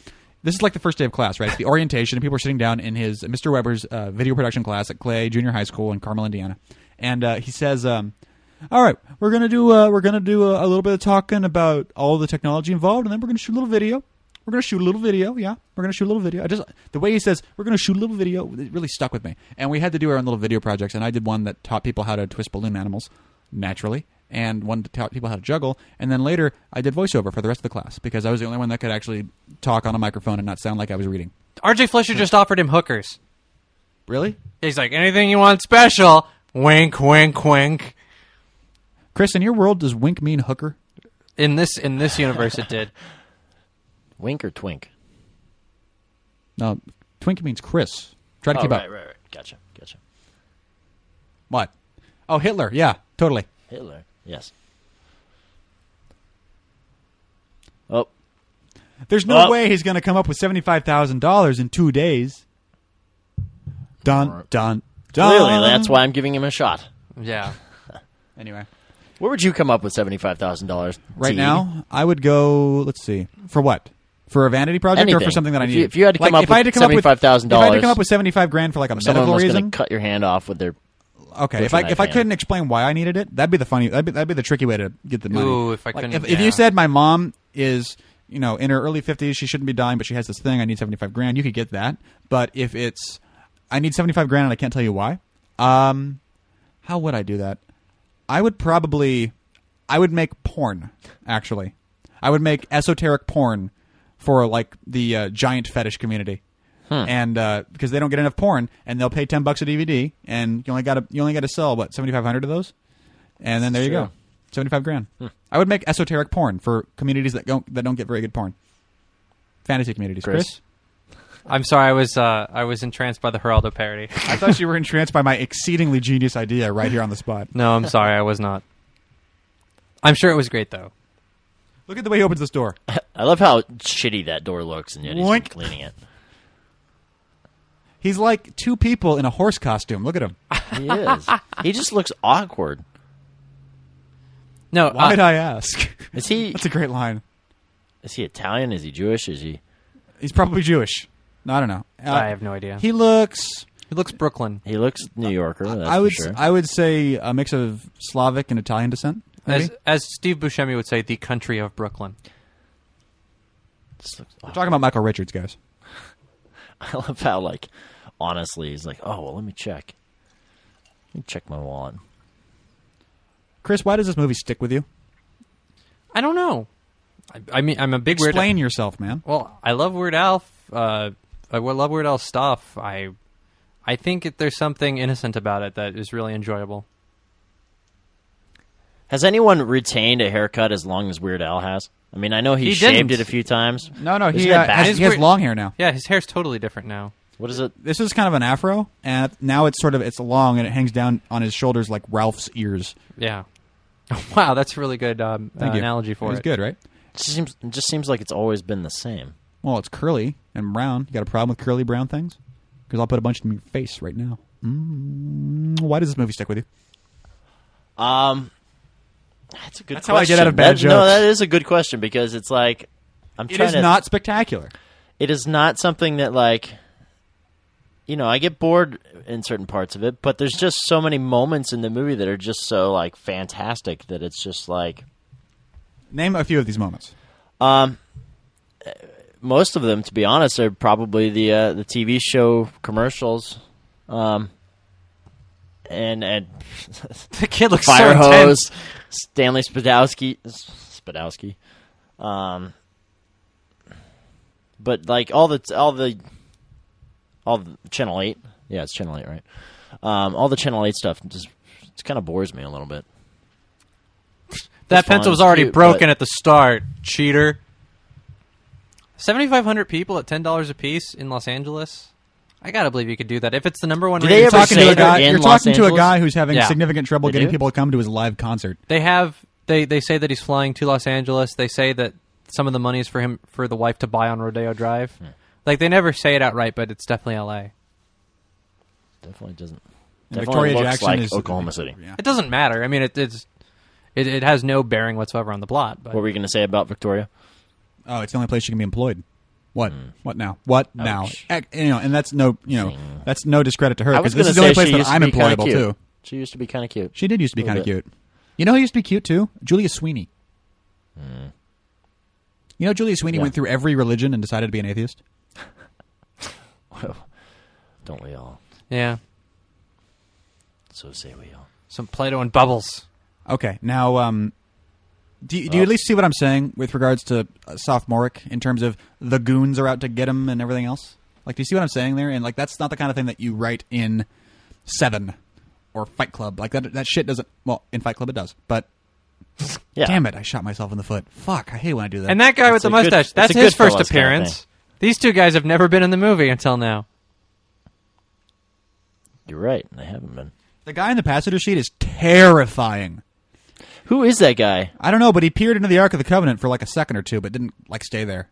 [SPEAKER 2] "This is like the first day of class, right? It's the orientation, and people are sitting down in his Mr. Weber's uh, video production class at Clay Junior High School in Carmel, Indiana," and uh, he says. Um, all right, we're gonna do uh, we're gonna do a, a little bit of talking about all the technology involved, and then we're gonna shoot a little video. We're gonna shoot a little video, yeah. We're gonna shoot a little video. I just the way he says we're gonna shoot a little video it really stuck with me. And we had to do our own little video projects, and I did one that taught people how to twist balloon animals naturally, and one that taught people how to juggle. And then later, I did voiceover for the rest of the class because I was the only one that could actually talk on a microphone and not sound like I was reading.
[SPEAKER 3] RJ Fleischer just offered him hookers
[SPEAKER 2] Really,
[SPEAKER 3] he's like anything you want special wink wink wink
[SPEAKER 2] Chris? In your world, does wink mean hooker?
[SPEAKER 3] in this in this universe it did [LAUGHS]
[SPEAKER 4] Wink or twink?
[SPEAKER 2] No, twink means Chris. Try to
[SPEAKER 4] Oh,
[SPEAKER 2] keep
[SPEAKER 4] right,
[SPEAKER 2] up.
[SPEAKER 4] right, right. Gotcha, gotcha.
[SPEAKER 2] What? Oh, Hitler. Yeah, totally.
[SPEAKER 4] Hitler. Yes. Oh,
[SPEAKER 2] There's no
[SPEAKER 4] Oh.
[SPEAKER 2] way he's going to come up with seventy-five thousand dollars in two days. Dun dun dun.
[SPEAKER 4] clearly that's why I'm giving him a shot.
[SPEAKER 3] yeah
[SPEAKER 2] Anyway,
[SPEAKER 4] Where would you come up with seventy-five thousand dollars
[SPEAKER 2] right now I would go. Let's see for what. For a vanity project or for
[SPEAKER 4] Anything.
[SPEAKER 2] something that I
[SPEAKER 4] If
[SPEAKER 2] need?
[SPEAKER 4] you- if you had to
[SPEAKER 2] Like,
[SPEAKER 4] come up
[SPEAKER 2] if I had
[SPEAKER 4] with
[SPEAKER 2] to come up
[SPEAKER 4] $75,000
[SPEAKER 2] if I had to come up with seventy-five grand for like a
[SPEAKER 4] Someone
[SPEAKER 2] medical
[SPEAKER 4] was going
[SPEAKER 2] reason,
[SPEAKER 4] to cut your hand off with their.
[SPEAKER 2] okay. If
[SPEAKER 4] Which
[SPEAKER 2] I
[SPEAKER 4] one I
[SPEAKER 2] if I
[SPEAKER 4] can.
[SPEAKER 2] couldn't explain why I needed it, that'd be the funny. That'd be, that'd be the tricky way to get the money.
[SPEAKER 3] Ooh, if I
[SPEAKER 2] Like,
[SPEAKER 3] couldn't-
[SPEAKER 2] if, if you
[SPEAKER 3] yeah.
[SPEAKER 2] said my mom is you know in her early fifties, she shouldn't be dying, but she has this thing. I need seventy five grand. You could get that. But if it's I need seventy five grand and I can't tell you why, um, how would I do that? I would probably I would make porn actually. I would make esoteric porn for like the uh, giant fetish community. And uh, because they don't get enough porn, and they'll pay ten bucks a DVD, and you only got to you only got to sell what seventy five hundred of those, and then there you
[SPEAKER 4] Sure.
[SPEAKER 2] go, seventy five grand. I would make esoteric porn for communities that don't that don't get very good porn, fantasy communities. Chris,
[SPEAKER 4] Chris?
[SPEAKER 3] I'm sorry I was uh, I was entranced by the Geraldo parody
[SPEAKER 2] I thought you were entranced by my exceedingly genius idea right here on the spot.
[SPEAKER 3] no I'm sorry I was not I'm sure it was great though
[SPEAKER 2] Look at the way he opens this door.
[SPEAKER 4] I love how shitty that door looks, and yet he's
[SPEAKER 2] Boink.
[SPEAKER 4] been cleaning it.
[SPEAKER 2] He's like two people in a horse costume. Look at him.
[SPEAKER 4] He is. he just looks awkward.
[SPEAKER 3] no
[SPEAKER 2] Why'd
[SPEAKER 3] uh,
[SPEAKER 2] I ask?
[SPEAKER 4] Is he?
[SPEAKER 2] That's a great line.
[SPEAKER 4] Is he Italian? Is he Jewish? Is he?
[SPEAKER 2] He's probably Jewish. No, I don't know. Uh,
[SPEAKER 3] I have no idea he,
[SPEAKER 2] He looks.
[SPEAKER 3] looks Brooklyn
[SPEAKER 4] He looks New Yorker. Oh, That's
[SPEAKER 2] I would.
[SPEAKER 4] For sure.
[SPEAKER 2] I would say a mix of Slavic and Italian descent. Maybe.
[SPEAKER 3] as as Steve Buscemi would say the country of Brooklyn
[SPEAKER 4] Just looks awkward.
[SPEAKER 2] Talking about Michael Richards, guys.
[SPEAKER 4] [LAUGHS] I love how like honestly he's like, oh well, let me check. Let me check my wallet.
[SPEAKER 2] Chris, why does this movie stick with you?
[SPEAKER 3] I don't know I, I mean I'm a big weird-
[SPEAKER 2] Explain yourself, man.
[SPEAKER 3] Well, I love Weird Al. Uh, I will love Weird Al stuff. I, I think that there's something innocent about it that is really enjoyable.
[SPEAKER 4] Has anyone retained a haircut as long as Weird Al has? I mean, I know he,
[SPEAKER 3] He
[SPEAKER 4] shaved
[SPEAKER 3] didn't.
[SPEAKER 4] it a few times.
[SPEAKER 2] No, no,
[SPEAKER 4] Isn't
[SPEAKER 2] he,
[SPEAKER 4] that
[SPEAKER 2] uh,
[SPEAKER 4] bad?
[SPEAKER 2] has, he has
[SPEAKER 3] Weird-
[SPEAKER 2] long hair now.
[SPEAKER 3] Yeah, his hair's totally different now.
[SPEAKER 4] What is it?
[SPEAKER 2] This is kind of an afro, and now it's sort of it's long and it hangs down on his shoulders like Ralph's ears.
[SPEAKER 3] Yeah. [LAUGHS] wow, that's a really good um, uh,
[SPEAKER 2] Thank you.
[SPEAKER 3] analogy for
[SPEAKER 2] It was
[SPEAKER 3] it.
[SPEAKER 2] good, right?
[SPEAKER 4] It just seems it just seems like it's always been the same.
[SPEAKER 2] Well, it's curly and brown. You got a problem with curly brown things? Because I'll put a bunch in your face right now. Mm, why does this movie stick with you?
[SPEAKER 4] Um, that's a good.
[SPEAKER 2] That's how
[SPEAKER 4] question.
[SPEAKER 2] I get out of bad
[SPEAKER 4] That- No,
[SPEAKER 2] jokes.
[SPEAKER 4] that is a good question because it's like I'm
[SPEAKER 2] It
[SPEAKER 4] trying
[SPEAKER 2] is
[SPEAKER 4] to.
[SPEAKER 2] not spectacular.
[SPEAKER 4] it is not something that like you know i get bored in certain parts of it but there's just so many moments in the movie that are just so like fantastic that it's just like
[SPEAKER 2] Name a few of these moments.
[SPEAKER 4] most of them to be honest are probably the uh, the tv show commercials um and and
[SPEAKER 3] [LAUGHS] The kid looks
[SPEAKER 4] fire
[SPEAKER 3] so intense.
[SPEAKER 4] hose stanley spadowski spadowski um but like all the all the all the channel 8 yeah it's channel 8 right um all the channel 8 stuff just it's kind of bores me a little bit
[SPEAKER 3] that
[SPEAKER 4] fine,
[SPEAKER 3] pencil was already
[SPEAKER 4] cute,
[SPEAKER 3] broken
[SPEAKER 4] but-
[SPEAKER 3] at the start, cheater. Seventy five hundred people at ten dollars a piece in Los Angeles. I gotta believe you could do that if it's the number one.
[SPEAKER 4] Do
[SPEAKER 3] rated
[SPEAKER 4] they ever
[SPEAKER 3] song.
[SPEAKER 2] talking to a
[SPEAKER 4] Say
[SPEAKER 2] guy.
[SPEAKER 4] they're in
[SPEAKER 2] You're
[SPEAKER 4] Los
[SPEAKER 2] talking to a
[SPEAKER 4] Angeles?
[SPEAKER 2] guy who's having
[SPEAKER 3] Yeah.
[SPEAKER 2] significant trouble
[SPEAKER 4] They
[SPEAKER 2] getting
[SPEAKER 4] do?
[SPEAKER 2] people to come to his live concert.
[SPEAKER 3] They have they they say that he's flying to Los Angeles. They say that some of the money is for him for the wife to buy on Rodeo Drive. Like they never say it outright, but it's definitely L.A.
[SPEAKER 4] Definitely
[SPEAKER 2] And
[SPEAKER 4] doesn't. Definitely
[SPEAKER 2] Victoria
[SPEAKER 4] looks
[SPEAKER 2] Jackson
[SPEAKER 4] like
[SPEAKER 2] is
[SPEAKER 4] Oklahoma City.
[SPEAKER 2] Yeah.
[SPEAKER 3] It doesn't matter. I mean, it, it's it, it has no bearing whatsoever on the plot. But
[SPEAKER 4] What were you going to say about Victoria?
[SPEAKER 2] Oh, it's the only place you can be employed. What? What now? What now?
[SPEAKER 4] Hmm. Ouch.
[SPEAKER 2] Ac- you know, and that's no, you know, that's no discredit to her
[SPEAKER 4] I
[SPEAKER 2] because
[SPEAKER 4] was
[SPEAKER 2] this
[SPEAKER 4] going to
[SPEAKER 2] is the only
[SPEAKER 4] say
[SPEAKER 2] place
[SPEAKER 4] she
[SPEAKER 2] that
[SPEAKER 4] used
[SPEAKER 2] I'm
[SPEAKER 4] to be kind
[SPEAKER 2] employable
[SPEAKER 4] of cute.
[SPEAKER 2] too.
[SPEAKER 4] She used to be kind of cute.
[SPEAKER 2] She did used to be
[SPEAKER 4] Little
[SPEAKER 2] kind of
[SPEAKER 4] bit.
[SPEAKER 2] cute. You know who used to be cute too? Julia Sweeney. You know Julia Sweeney
[SPEAKER 4] Hmm. Yeah.
[SPEAKER 2] went through every religion and decided to be an atheist.
[SPEAKER 4] Don't we all?
[SPEAKER 3] yeah,
[SPEAKER 4] So say we all.
[SPEAKER 3] some Play-Doh and bubbles.
[SPEAKER 2] Okay, now um, do you, do you at least see what I'm saying with regards to uh, sophomoric in terms of the goons are out to get him and everything else? Like, do you see what I'm saying there? And like, that's not the kind of thing that you write in Seven or Fight Club. Like that that shit doesn't. Well, in Fight Club it does, but
[SPEAKER 4] Yeah.
[SPEAKER 2] damn it, I shot myself in the foot. Fuck, I hate when I do that.
[SPEAKER 3] And that guy with
[SPEAKER 4] It's
[SPEAKER 3] the
[SPEAKER 4] a good-
[SPEAKER 3] mustache,
[SPEAKER 4] it's
[SPEAKER 3] that's
[SPEAKER 4] a
[SPEAKER 3] his first
[SPEAKER 4] Goodfellas kinda
[SPEAKER 3] appearance. These two guys have never been in the movie until now.
[SPEAKER 4] You're right. They haven't been.
[SPEAKER 2] the guy in the passenger seat is terrifying.
[SPEAKER 4] Who is that guy?
[SPEAKER 2] I don't know, but he peered into the Ark of the Covenant for like a second or two, but didn't like stay there.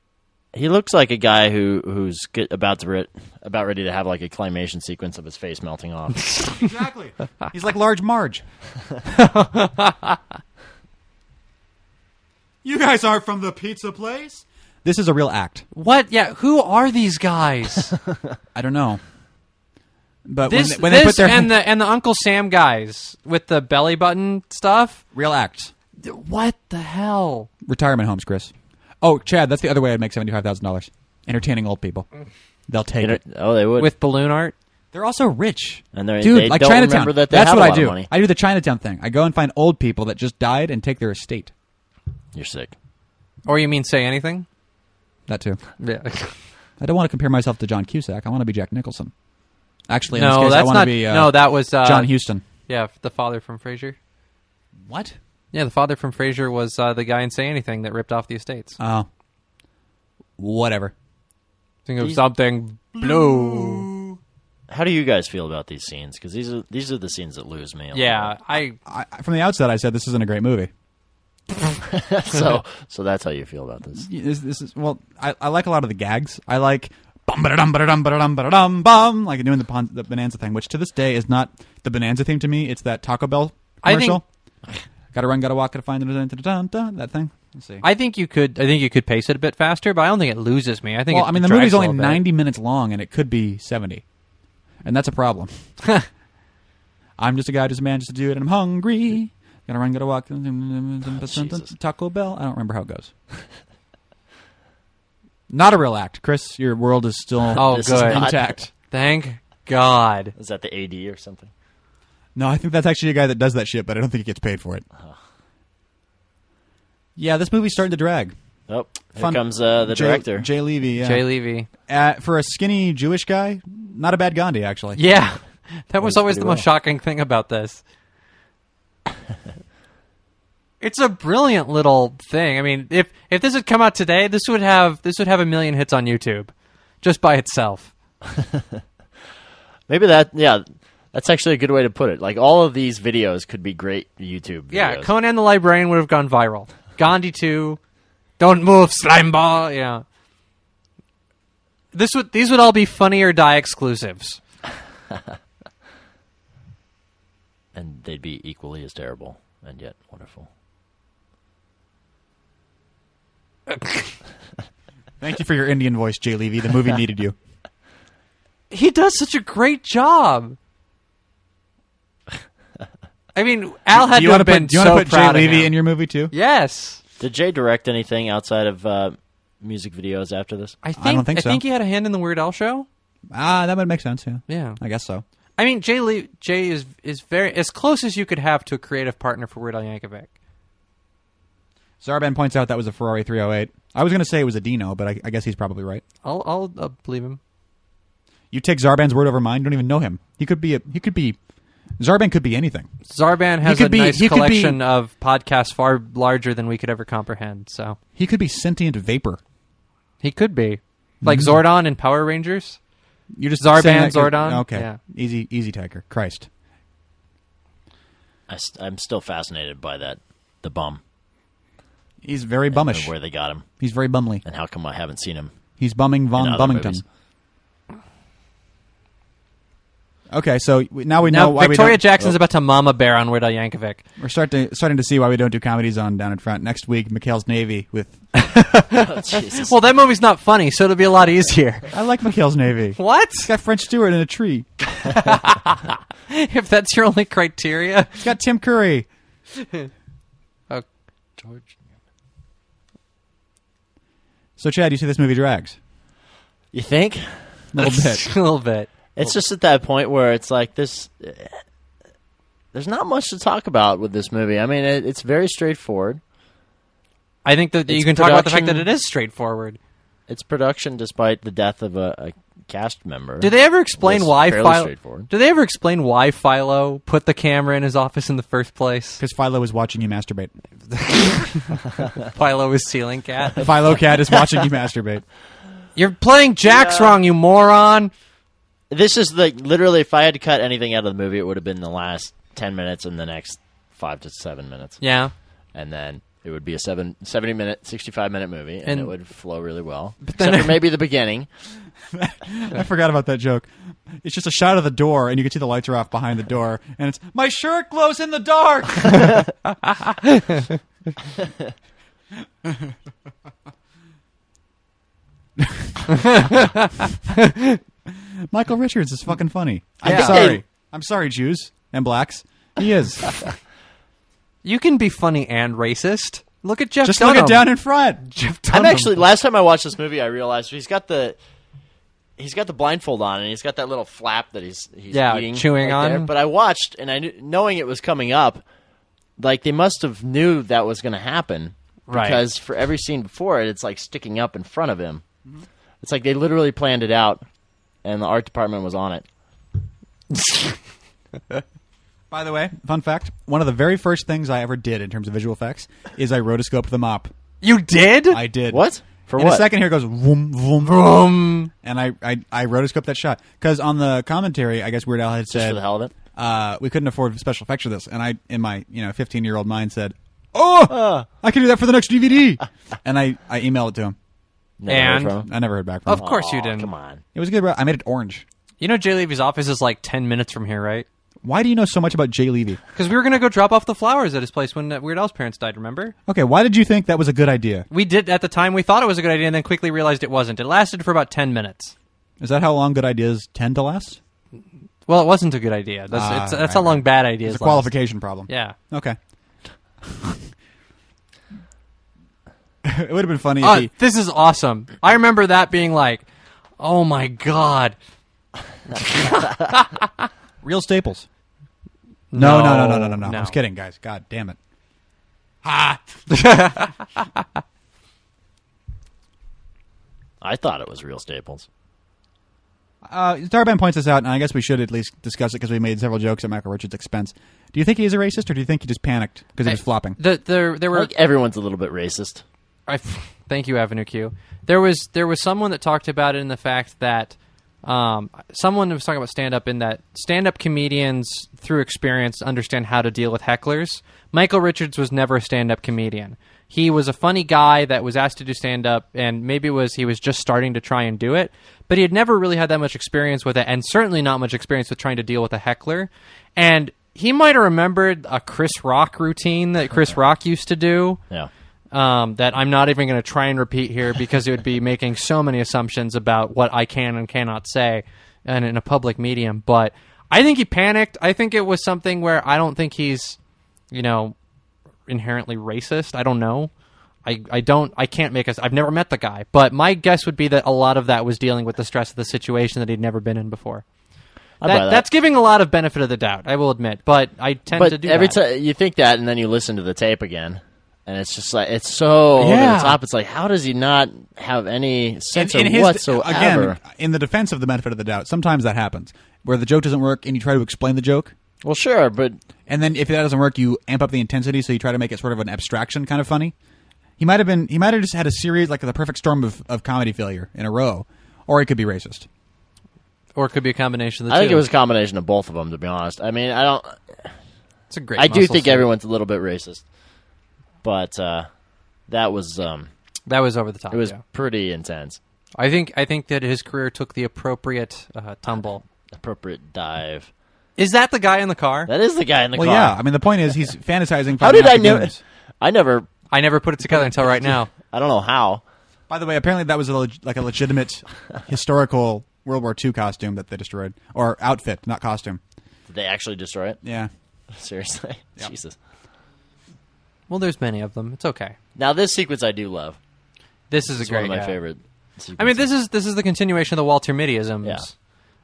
[SPEAKER 4] He looks like a guy who who's get, about to re- about ready to have like a claymation sequence of his face
[SPEAKER 2] [LAUGHS]
[SPEAKER 4] melting off.
[SPEAKER 2] Exactly. He's like Large
[SPEAKER 3] [LAUGHS]
[SPEAKER 2] Marge. you guys aren't from the pizza place. This is a real act.
[SPEAKER 3] What? Yeah, who are these guys?
[SPEAKER 2] I don't know. But when,
[SPEAKER 3] this
[SPEAKER 2] they, when they
[SPEAKER 3] this
[SPEAKER 2] put their
[SPEAKER 3] and the and the Uncle Sam guys with the belly button stuff.
[SPEAKER 2] real act
[SPEAKER 3] What the hell?
[SPEAKER 2] retirement homes, Chris. Oh, Chad, that's the other way I'd make seventy five thousand dollars. Entertaining old people. They'll take
[SPEAKER 4] Inter-
[SPEAKER 2] it.
[SPEAKER 4] oh, they would.
[SPEAKER 3] With balloon art?
[SPEAKER 2] They're also rich.
[SPEAKER 4] And they're-
[SPEAKER 2] Dude,
[SPEAKER 4] they
[SPEAKER 2] like
[SPEAKER 4] don't
[SPEAKER 2] Chinatown.
[SPEAKER 4] remember that they
[SPEAKER 2] that's
[SPEAKER 4] have
[SPEAKER 2] what
[SPEAKER 4] a
[SPEAKER 2] I
[SPEAKER 4] lot of
[SPEAKER 2] do.
[SPEAKER 4] money.
[SPEAKER 2] I do the Chinatown thing. I go and find old people that just died and take their estate.
[SPEAKER 4] You're sick.
[SPEAKER 3] Or you mean say anything?
[SPEAKER 2] That too.
[SPEAKER 3] Yeah.
[SPEAKER 2] I don't want to compare myself to John Cusack. I want to be Jack Nicholson. Actually, in this
[SPEAKER 3] no,
[SPEAKER 2] case, I
[SPEAKER 3] that's
[SPEAKER 2] want
[SPEAKER 3] not.
[SPEAKER 2] to be uh,
[SPEAKER 3] no, that was uh,
[SPEAKER 2] John Huston.
[SPEAKER 3] Yeah, the father from Frasier.
[SPEAKER 2] What?
[SPEAKER 3] Yeah, the father from Frasier was uh, the guy in Say Anything that ripped off the estates.
[SPEAKER 2] Oh, whatever.
[SPEAKER 3] Think of something blue.
[SPEAKER 4] How do you guys feel about these scenes? Because these are these are the scenes that lose me. a little
[SPEAKER 3] Yeah, I
[SPEAKER 2] I, from the outset, I said this isn't a great movie.
[SPEAKER 4] bit. [LAUGHS] so so that's how you feel about this.
[SPEAKER 2] This, this is well, I, I like a lot of the gags. I like bum ba dum ba dum ba dum ba dum bum, like doing the, pon- the Bonanza thing, which to this day is not the Bonanza theme to me. It's that Taco Bell
[SPEAKER 3] I
[SPEAKER 2] commercial. gotta run, gotta walk, gotta find dun- dun- dun- dun- dun, that thing. Let's see.
[SPEAKER 3] I think you could I think you could pace it a bit faster, but I don't think it loses me. I think
[SPEAKER 2] well,
[SPEAKER 3] it
[SPEAKER 2] I mean, the
[SPEAKER 3] drags
[SPEAKER 2] movie's
[SPEAKER 3] a
[SPEAKER 2] only
[SPEAKER 3] little bit.
[SPEAKER 2] 90 minutes long, and it could be 70. And that's a problem.
[SPEAKER 3] [LAUGHS]
[SPEAKER 2] I'm just a guy, just a man, just a dude, and I'm hungry. Gotta run, gotta walk.
[SPEAKER 4] Jesus.
[SPEAKER 2] Taco Bell. I don't remember how it goes. Not a real act, Chris. Your world is still
[SPEAKER 3] [LAUGHS] Oh,
[SPEAKER 4] This is
[SPEAKER 3] good.
[SPEAKER 4] not-
[SPEAKER 2] intact.
[SPEAKER 3] Thank God.
[SPEAKER 4] [LAUGHS] Is that the AD or something?
[SPEAKER 2] No, I think that's actually a guy that does that shit, but I don't think he gets paid for it. Yeah, this movie's starting to drag.
[SPEAKER 4] Oh, here
[SPEAKER 2] Fun-
[SPEAKER 4] comes uh, the
[SPEAKER 2] Jay-
[SPEAKER 4] director.
[SPEAKER 2] Jay Levy. Yeah.
[SPEAKER 3] Jay Levy.
[SPEAKER 2] Uh, for a skinny Jewish guy, not a bad Gandhi actually.
[SPEAKER 3] [LAUGHS] Yeah. That was
[SPEAKER 4] Plays
[SPEAKER 3] always the
[SPEAKER 4] pretty
[SPEAKER 3] most
[SPEAKER 4] well.
[SPEAKER 3] shocking thing about
[SPEAKER 4] [LAUGHS]
[SPEAKER 3] this. it's a brilliant little thing. I mean, if if this had come out today, this would have this would have a million hits on YouTube just by itself.
[SPEAKER 4] Maybe that. Yeah, that's actually a good way to put it. Like all of these videos could be great YouTube. Videos.
[SPEAKER 3] Yeah, Conan the Librarian would have gone viral. Gandhi 2, Don't Move, Slime Ball, yeah. This would these would all be funny or die exclusives.
[SPEAKER 4] and they'd be equally as terrible and yet wonderful.
[SPEAKER 2] Thank you for your Indian voice, Jay Levy. The
[SPEAKER 3] [LAUGHS]
[SPEAKER 2] movie needed you.
[SPEAKER 3] He does such a great job. I mean, Al had
[SPEAKER 2] do you
[SPEAKER 3] to
[SPEAKER 2] want
[SPEAKER 3] have
[SPEAKER 2] to
[SPEAKER 3] been
[SPEAKER 2] put, do you
[SPEAKER 3] so
[SPEAKER 2] want to put Jay
[SPEAKER 3] proud of
[SPEAKER 2] Levy
[SPEAKER 3] him.
[SPEAKER 2] in your movie too?
[SPEAKER 3] yes,
[SPEAKER 4] Did Jay direct anything outside of uh, music videos after this?
[SPEAKER 3] I think.
[SPEAKER 2] I don't think so.
[SPEAKER 3] he had a hand in the Weird Al show.
[SPEAKER 2] Ah, that would make sense. Yeah,
[SPEAKER 3] Yeah,
[SPEAKER 2] I guess so.
[SPEAKER 3] I mean, Jay Lee, Jay is is very as close as you could have to a creative partner for Weird Al Yankovic.
[SPEAKER 2] Zarban points out that was a Ferrari 308. I was going to say it was a Dino, but I, I guess he's probably right.
[SPEAKER 3] I'll I'll uh, believe him.
[SPEAKER 2] You take Zarban's word over mine. Don't even know him. He could be a he could be Zarban could be anything.
[SPEAKER 3] Zarban has
[SPEAKER 2] could
[SPEAKER 3] a
[SPEAKER 2] be-
[SPEAKER 3] nice
[SPEAKER 2] he could be-
[SPEAKER 3] collection of podcasts far larger than we could ever comprehend. So
[SPEAKER 2] He could be sentient vapor.
[SPEAKER 3] he could be like
[SPEAKER 2] Mm-hmm.
[SPEAKER 3] Zordon in Power Rangers.
[SPEAKER 2] You're just
[SPEAKER 3] Zarban,
[SPEAKER 2] saying that 'cause-
[SPEAKER 3] Zordon?
[SPEAKER 2] Okay,
[SPEAKER 3] Yeah.
[SPEAKER 2] easy, easy tiger. Christ,
[SPEAKER 4] I, am still fascinated by that. The bum.
[SPEAKER 2] he's very
[SPEAKER 4] And
[SPEAKER 2] bummish.
[SPEAKER 4] where they got him,
[SPEAKER 2] He's very bumly.
[SPEAKER 4] and how come I haven't seen [LAUGHS] him?
[SPEAKER 2] He's bumming von
[SPEAKER 4] In other
[SPEAKER 2] Bummington.
[SPEAKER 4] movies.
[SPEAKER 2] Okay, so we- now we know
[SPEAKER 3] Now
[SPEAKER 2] why we
[SPEAKER 3] Victoria
[SPEAKER 2] don't,
[SPEAKER 3] Jackson's about to mama bear on Weird Al Yankovic.
[SPEAKER 2] we're start to, starting to see why we don't do comedies on down in front. Next week, Mikhail's Navy with
[SPEAKER 4] Oh, Jesus.
[SPEAKER 3] Well, that movie's not funny, so it'll be a lot easier. [LAUGHS]
[SPEAKER 2] I like Mikhail's Navy.
[SPEAKER 3] What?
[SPEAKER 2] It's got French Stewart in a tree.
[SPEAKER 3] if that's your only criteria.
[SPEAKER 2] It's got Tim Curry.
[SPEAKER 3] Oh,
[SPEAKER 4] George.
[SPEAKER 2] So Chad, you see this movie drags
[SPEAKER 4] You think?
[SPEAKER 2] a little bit.
[SPEAKER 3] [LAUGHS] a little bit.
[SPEAKER 4] It's just at that point where it's like this. There's not much to talk about with this movie. I mean, it, it's very straightforward.
[SPEAKER 3] I think that you
[SPEAKER 4] It's
[SPEAKER 3] can talk about the fact that
[SPEAKER 4] production-
[SPEAKER 3] it is straightforward.
[SPEAKER 4] Its production, despite the death of a, a cast member,
[SPEAKER 3] Do they ever explain
[SPEAKER 4] It's
[SPEAKER 3] why
[SPEAKER 4] fairly
[SPEAKER 3] Philo?
[SPEAKER 4] straightforward.
[SPEAKER 3] Do they ever explain why Philo put the camera in his office in the
[SPEAKER 2] [LAUGHS]
[SPEAKER 3] first place?
[SPEAKER 2] Because Philo is watching you masturbate.
[SPEAKER 3] Philo is ceiling cat.
[SPEAKER 2] Philo Cat is watching you masturbate.
[SPEAKER 3] [LAUGHS] You're playing Jack's wrong, you moron.
[SPEAKER 4] This is like literally, if I had to cut anything out of the movie, it would have been the last ten minutes and the next five to seven minutes,
[SPEAKER 3] Yeah,
[SPEAKER 4] and then it would be a seven, 70 minute, sixty five minute movie, and,
[SPEAKER 3] And-
[SPEAKER 4] it would flow really well.
[SPEAKER 3] then-
[SPEAKER 4] Except for maybe the [LAUGHS] beginning.
[SPEAKER 2] I forgot about that joke. It's just a shot of the door, and you can see the lights are off behind the door, and it's my shirt glows in the dark. [LAUGHS] Michael Richards is fucking funny. I'm
[SPEAKER 4] Yeah.
[SPEAKER 2] sorry. I'm sorry, Jews and blacks. He
[SPEAKER 4] [LAUGHS]
[SPEAKER 2] is.
[SPEAKER 3] you can be funny and racist. Look at Jeff.
[SPEAKER 2] Just
[SPEAKER 3] Dunham.
[SPEAKER 2] look it down in front.
[SPEAKER 3] Jeff
[SPEAKER 4] I'm
[SPEAKER 3] Dunham.
[SPEAKER 4] actually. Last time I watched this movie, I realized he's got the he's got the blindfold on, and he's got that little flap that he's, he's
[SPEAKER 3] Yeah,
[SPEAKER 4] eating
[SPEAKER 3] chewing
[SPEAKER 4] right there.
[SPEAKER 3] on.
[SPEAKER 4] But I watched, and I knew, knowing it was coming up, like they must have knew that was going to happen,
[SPEAKER 3] Right.
[SPEAKER 4] Because for every scene before it, it's like sticking up in front of him. It's like they literally planned it out, and the art department was on it.
[SPEAKER 2] By the way, fun fact: one of the very first things I ever did in terms of visual effects is I rotoscoped them up.
[SPEAKER 3] you did.
[SPEAKER 2] I did
[SPEAKER 4] What for?
[SPEAKER 2] In
[SPEAKER 4] what
[SPEAKER 2] a second here it goes vroom vroom vroom, and I I, I rotoscoped that shot because on the commentary, I guess Weird Al had
[SPEAKER 4] Just
[SPEAKER 2] said
[SPEAKER 4] for the hell of it.
[SPEAKER 2] uh, we couldn't afford special effects for this, and I in my you know 15 year old mind said, oh,
[SPEAKER 3] Uh.
[SPEAKER 2] I can do that for the next DVD, [LAUGHS] and I I emailed it to him.
[SPEAKER 4] Never
[SPEAKER 3] And-
[SPEAKER 4] heard from him.
[SPEAKER 2] I never heard back from
[SPEAKER 3] of
[SPEAKER 2] him.
[SPEAKER 3] course you
[SPEAKER 4] Aw,
[SPEAKER 3] didn't.
[SPEAKER 4] Come on.
[SPEAKER 2] It was good. bro. I made it orange.
[SPEAKER 3] You know Jay Levy's office is like ten minutes from here, right?
[SPEAKER 2] Why do you know so much about Jay Levy?
[SPEAKER 3] Because we were gonna go drop off the flowers at his place when uh, Weird Al's parents died. Remember?
[SPEAKER 2] Okay, why did you think that was a good idea?
[SPEAKER 3] We did at the time. We thought it was a good idea, and then quickly realized it wasn't. It lasted for about ten minutes.
[SPEAKER 2] Is that how long good ideas tend to last?
[SPEAKER 3] Well, it wasn't a good idea. That's,
[SPEAKER 2] Ah,
[SPEAKER 3] it's, that's
[SPEAKER 2] right,
[SPEAKER 3] how long bad ideas.
[SPEAKER 2] It's a
[SPEAKER 3] last.
[SPEAKER 2] qualification problem.
[SPEAKER 3] Yeah.
[SPEAKER 2] Okay. [LAUGHS] it would have been funny if
[SPEAKER 3] Uh,
[SPEAKER 2] he
[SPEAKER 3] this is awesome. I remember that being like, "Oh my god!"
[SPEAKER 2] Real Staples. No, no, no, no, no, no, no.
[SPEAKER 3] No.
[SPEAKER 2] I was kidding, guys. God damn it.
[SPEAKER 4] I thought it was real Staples.
[SPEAKER 2] Uh, Darban points this out, and I guess we should at least discuss it because we made several jokes at Michael Richards' expense. Do you think he is a racist, or do you think he just panicked because he was flopping?
[SPEAKER 3] The, there, there were.
[SPEAKER 4] Like everyone's a little bit racist.
[SPEAKER 3] I, thank you, Avenue Q. There was there was someone that talked about it in the fact that um, someone was talking about stand up in that stand up comedians through experience understand how to deal with hecklers. Michael Richards was never a stand up comedian. He was a funny guy that was asked to do stand up, and maybe it was he was just starting to try and do it, but he had never really had that much experience with it, and certainly not much experience with trying to deal with a heckler. And he might have remembered a Chris Rock routine that Chris Rock used to do
[SPEAKER 4] Yeah.
[SPEAKER 3] um, that I'm not even going to try and repeat here because it would be making so many assumptions about what I can and cannot say and in a public medium. But I think he panicked. I think it was something where I don't think he's, you know, inherently racist. I don't know. I, I don't I can't make us I've never met the guy, but my guess would be that a lot of that was dealing with the stress of the situation that he'd never been in before.
[SPEAKER 4] I
[SPEAKER 3] That-
[SPEAKER 4] buy that.
[SPEAKER 3] That's giving a lot of benefit of the doubt, I will admit, but I tend to
[SPEAKER 4] but
[SPEAKER 3] do
[SPEAKER 4] every
[SPEAKER 3] that.
[SPEAKER 4] time you think that, and then you listen to the tape again, and it's just like it's so over
[SPEAKER 3] Yeah.
[SPEAKER 4] the top. It's like how does he not have any sense
[SPEAKER 2] in, in
[SPEAKER 4] of
[SPEAKER 2] his,
[SPEAKER 4] whatsoever?
[SPEAKER 2] Again, in the defense of the benefit of the doubt, sometimes that happens where the joke doesn't work and you try to explain the joke
[SPEAKER 4] Well, sure, but
[SPEAKER 2] And then if that doesn't work, you amp up the intensity, so you try to make it sort of an abstraction kind of funny. He might have been. He might have just had a series like the perfect storm of, of comedy failure in a row, or he could be racist.
[SPEAKER 3] or it could be a combination of the
[SPEAKER 4] I
[SPEAKER 3] two.
[SPEAKER 4] think it was a combination of both of them. To be honest, I mean, I don't.
[SPEAKER 3] It's a great.
[SPEAKER 4] I do
[SPEAKER 3] muscle
[SPEAKER 4] think
[SPEAKER 3] set.
[SPEAKER 4] everyone's a little bit racist, but uh, that was um,
[SPEAKER 3] that was over the top.
[SPEAKER 4] it was
[SPEAKER 3] yeah.
[SPEAKER 4] pretty intense.
[SPEAKER 3] I think I think that his career took the appropriate uh, tumble.
[SPEAKER 4] Appropriate dive.
[SPEAKER 3] Is that the guy in the car?
[SPEAKER 4] That is the guy in the
[SPEAKER 2] Well,
[SPEAKER 4] car.
[SPEAKER 2] yeah. I mean, the point is he's fantasizing.
[SPEAKER 4] How did I know?
[SPEAKER 2] know?
[SPEAKER 4] I never.
[SPEAKER 3] I never put it together until right now.
[SPEAKER 4] I don't know how.
[SPEAKER 2] By the way, apparently that was a leg- like a
[SPEAKER 3] [LAUGHS]
[SPEAKER 2] legitimate historical World War II costume that they destroyed or outfit, not costume.
[SPEAKER 4] Did they actually destroy it?
[SPEAKER 2] Yeah.
[SPEAKER 4] [LAUGHS] Seriously, Jesus.
[SPEAKER 3] [LAUGHS] Well, there's many of them. It's okay.
[SPEAKER 4] Now this sequence I do love.
[SPEAKER 3] This is a
[SPEAKER 4] It's
[SPEAKER 3] great.
[SPEAKER 4] one of my
[SPEAKER 3] yeah.
[SPEAKER 4] favorite.
[SPEAKER 3] I mean,
[SPEAKER 4] [LAUGHS]
[SPEAKER 3] this is this is the continuation of the Walter Mittyisms
[SPEAKER 4] Yeah.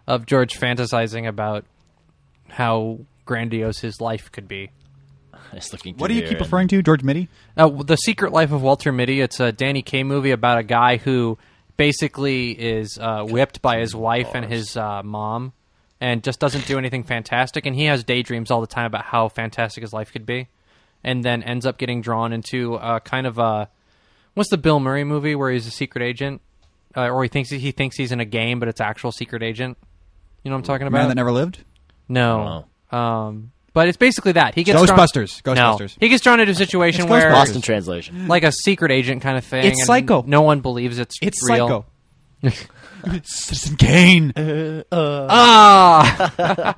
[SPEAKER 3] of George fantasizing about how grandiose his life could be.
[SPEAKER 4] is looking.
[SPEAKER 2] What do you
[SPEAKER 4] through
[SPEAKER 2] keep
[SPEAKER 4] here
[SPEAKER 2] referring to, George Mitty?
[SPEAKER 3] Uh, the Secret Life of Walter Mitty. It's a Danny Kaye movie about a guy who basically is uh, whipped by his wife and his uh, mom, and just doesn't do anything fantastic. And he has daydreams all the time about how fantastic his life could be, and then ends up getting drawn into uh, kind of a what's the Bill Murray movie where he's a secret agent, uh, or he thinks he thinks he's in a game, but it's actual secret agent. You know what I'm talking
[SPEAKER 2] A
[SPEAKER 3] about?
[SPEAKER 2] man that never lived?
[SPEAKER 4] Oh,
[SPEAKER 3] No. Um, but it's basically that he gets drawn-
[SPEAKER 2] Ghostbusters.
[SPEAKER 3] No.
[SPEAKER 2] Ghostbusters.
[SPEAKER 3] He gets drawn into a situation
[SPEAKER 2] It's
[SPEAKER 3] where
[SPEAKER 4] and-
[SPEAKER 2] Ghostbusters.
[SPEAKER 4] Lost in translation.
[SPEAKER 3] like a secret agent kind of thing.
[SPEAKER 2] It's
[SPEAKER 3] and
[SPEAKER 2] Psycho.
[SPEAKER 3] No one believes it's
[SPEAKER 2] It's
[SPEAKER 3] real.
[SPEAKER 2] Psycho.
[SPEAKER 3] [LAUGHS]
[SPEAKER 2] Uh. Citizen Kane.
[SPEAKER 3] Ah,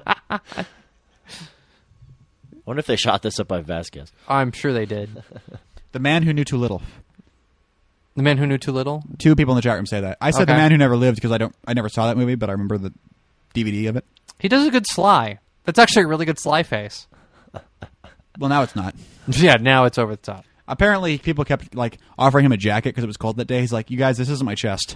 [SPEAKER 4] Wonder if they shot this up by Vasquez.
[SPEAKER 3] I'm sure they did.
[SPEAKER 2] The man who knew too little.
[SPEAKER 3] The man who knew too little.
[SPEAKER 2] Two people in the chat room say that. I said the
[SPEAKER 3] Okay.
[SPEAKER 2] man who never lived because I don't. I never saw that movie, but I remember the DVD of it.
[SPEAKER 3] He does a good sly. That's actually a really good sly face. [LAUGHS]
[SPEAKER 2] Well, now it's not.
[SPEAKER 3] Yeah, now it's over the top.
[SPEAKER 2] Apparently, people kept like offering him a jacket because it was cold that day. He's like, "You guys, this isn't my
[SPEAKER 4] [LAUGHS]
[SPEAKER 2] chest."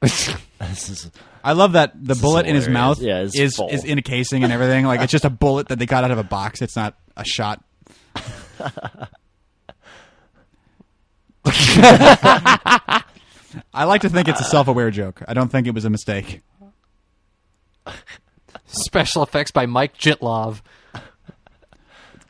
[SPEAKER 4] This is
[SPEAKER 2] I love that the
[SPEAKER 4] is
[SPEAKER 2] bullet in his
[SPEAKER 4] hilarious.
[SPEAKER 2] mouth
[SPEAKER 4] Yeah, it's
[SPEAKER 2] is
[SPEAKER 4] full.
[SPEAKER 2] is in a casing and everything. Like it's just a bullet that they got out of a box. It's not a
[SPEAKER 4] [LAUGHS]
[SPEAKER 2] shot. I like to think it's a self-aware joke. I don't think it was a mistake.
[SPEAKER 3] Special effects by Mike Jitlov.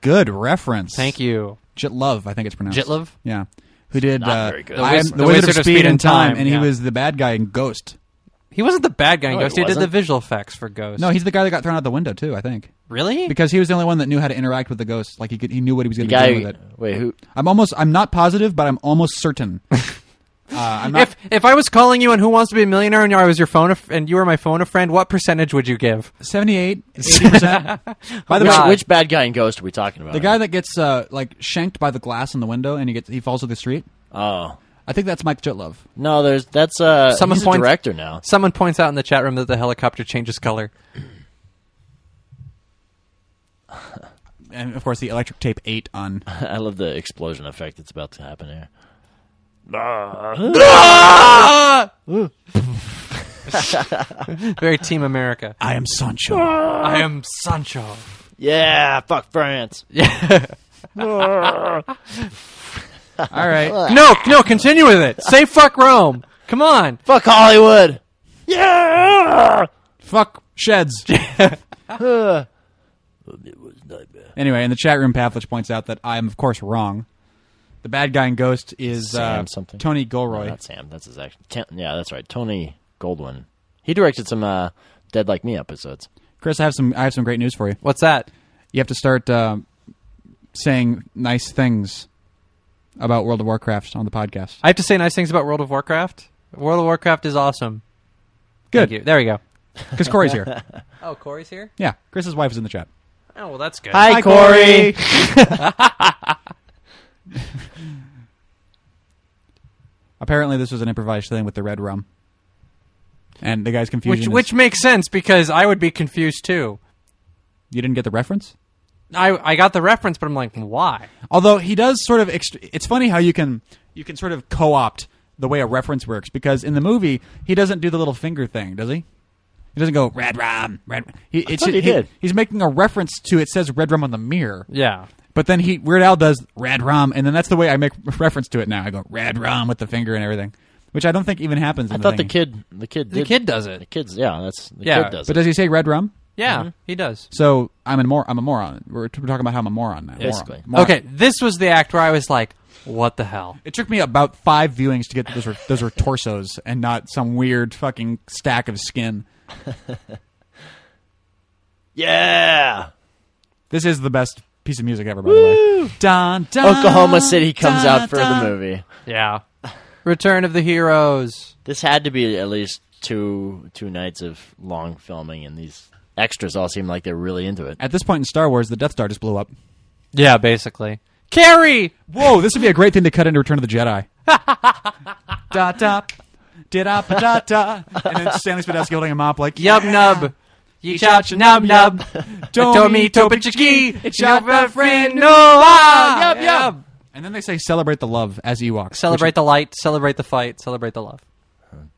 [SPEAKER 2] Good reference.
[SPEAKER 3] Thank you.
[SPEAKER 2] Jitlov, I think it's pronounced.
[SPEAKER 3] Jitlov?
[SPEAKER 2] Yeah. Who did
[SPEAKER 4] Not
[SPEAKER 2] uh,
[SPEAKER 4] very good.
[SPEAKER 2] I Am-
[SPEAKER 3] The
[SPEAKER 2] the,
[SPEAKER 3] Wiz-
[SPEAKER 2] Wizard, of Speed, and Time, and
[SPEAKER 3] yeah.
[SPEAKER 2] he was the bad guy in Ghost.
[SPEAKER 3] He wasn't the bad guy in
[SPEAKER 4] No, he
[SPEAKER 3] Ghost. He did the
[SPEAKER 4] wasn't.
[SPEAKER 3] visual effects for Ghost.
[SPEAKER 2] No, he's the guy that got thrown out the window too. I think
[SPEAKER 3] really.
[SPEAKER 2] because he was the only one that knew how to interact with the ghost. Like he could, he knew what he was
[SPEAKER 4] the
[SPEAKER 2] going to
[SPEAKER 4] guy.
[SPEAKER 2] do with
[SPEAKER 4] Who,
[SPEAKER 2] it.
[SPEAKER 4] wait, who?
[SPEAKER 2] I'm almost. I'm not positive, but I'm almost
[SPEAKER 4] [LAUGHS]
[SPEAKER 2] certain. uh, I'm not.
[SPEAKER 3] if if I was calling you on Who Wants to Be a Millionaire and I was your phone a f- and you were my phone a friend, what percentage would you give?
[SPEAKER 4] [LAUGHS]
[SPEAKER 2] 78, 80 percent. By the
[SPEAKER 4] Which,
[SPEAKER 2] way,
[SPEAKER 4] which bad guy in Ghost are we talking about?
[SPEAKER 2] the guy that gets uh, like shanked by the glass in the window and he gets he falls to the street.
[SPEAKER 4] Oh
[SPEAKER 2] I think that's Mike Jitlove.
[SPEAKER 4] no, there's that's uh.
[SPEAKER 3] Someone
[SPEAKER 4] he's a
[SPEAKER 3] points-
[SPEAKER 4] director now. [LAUGHS]
[SPEAKER 3] Someone points out in the chat room that the helicopter changes color.
[SPEAKER 2] And of course, the electric tape eight on.
[SPEAKER 4] I love the explosion effect that's about to happen here.
[SPEAKER 3] Uh, Very Team America.
[SPEAKER 2] I am Sancho.
[SPEAKER 3] I am Sancho.
[SPEAKER 4] Yeah, fuck France.
[SPEAKER 2] All right.
[SPEAKER 3] No, no, continue with it. Say fuck Rome. Come on.
[SPEAKER 4] Fuck Hollywood. Yeah.
[SPEAKER 2] Fuck
[SPEAKER 4] [LAUGHS]
[SPEAKER 2] sheds.
[SPEAKER 4] It was a nightmare.
[SPEAKER 2] anyway, in the chat room, Pavlich points out that I am, of course, wrong. The bad guy in Ghost is uh,
[SPEAKER 4] Sam something.
[SPEAKER 2] Tony
[SPEAKER 4] No,
[SPEAKER 2] Gilroy.
[SPEAKER 4] not Sam. Oh, That's his action. Yeah, that's right. Tony Goldwyn. He directed some uh, Dead Like Me episodes.
[SPEAKER 2] Chris, I have some. I have some great news for you.
[SPEAKER 3] What's that?
[SPEAKER 2] You have to start uh, saying nice things about World of Warcraft on the podcast.
[SPEAKER 3] I have to say nice things about World of Warcraft. World of Warcraft is awesome. Thank you.
[SPEAKER 2] Good,
[SPEAKER 3] There we go.
[SPEAKER 2] because Corey's
[SPEAKER 4] [LAUGHS]
[SPEAKER 2] here.
[SPEAKER 3] Oh, Corey's here?
[SPEAKER 2] Yeah, Chris's wife is in the chat.
[SPEAKER 3] Oh, well, that's good.
[SPEAKER 4] Hi, Corey.
[SPEAKER 2] Apparently, this was an improvised thing with the red rum, and the guy's confusion. is-
[SPEAKER 3] Which, which makes sense because I would be confused too.
[SPEAKER 2] you didn't get the reference.
[SPEAKER 3] I, I got the reference, but I'm like, why?
[SPEAKER 2] Although he does sort of, ext- it's funny how you can you can sort of co-opt the way a reference works because in the movie he doesn't do the little finger thing, does he? He doesn't go red rum, red. He, it's,
[SPEAKER 4] thought he did.
[SPEAKER 2] He's making a reference to it says red rum on the mirror.
[SPEAKER 3] Yeah.
[SPEAKER 2] But then [LAUGHS] he Weird Al does Rad Rum, and then that's the way I make reference to it now. I go Rad Rum with the finger and everything. which I don't think even happens. In
[SPEAKER 4] I
[SPEAKER 2] the
[SPEAKER 4] thought the
[SPEAKER 2] thing.
[SPEAKER 4] kid, the kid,
[SPEAKER 3] The
[SPEAKER 4] did-
[SPEAKER 3] kid does it. Mm-hmm.
[SPEAKER 4] The kids, yeah, that's the
[SPEAKER 3] Yeah,
[SPEAKER 4] kid does
[SPEAKER 2] But
[SPEAKER 4] it.
[SPEAKER 2] does he say red rum?
[SPEAKER 3] Yeah, he does.
[SPEAKER 2] So I'm a mor- I'm a moron. We're, we're talking about how I'm a moron now.
[SPEAKER 4] Basically.
[SPEAKER 2] Moron. Moron.
[SPEAKER 3] Okay, this was the act where I was like, "What the hell?"
[SPEAKER 2] It took me about five viewings to get that those were those were torsos and not some weird fucking stack of skin.
[SPEAKER 4] Yeah,
[SPEAKER 2] This is the best piece of music ever, by the way. Dun, dun,
[SPEAKER 3] Oh,
[SPEAKER 4] Oklahoma City comes out for the
[SPEAKER 2] dun.
[SPEAKER 4] movie.
[SPEAKER 3] Yeah, Return of the Heroes.
[SPEAKER 4] This had to be at least two two nights of long filming, and these extras all seem like they're really into it.
[SPEAKER 2] At this point in Star Wars, the Death Star just blew up.
[SPEAKER 3] Yeah, basically. Carrie.
[SPEAKER 2] Whoa, this would be a great thing to cut into Return of the Jedi. da da, did da da da, and then Stanley Spadafsky holding a mop like
[SPEAKER 3] Yub nub. Ye chach nub [LAUGHS] nub. Tomi topichiki. It's your friend. No. ah, Yub yub.
[SPEAKER 2] And then they say celebrate the love as Ewoks.
[SPEAKER 3] Celebrate the light. Celebrate the fight. Celebrate the love.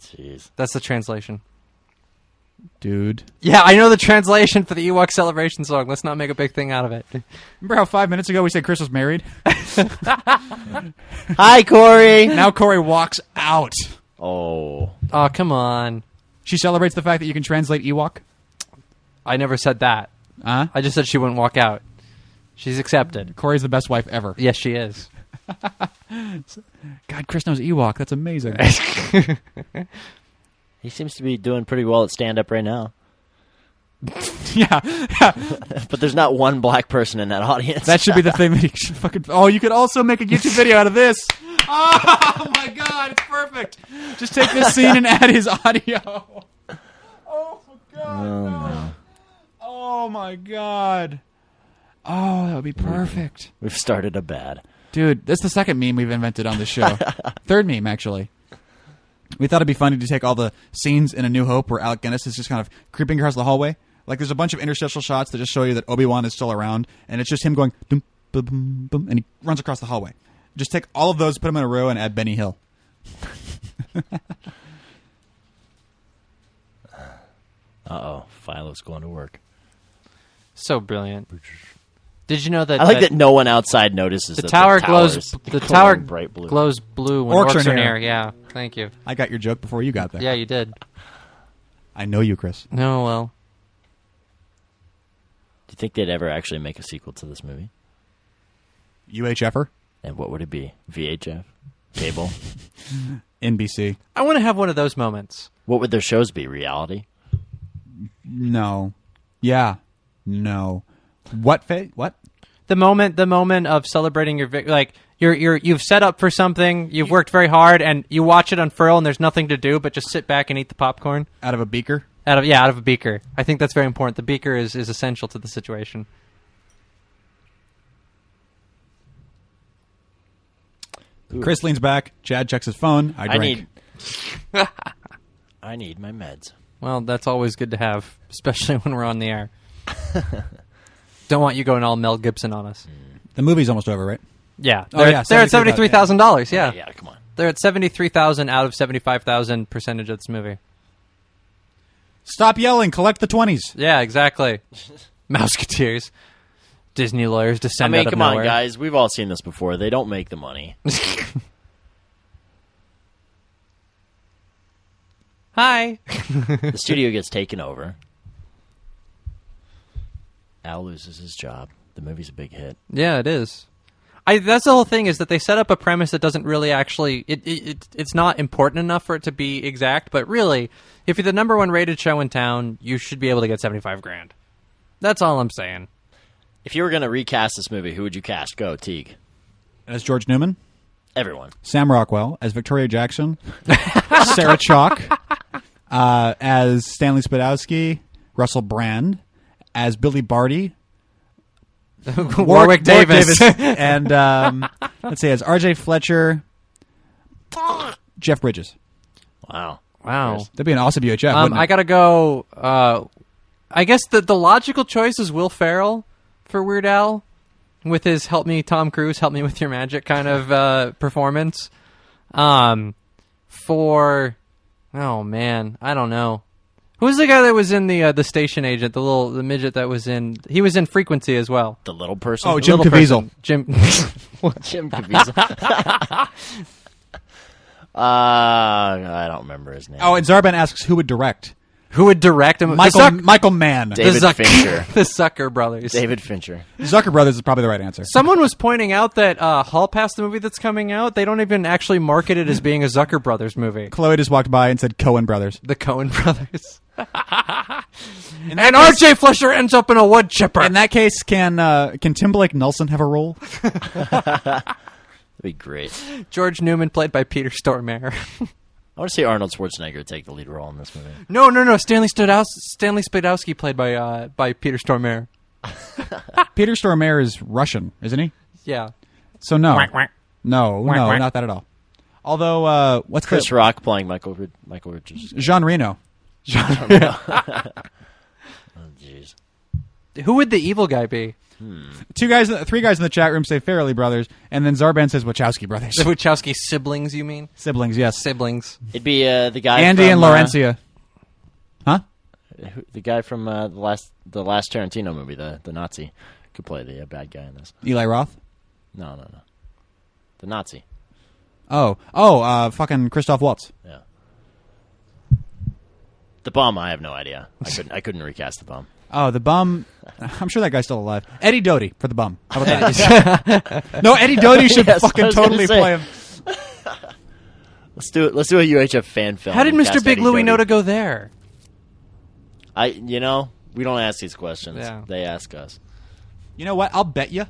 [SPEAKER 4] Jeez,
[SPEAKER 3] That's the translation.
[SPEAKER 2] the dude.
[SPEAKER 3] Yeah, I know the translation for the Ewok celebration song. Let's not make a big thing out of it.
[SPEAKER 2] Remember how five minutes ago we said Chris was married?
[SPEAKER 4] hi Corey.
[SPEAKER 2] now Corey walks out.
[SPEAKER 4] Oh,
[SPEAKER 3] Oh, come on.
[SPEAKER 2] She celebrates the fact that you can translate Ewok.
[SPEAKER 3] I never said that.
[SPEAKER 2] Huh?
[SPEAKER 3] I just said she wouldn't walk out. She's accepted.
[SPEAKER 2] Corey's the best wife ever.
[SPEAKER 3] Yes, she is.
[SPEAKER 2] God, Chris knows Ewok. That's amazing.
[SPEAKER 4] he seems to be doing pretty well at stand up right now.
[SPEAKER 2] [LAUGHS] yeah,
[SPEAKER 4] But there's not one black person in that [LAUGHS] audience.
[SPEAKER 2] that should be the thing that you should fucking. Oh, you could also make a YouTube video out of this. [LAUGHS] Oh my God, it's perfect. Just take this scene and add his audio. [LAUGHS] Oh God.
[SPEAKER 4] Oh, no.
[SPEAKER 2] Oh my God. Oh, that would be perfect.
[SPEAKER 4] We've started a bad.
[SPEAKER 2] Dude, that's the second meme we've invented on this show. Third meme, actually. We thought it'd be funny to take all the scenes in A New Hope where Alec Guinness is just kind of creeping across the hallway. Like there's a bunch of interstitial shots that just show you that Obi Wan is still around, and it's just him going boom, boom, boom, boom, and he runs across the hallway. Just take all of those, put them in a row, and add Benny Hill.
[SPEAKER 4] Uh oh, Philo's going to work.
[SPEAKER 3] So brilliant. Did you know that?
[SPEAKER 4] I like that no one outside notices.
[SPEAKER 3] the
[SPEAKER 4] that
[SPEAKER 3] tower
[SPEAKER 4] the
[SPEAKER 3] glows.
[SPEAKER 4] tower's
[SPEAKER 3] The
[SPEAKER 4] glowing
[SPEAKER 3] tower
[SPEAKER 4] bright blue.
[SPEAKER 3] glows blue when
[SPEAKER 2] Orcs
[SPEAKER 3] orcs,
[SPEAKER 2] are
[SPEAKER 3] are
[SPEAKER 2] near.
[SPEAKER 3] near. Yeah, thank you.
[SPEAKER 2] I got your joke before you got there.
[SPEAKER 3] Yeah, you did.
[SPEAKER 2] I know you, Chris.
[SPEAKER 3] No, well,
[SPEAKER 4] Do you think they'd ever actually make a sequel to this movie?
[SPEAKER 2] UHFer,
[SPEAKER 4] And what would it be? VHF,
[SPEAKER 2] [LAUGHS]
[SPEAKER 4] cable.
[SPEAKER 2] NBC.
[SPEAKER 3] I want to have one of those moments.
[SPEAKER 4] what would their shows be? Reality.
[SPEAKER 2] No. Yeah. No. What? Fa- what?
[SPEAKER 3] The moment, the moment of celebrating your victory. Like you're, you're, you've set up for something. You've worked very hard, and you watch it unfurl, and there's nothing to do but just sit back and eat the popcorn
[SPEAKER 2] Out of a beaker?
[SPEAKER 3] out of yeah, out of a beaker. I think that's very important. The beaker is is essential to the situation.
[SPEAKER 2] Chris leans back. Chad checks his phone. I
[SPEAKER 4] I
[SPEAKER 2] drink.
[SPEAKER 4] need. I need my meds.
[SPEAKER 3] Well, that's always good to have, [LAUGHS] especially when we're on the [LAUGHS] air. Don't want you going all Mel Gibson on us.
[SPEAKER 2] The movie's almost over, right?
[SPEAKER 3] Yeah,
[SPEAKER 2] Oh,
[SPEAKER 3] they're,
[SPEAKER 2] yeah,
[SPEAKER 3] they're at seventy three thousand dollars. Yeah.
[SPEAKER 4] yeah. Come on.
[SPEAKER 3] they're at seventy three thousand out of seventy five thousand percentage of this movie.
[SPEAKER 2] Stop yelling. Collect the twenties.
[SPEAKER 3] Yeah,
[SPEAKER 4] [LAUGHS]
[SPEAKER 3] exactly. Mouseketeers, Disney lawyers
[SPEAKER 4] I
[SPEAKER 3] descend
[SPEAKER 4] mean,
[SPEAKER 3] out of
[SPEAKER 4] come
[SPEAKER 3] nowhere.
[SPEAKER 4] on, guys. We've all seen this before. They don't make
[SPEAKER 2] [LAUGHS]
[SPEAKER 4] the money.
[SPEAKER 3] Hi.
[SPEAKER 4] the studio gets taken over. Al loses his job. The movie's a big hit.
[SPEAKER 3] Yeah, it is. I, that's the whole thing is that they set up a premise that doesn't really actually it, it, it it's not important enough for it to be exact, but really, if you're the number one rated show in town, you should be able to get seventy five grand. That's all I'm saying. [LAUGHS]
[SPEAKER 4] If you were going to recast this movie, who would you cast? Go, Teague.
[SPEAKER 2] As George Newman,
[SPEAKER 4] Everyone.
[SPEAKER 2] Sam Rockwell as Victoria
[SPEAKER 3] [LAUGHS]
[SPEAKER 2] Jackson, Sarah Chalk uh, as Stanley Spadowski, Russell Brand as Billy Barty,
[SPEAKER 3] Warwick,
[SPEAKER 2] [LAUGHS] and um, let's see, as R.J. Fletcher, Jeff Bridges.
[SPEAKER 4] Wow.
[SPEAKER 3] [LAUGHS] wow.
[SPEAKER 2] That'd be an awesome UHF.
[SPEAKER 3] Um,
[SPEAKER 2] wouldn't it?
[SPEAKER 3] I gotta go. Uh, I guess the the logical choice is Will Ferrell for Weird Al with his "Help Me, Tom Cruise, Help Me with Your Magic" kind of uh, performance. Um, for oh man, I don't know. Who's the guy that was in the uh, the station agent? The little the midget that was in. He was in Frequency as well.
[SPEAKER 4] The little person.
[SPEAKER 2] Oh, Jim [LAUGHS]
[SPEAKER 3] Little
[SPEAKER 2] Caviezel.
[SPEAKER 3] person. Jim.
[SPEAKER 4] Jim Caviezel. [LAUGHS] Uh, I don't remember his name.
[SPEAKER 2] Oh, and Zarban asks who would direct.
[SPEAKER 3] [LAUGHS] Who would direct him?
[SPEAKER 2] Michael
[SPEAKER 3] the Zuck,
[SPEAKER 2] Michael Mann.
[SPEAKER 3] the
[SPEAKER 4] David
[SPEAKER 3] Zuck-
[SPEAKER 4] Fincher.
[SPEAKER 3] [LAUGHS] the Zucker brothers.
[SPEAKER 4] David Fincher.
[SPEAKER 2] Zucker Brothers is probably the right answer.
[SPEAKER 3] Someone was pointing out that uh, Hall Pass, the movie that's coming out, they don't even actually market [LAUGHS] it as being a Zucker brothers movie.
[SPEAKER 2] Chloe just walked by and said Cohen Brothers.
[SPEAKER 3] The Cohen [LAUGHS] brothers. and R.J. Flesher ends up in a wood chipper.
[SPEAKER 2] In that case, can uh, can Timberlake Nelson have a role?
[SPEAKER 4] That'd be great.
[SPEAKER 3] George Newman, played by Peter Stormare.
[SPEAKER 4] I want to see Arnold Schwarzenegger take the lead role in this movie.
[SPEAKER 3] [LAUGHS] no, no, no. Stanley Stodows- Stanley Spadowski, played by uh, by Peter Stormare.
[SPEAKER 2] Peter Stormare is Russian, isn't he?
[SPEAKER 3] Yeah.
[SPEAKER 2] So no,
[SPEAKER 3] Quack, quack.
[SPEAKER 2] no,
[SPEAKER 3] Quack,
[SPEAKER 2] no,
[SPEAKER 3] quack.
[SPEAKER 2] not that at all. Although, uh, what's
[SPEAKER 4] Chris
[SPEAKER 2] the
[SPEAKER 4] Rock playing Michael Rid- Michael Richards.
[SPEAKER 2] Jean Reno?
[SPEAKER 4] Jeez.
[SPEAKER 3] Who would the evil guy be?
[SPEAKER 2] Two guys, three guys in the chat room say Fairley Brothers, and then Zarban says Wachowski Brothers.
[SPEAKER 4] [LAUGHS]
[SPEAKER 3] The Wachowski siblings, you mean?
[SPEAKER 2] Siblings, yes.
[SPEAKER 3] [LAUGHS] Siblings.
[SPEAKER 4] It'd be uh, the guy
[SPEAKER 2] Andy
[SPEAKER 4] from,
[SPEAKER 2] and
[SPEAKER 4] uh,
[SPEAKER 2] Laurencia. Huh?
[SPEAKER 4] who- the guy from uh, the last the last Tarantino movie, the the Nazi, could play the uh, bad guy in this.
[SPEAKER 2] Eli Roth.
[SPEAKER 4] No, no, no. The Nazi.
[SPEAKER 2] Oh, oh, uh, fucking Christoph Waltz.
[SPEAKER 4] Yeah. The bomb. I have no idea. I couldn't. I couldn't recast the bomb.
[SPEAKER 2] Oh, the bum. I'm sure that guy's still alive. Eddie Doty for the
[SPEAKER 4] [LAUGHS]
[SPEAKER 2] bum. How about that? no, Eddie Doty should
[SPEAKER 4] Yes, I
[SPEAKER 2] fucking
[SPEAKER 4] was gonna
[SPEAKER 2] totally
[SPEAKER 4] say.
[SPEAKER 2] play him.
[SPEAKER 4] Let's do it. Let's do a UHF fan film.
[SPEAKER 3] How did
[SPEAKER 4] and
[SPEAKER 3] Mr.
[SPEAKER 4] cast
[SPEAKER 3] Big
[SPEAKER 4] Eddie
[SPEAKER 3] Louie
[SPEAKER 4] Doty.
[SPEAKER 3] know to go there?
[SPEAKER 4] I. You know, we don't ask these questions.
[SPEAKER 3] Yeah.
[SPEAKER 4] They ask us.
[SPEAKER 2] You know what? I'll bet you.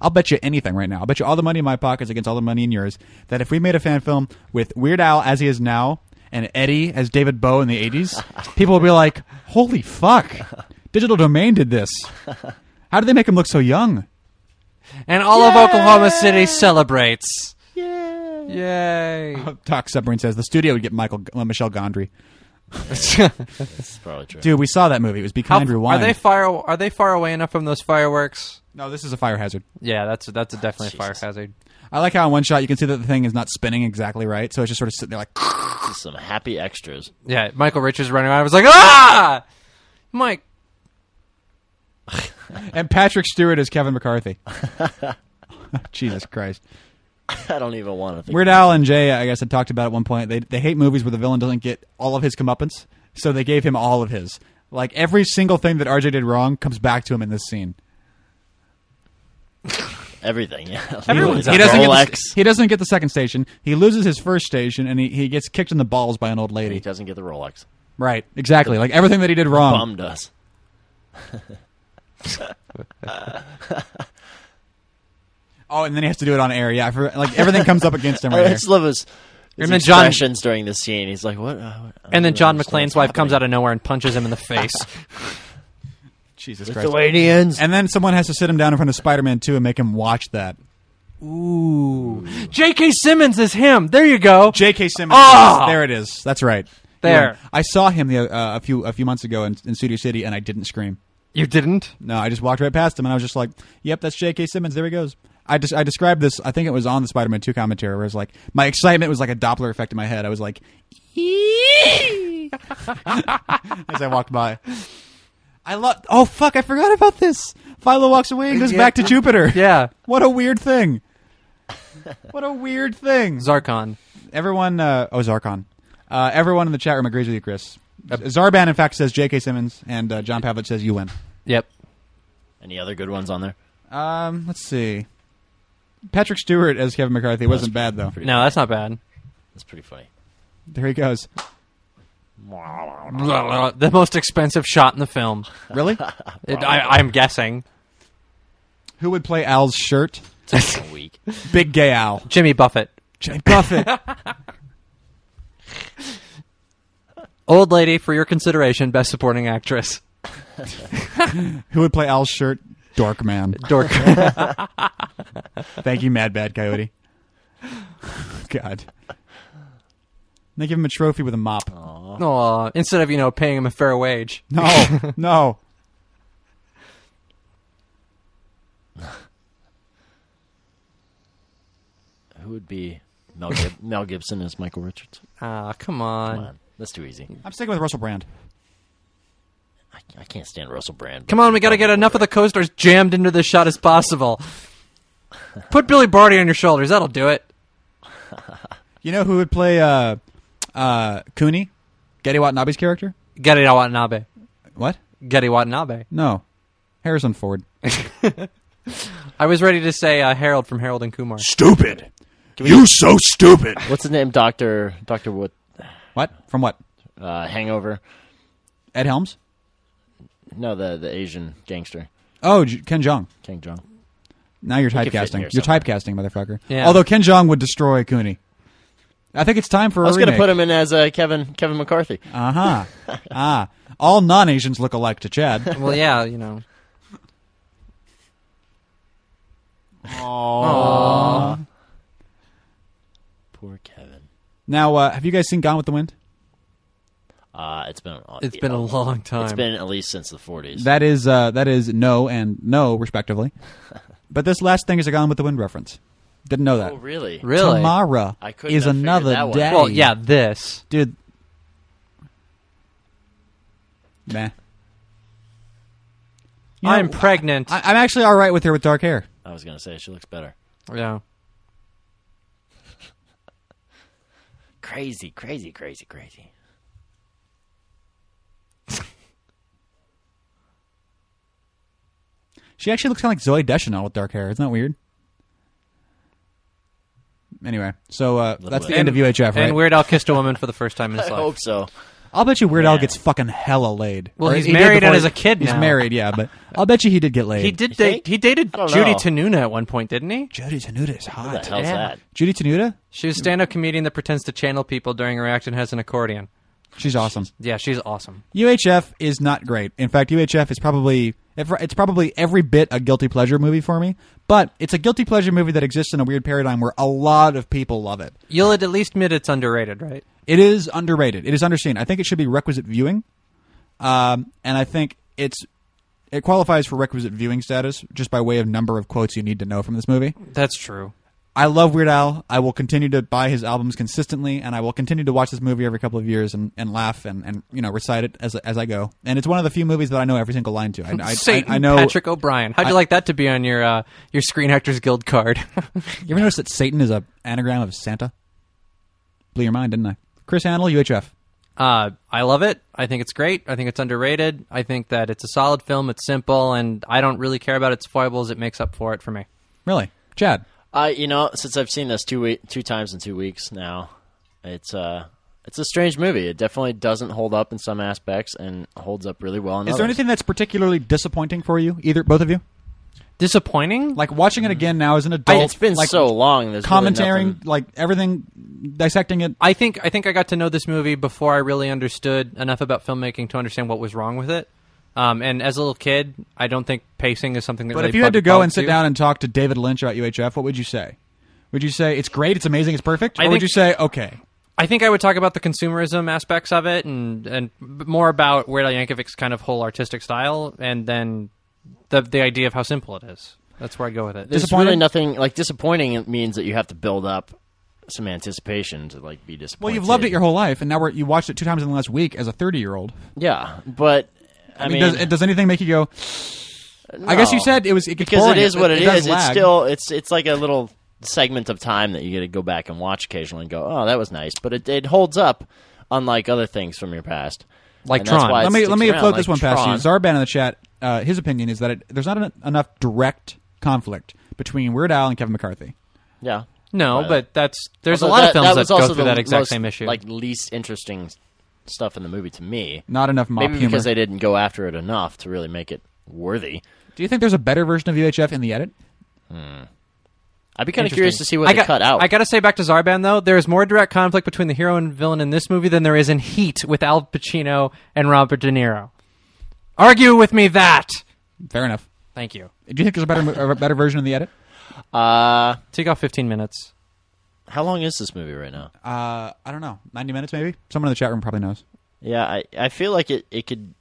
[SPEAKER 2] I'll bet you anything right now. I'll bet you all the money in my pockets against all the money in yours that if we made a fan film with Weird Al as he is now and Eddie as David Bowie in the 80s, people will be like, holy fuck. Digital Domain did this. How did they make him look so young?
[SPEAKER 3] And all of Oklahoma City celebrates. Yay! Yay!
[SPEAKER 2] Doc Submarine says the studio would get Michael uh, Michelle Gondry.
[SPEAKER 4] It's probably true.
[SPEAKER 2] Dude, we saw that movie. It was Be
[SPEAKER 3] How-
[SPEAKER 2] Kind,
[SPEAKER 3] are
[SPEAKER 2] Rewind.
[SPEAKER 3] they far? Are they far away enough from those fireworks?
[SPEAKER 2] no, this is a fire hazard.
[SPEAKER 3] Yeah, that's that's a definitely a fire
[SPEAKER 4] Jesus.
[SPEAKER 3] hazard.
[SPEAKER 2] I like how in one shot you can see that the thing is not spinning exactly right, so it's just sort of sitting there like, [LAUGHS]
[SPEAKER 4] This is some happy extras. [LAUGHS]
[SPEAKER 3] Yeah, Michael Richards running around. I was like, ah, Mike.
[SPEAKER 2] and Patrick Stewart is Kevin McCarthy. [LAUGHS] Jesus Christ.
[SPEAKER 4] I don't even want to think.
[SPEAKER 2] Weird Al and Jay, I guess, had talked about at one point. They they hate movies where the villain doesn't get all of his comeuppance, so they gave him all of his. Like every single thing that RJ did wrong comes back to him in this scene.
[SPEAKER 4] Everything. [LAUGHS] Yeah.
[SPEAKER 3] Everyone's
[SPEAKER 4] Rolex.
[SPEAKER 2] He doesn't, get the, he doesn't get the second station. He loses his first station, and he, he gets kicked in the balls by an old
[SPEAKER 4] He
[SPEAKER 2] lady.
[SPEAKER 4] doesn't get the Rolex.
[SPEAKER 2] Right, exactly. Like everything that he did wrong.
[SPEAKER 4] Bum does.
[SPEAKER 2] Oh, and then he has to do it on air. Yeah, for, like everything comes up against him [LAUGHS]
[SPEAKER 4] I
[SPEAKER 2] right there.
[SPEAKER 4] just love his, his
[SPEAKER 3] And then John-
[SPEAKER 4] expressions during the scene. He's like, "What?" Uh, what- I
[SPEAKER 3] And then
[SPEAKER 4] don't
[SPEAKER 3] John
[SPEAKER 4] understand
[SPEAKER 3] McClane's
[SPEAKER 4] what's
[SPEAKER 3] wife comes
[SPEAKER 4] happening.
[SPEAKER 3] out of nowhere and punches him in the
[SPEAKER 4] [LAUGHS]
[SPEAKER 3] face.
[SPEAKER 2] Jesus Christ.
[SPEAKER 4] Lithuanians.
[SPEAKER 2] And then someone has to sit him down in front of Spider-Man 2 and make him watch that.
[SPEAKER 3] Ooh, J.K. Simmons is him. There you go.
[SPEAKER 2] J.K. Simmons.
[SPEAKER 3] Ah!
[SPEAKER 2] There it is. That's right.
[SPEAKER 3] There.
[SPEAKER 2] Yeah. I saw him the, uh, a few a few months ago in, in Studio City, and I didn't scream.
[SPEAKER 3] you didn't.
[SPEAKER 2] No, I just walked right past him, and I was just like, "Yep, that's J.K. Simmons. There he goes." I just I described this. I think it was on the Spider-Man Two commentary, where it was like my excitement was like a Doppler effect in my head. I was like, [LAUGHS] as I walked by. I love. Oh fuck! I forgot about this. Philo walks away and goes
[SPEAKER 3] Yeah.
[SPEAKER 2] back to Jupiter.
[SPEAKER 3] Yeah,
[SPEAKER 2] What a weird thing. What a weird thing.
[SPEAKER 3] Zarkon.
[SPEAKER 2] Everyone, uh, oh Zarkon. Uh, everyone in the chat room agrees with you, Chris. Zarban, in fact, says J.K. Simmons, and uh, John Pavlich says you win.
[SPEAKER 3] Yep.
[SPEAKER 4] Any other good ones on there?
[SPEAKER 2] Um, let's see. Patrick Stewart as Kevin McCarthy wasn't bad though.
[SPEAKER 4] Pretty,
[SPEAKER 3] No, that's not bad.
[SPEAKER 4] that's pretty funny.
[SPEAKER 2] There he goes.
[SPEAKER 3] The most expensive shot in the film.
[SPEAKER 2] Really?
[SPEAKER 3] It- I, I'm guessing.
[SPEAKER 2] Who would play Al's shirt?
[SPEAKER 4] It's a
[SPEAKER 3] [LAUGHS]
[SPEAKER 4] week.
[SPEAKER 2] Big gay Al.
[SPEAKER 3] Jimmy Buffett.
[SPEAKER 2] Jimmy Buffett.
[SPEAKER 3] Old lady, for your consideration, best supporting actress.
[SPEAKER 2] Who would play Al's shirt? Dork man.
[SPEAKER 3] Dork.
[SPEAKER 4] [LAUGHS]
[SPEAKER 2] Thank you, Mad Bad Coyote. God. They give him a trophy with a mop.
[SPEAKER 3] Aw, uh, instead of, you know, paying him a fair wage.
[SPEAKER 2] No, no.
[SPEAKER 4] Who would be Mel, Gib- Mel Gibson as Michael Richards?
[SPEAKER 3] Ah, come on.
[SPEAKER 4] Come on, that's too easy.
[SPEAKER 2] I'm sticking with Russell Brand.
[SPEAKER 4] I, I can't stand Russell Brand.
[SPEAKER 3] Come on, we gotta get enough of the co-stars jammed into this shot as
[SPEAKER 4] [LAUGHS]
[SPEAKER 3] possible. Put Billy Barty on your shoulders, that'll do it.
[SPEAKER 2] You know who would play uh, uh, Cooney? Getty Watanabe's character?
[SPEAKER 3] Gary Watanabe.
[SPEAKER 2] What?
[SPEAKER 3] Gary Watanabe.
[SPEAKER 2] No. Harrison Ford.
[SPEAKER 3] I was ready to say uh, Harold from Harold and
[SPEAKER 4] [LAUGHS]
[SPEAKER 3] Kumar.
[SPEAKER 5] Stupid. You so stupid.
[SPEAKER 4] What's his name? Doctor Doctor What?
[SPEAKER 2] What? From what?
[SPEAKER 4] Uh, Hangover?
[SPEAKER 2] Ed Helms?
[SPEAKER 4] No, the the Asian gangster
[SPEAKER 2] Oh, J- Ken Jong.
[SPEAKER 4] King Jong.
[SPEAKER 2] Now you're
[SPEAKER 4] could fit in here
[SPEAKER 2] typecasting. You're
[SPEAKER 4] somewhere.
[SPEAKER 2] typecasting, motherfucker.
[SPEAKER 3] Yeah.
[SPEAKER 2] Although Ken Jong would destroy Cooney. I think it's time for
[SPEAKER 4] I was
[SPEAKER 2] going
[SPEAKER 4] gonna put him in as uh, Kevin Kevin McCarthy.
[SPEAKER 2] Uh-huh.
[SPEAKER 4] [LAUGHS]
[SPEAKER 2] ah. All non-Asians look alike to Chad.
[SPEAKER 3] Well, yeah, you know.
[SPEAKER 4] Poor Kevin.
[SPEAKER 2] Now, uh, have you guys seen Gone with the Wind?
[SPEAKER 4] Uh, it's been
[SPEAKER 3] It's been a long time.
[SPEAKER 4] It's been at least since the 40s.
[SPEAKER 2] That is uh, that is no and no respectively. But this last thing is a Gone with the Wind reference. Didn't know that.
[SPEAKER 4] oh, really?
[SPEAKER 3] really.
[SPEAKER 2] Tomorrow
[SPEAKER 4] I couldn't
[SPEAKER 2] is
[SPEAKER 4] have figured
[SPEAKER 2] another
[SPEAKER 4] that one
[SPEAKER 2] day.
[SPEAKER 4] out.
[SPEAKER 3] Well, yeah, this.
[SPEAKER 2] dude. Meh. You know,
[SPEAKER 3] I'm pregnant.
[SPEAKER 2] I, I'm actually all right with her with dark hair.
[SPEAKER 4] I was going to say she looks better.
[SPEAKER 3] yeah.
[SPEAKER 4] Crazy, crazy, crazy, crazy.
[SPEAKER 2] She actually looks kind of like Zoe Deschanel with dark hair. Isn't that weird? Anyway, so uh, that's the
[SPEAKER 4] bit.
[SPEAKER 2] end of UHF, right?
[SPEAKER 3] And Weird Al kissed a woman for the first time in his
[SPEAKER 4] [LAUGHS] I
[SPEAKER 3] life.
[SPEAKER 4] hope so.
[SPEAKER 2] I'll bet you Weird Al
[SPEAKER 4] Yeah.
[SPEAKER 2] gets fucking hella laid.
[SPEAKER 3] Well,
[SPEAKER 2] Or
[SPEAKER 3] he's
[SPEAKER 2] he did
[SPEAKER 3] married and
[SPEAKER 2] before-
[SPEAKER 3] is a kid
[SPEAKER 2] He's
[SPEAKER 3] now.
[SPEAKER 2] married, yeah, but I'll bet you he did get laid.
[SPEAKER 3] He did
[SPEAKER 4] You
[SPEAKER 3] date.
[SPEAKER 4] think?
[SPEAKER 3] He dated
[SPEAKER 4] I don't
[SPEAKER 3] Judy
[SPEAKER 4] know.
[SPEAKER 3] Tanuna at one point, didn't he?
[SPEAKER 2] Judy Tenuta is hot.
[SPEAKER 4] What the hell's
[SPEAKER 3] Yeah.
[SPEAKER 4] that?
[SPEAKER 2] Judy Tenuta,
[SPEAKER 3] She was a stand-up comedian that pretends to channel people during her act and has an accordion.
[SPEAKER 2] she's awesome.
[SPEAKER 3] Yeah, she's awesome.
[SPEAKER 2] UHF is not great. In fact, UHF is probably it's probably every bit a guilty pleasure movie for me. But it's a guilty pleasure movie that exists in a weird paradigm where a lot of people love it.
[SPEAKER 3] You'll at least admit it's underrated, right?
[SPEAKER 2] It is underrated. It is underseen. I think it should be requisite viewing, um, and I think it's it qualifies for requisite viewing status just by way of number of quotes you need to know from this movie.
[SPEAKER 3] That's true.
[SPEAKER 2] I love Weird Al. I will continue to buy his albums consistently, and I will continue to watch this movie every couple of years and, and laugh and, and you know recite it as, as I go. And it's one of the few movies that I know every single line to. I, I- I,
[SPEAKER 3] Satan
[SPEAKER 2] I, know.
[SPEAKER 3] Patrick O'Brien. How'd you
[SPEAKER 2] I-
[SPEAKER 3] like that to be on your uh, your Screen Actors Guild card? [LAUGHS]
[SPEAKER 2] You ever notice that Satan is a anagram of Santa? Blew your mind, didn't I? Chris Hannell, UHF.
[SPEAKER 3] uh, I love it. I think it's great. I think it's underrated. I think that it's a solid film. It's simple, and I don't really care about its foibles. It makes up for it for me.
[SPEAKER 2] Really, Chad?
[SPEAKER 4] I, you know, since I've seen this two we- two times in two weeks now, it's uh, it's a strange movie. It definitely doesn't hold up in some aspects and holds up really well. In
[SPEAKER 2] Is there
[SPEAKER 4] others.
[SPEAKER 2] anything that's particularly disappointing for you, either both of you?
[SPEAKER 3] Disappointing.
[SPEAKER 2] Like watching it again now as an
[SPEAKER 4] I-
[SPEAKER 2] adult.
[SPEAKER 4] it's been
[SPEAKER 2] like,
[SPEAKER 4] so long. There's really
[SPEAKER 2] Commentating,
[SPEAKER 4] nothing-
[SPEAKER 2] like everything, dissecting it.
[SPEAKER 3] I think I think I got to know this movie before I really understood enough about filmmaking to understand what was wrong with it. Um, and as a little kid, I don't think pacing is something that.
[SPEAKER 2] But
[SPEAKER 3] really
[SPEAKER 2] if you had to
[SPEAKER 3] bug-
[SPEAKER 2] go
[SPEAKER 3] bugs
[SPEAKER 2] and sit
[SPEAKER 3] you.
[SPEAKER 2] down and talk to David Lynch about UHF, what would you say? Would you say it's great, it's amazing, it's perfect, or
[SPEAKER 3] I
[SPEAKER 2] would
[SPEAKER 3] think-
[SPEAKER 2] you say okay?
[SPEAKER 3] I think I would talk about the consumerism aspects of it, and and b- more about Weird Al Yankovic's kind of whole artistic style, and then the the idea of how simple it is. That's where I go with it.
[SPEAKER 4] There's
[SPEAKER 2] disappointing?
[SPEAKER 4] really nothing like disappointing. It means that you have to build up some anticipation to like be disappointed.
[SPEAKER 2] Well, you've loved it your whole life, and now we're, you watched it two times in the last week as a thirty-year-old.
[SPEAKER 4] yeah, but I, mean,
[SPEAKER 2] does, does anything make you go? I guess you said it was it gets
[SPEAKER 4] because
[SPEAKER 2] boring.
[SPEAKER 4] it is what
[SPEAKER 2] it,
[SPEAKER 4] it
[SPEAKER 2] does
[SPEAKER 4] is. It's
[SPEAKER 2] lag.
[SPEAKER 4] still it's it's like a little segment of time that you get to go back and watch occasionally and go, oh, that was nice. But it, it holds up, unlike other things from your past.
[SPEAKER 3] Like
[SPEAKER 4] And that's
[SPEAKER 3] Tron.
[SPEAKER 4] why it
[SPEAKER 2] let me
[SPEAKER 4] sticks
[SPEAKER 2] let me
[SPEAKER 4] around,
[SPEAKER 2] float this one
[SPEAKER 4] like
[SPEAKER 2] past you.
[SPEAKER 4] Tron.
[SPEAKER 2] Zarban in the chat, uh, his opinion is that it, there's not en- enough direct conflict between Weird Al and Kevin McCarthy.
[SPEAKER 4] Yeah.
[SPEAKER 3] no,
[SPEAKER 4] Right.
[SPEAKER 3] but that's there's
[SPEAKER 4] Although
[SPEAKER 3] a lot of films that,
[SPEAKER 4] was
[SPEAKER 3] go
[SPEAKER 4] also
[SPEAKER 3] through
[SPEAKER 4] the
[SPEAKER 3] that exact
[SPEAKER 4] most,
[SPEAKER 3] same issue.
[SPEAKER 4] Like least interesting s- stuff in the movie to me.
[SPEAKER 2] Not enough mop
[SPEAKER 4] Maybe
[SPEAKER 2] humor.
[SPEAKER 4] because they didn't go after it enough to really make it worthy.
[SPEAKER 2] Do you think there's a better version of UHF in the edit?
[SPEAKER 4] I'd be kind of curious to see what
[SPEAKER 3] I
[SPEAKER 4] they
[SPEAKER 3] got,
[SPEAKER 4] cut out.
[SPEAKER 3] I got to say back to Zarban though, there is more direct conflict between the hero and villain in this movie than there is in Heat with Al Pacino and Robert De Niro. Argue with me that.
[SPEAKER 2] Fair enough.
[SPEAKER 3] Thank you.
[SPEAKER 2] Do you think there's a better mo- a better version in the edit?
[SPEAKER 4] uh,
[SPEAKER 3] Take off 15 minutes.
[SPEAKER 4] how long is this movie right now?
[SPEAKER 2] Uh, I don't know. Ninety minutes, maybe. Someone in the chat room probably knows.
[SPEAKER 4] Yeah, I, I feel like it, it could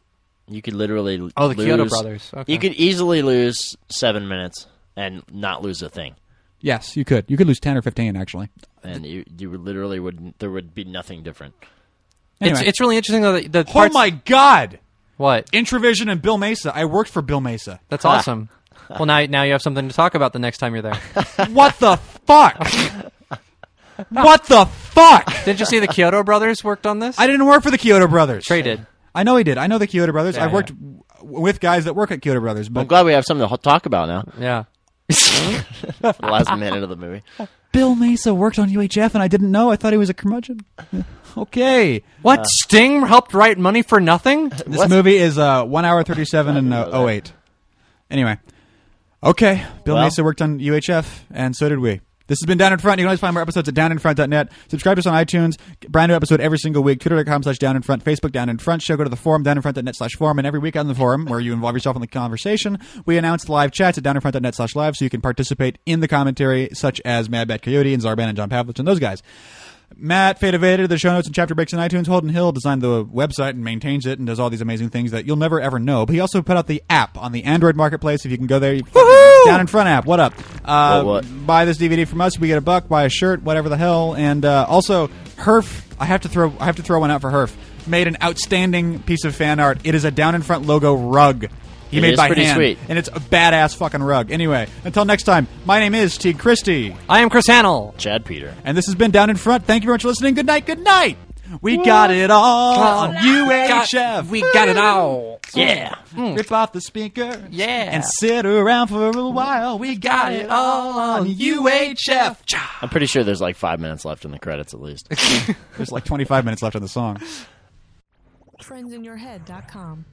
[SPEAKER 4] you could literally
[SPEAKER 3] Oh, the
[SPEAKER 4] lose,
[SPEAKER 3] Kyoto Brothers. Okay.
[SPEAKER 4] You could easily lose seven minutes and not lose a thing,
[SPEAKER 2] Yes, you could. You could lose ten or fifteen, actually.
[SPEAKER 4] and you you would literally would there would be nothing different.
[SPEAKER 2] Anyway.
[SPEAKER 3] It's it's really interesting though. that The
[SPEAKER 2] oh
[SPEAKER 3] parts,
[SPEAKER 2] my god!
[SPEAKER 3] what?
[SPEAKER 2] Introvision and Bill Mesa. I worked for Bill Mesa.
[SPEAKER 3] That's awesome.
[SPEAKER 2] [LAUGHS]
[SPEAKER 3] [LAUGHS] Well, now now you have something to talk about the next time you're there.
[SPEAKER 2] What the fuck? what the fuck?
[SPEAKER 3] Didn't you see the Kyoto brothers worked on this?
[SPEAKER 2] I didn't work for the Kyoto Brothers.
[SPEAKER 3] Trey did.
[SPEAKER 2] I know he did. I know the Kyoto Brothers.
[SPEAKER 3] Yeah,
[SPEAKER 2] I've worked w- with guys that work at Kyoto Brothers,
[SPEAKER 4] I'm
[SPEAKER 2] but
[SPEAKER 4] glad we have something to h- talk about now.
[SPEAKER 3] Yeah.
[SPEAKER 4] For the last minute of the movie.
[SPEAKER 2] Bill Mesa worked on UHF, and I didn't know. I thought he was a curmudgeon. [LAUGHS] okay.
[SPEAKER 3] What? Sting helped write Money
[SPEAKER 2] [LAUGHS]
[SPEAKER 3] for Nothing?
[SPEAKER 2] This
[SPEAKER 4] What?
[SPEAKER 2] movie is uh, one hour thirty seven and uh,
[SPEAKER 4] know that.
[SPEAKER 2] 08. Anyway, okay. Bill
[SPEAKER 4] Well.
[SPEAKER 2] Mesa worked on UHF, and so did we. This has been Down in Front. You can always find more episodes at downinfront.net. Subscribe to us on iTunes. Get Brand new episode every single week. Twitter.com slash down in front. Facebook down in front show. Go to the forum, downinfront.net slash forum. And every week on the forum, where you involve yourself in the conversation, we announce live chats at downinfront.net slash live so you can participate in the commentary, such as Mad Bat Coyote and Zarban and John Pavlich and those guys. Matt Fade Vader, the show notes and chapter breaks in iTunes. Holden Hill designed the website and maintains it and does all these amazing things that you'll never ever know. But he also put out the app on the Android marketplace. If you can go there, you down in front app. What up? Uh,
[SPEAKER 4] What, what?
[SPEAKER 2] Buy this DVD from us. We get a buck. Buy a shirt. Whatever the hell. And uh, also, Herf. I have to throw. I have to throw one out for Herf. Made an outstanding piece of fan art. It is a down in front logo rug. He
[SPEAKER 4] It
[SPEAKER 2] made
[SPEAKER 4] is
[SPEAKER 2] by
[SPEAKER 4] pretty
[SPEAKER 2] hand,
[SPEAKER 4] sweet.
[SPEAKER 2] and it's a badass fucking rug. Anyway, until next time. My name is Teague Christie.
[SPEAKER 3] I am Chris Hannell.
[SPEAKER 4] Chad Peter.
[SPEAKER 2] And this has been Down in Front. Thank you very much for listening. Good night. Good night. We got it all on UHF.
[SPEAKER 3] we got it all.
[SPEAKER 4] Yeah.
[SPEAKER 2] Rip off the speaker.
[SPEAKER 3] Yeah.
[SPEAKER 2] And sit around for a little while. We got it all on UHF. Cha.
[SPEAKER 4] I'm pretty sure there's like five minutes left in the credits at least.
[SPEAKER 2] There's like 25 minutes left on the song.
[SPEAKER 1] Friendsinyourhead.com.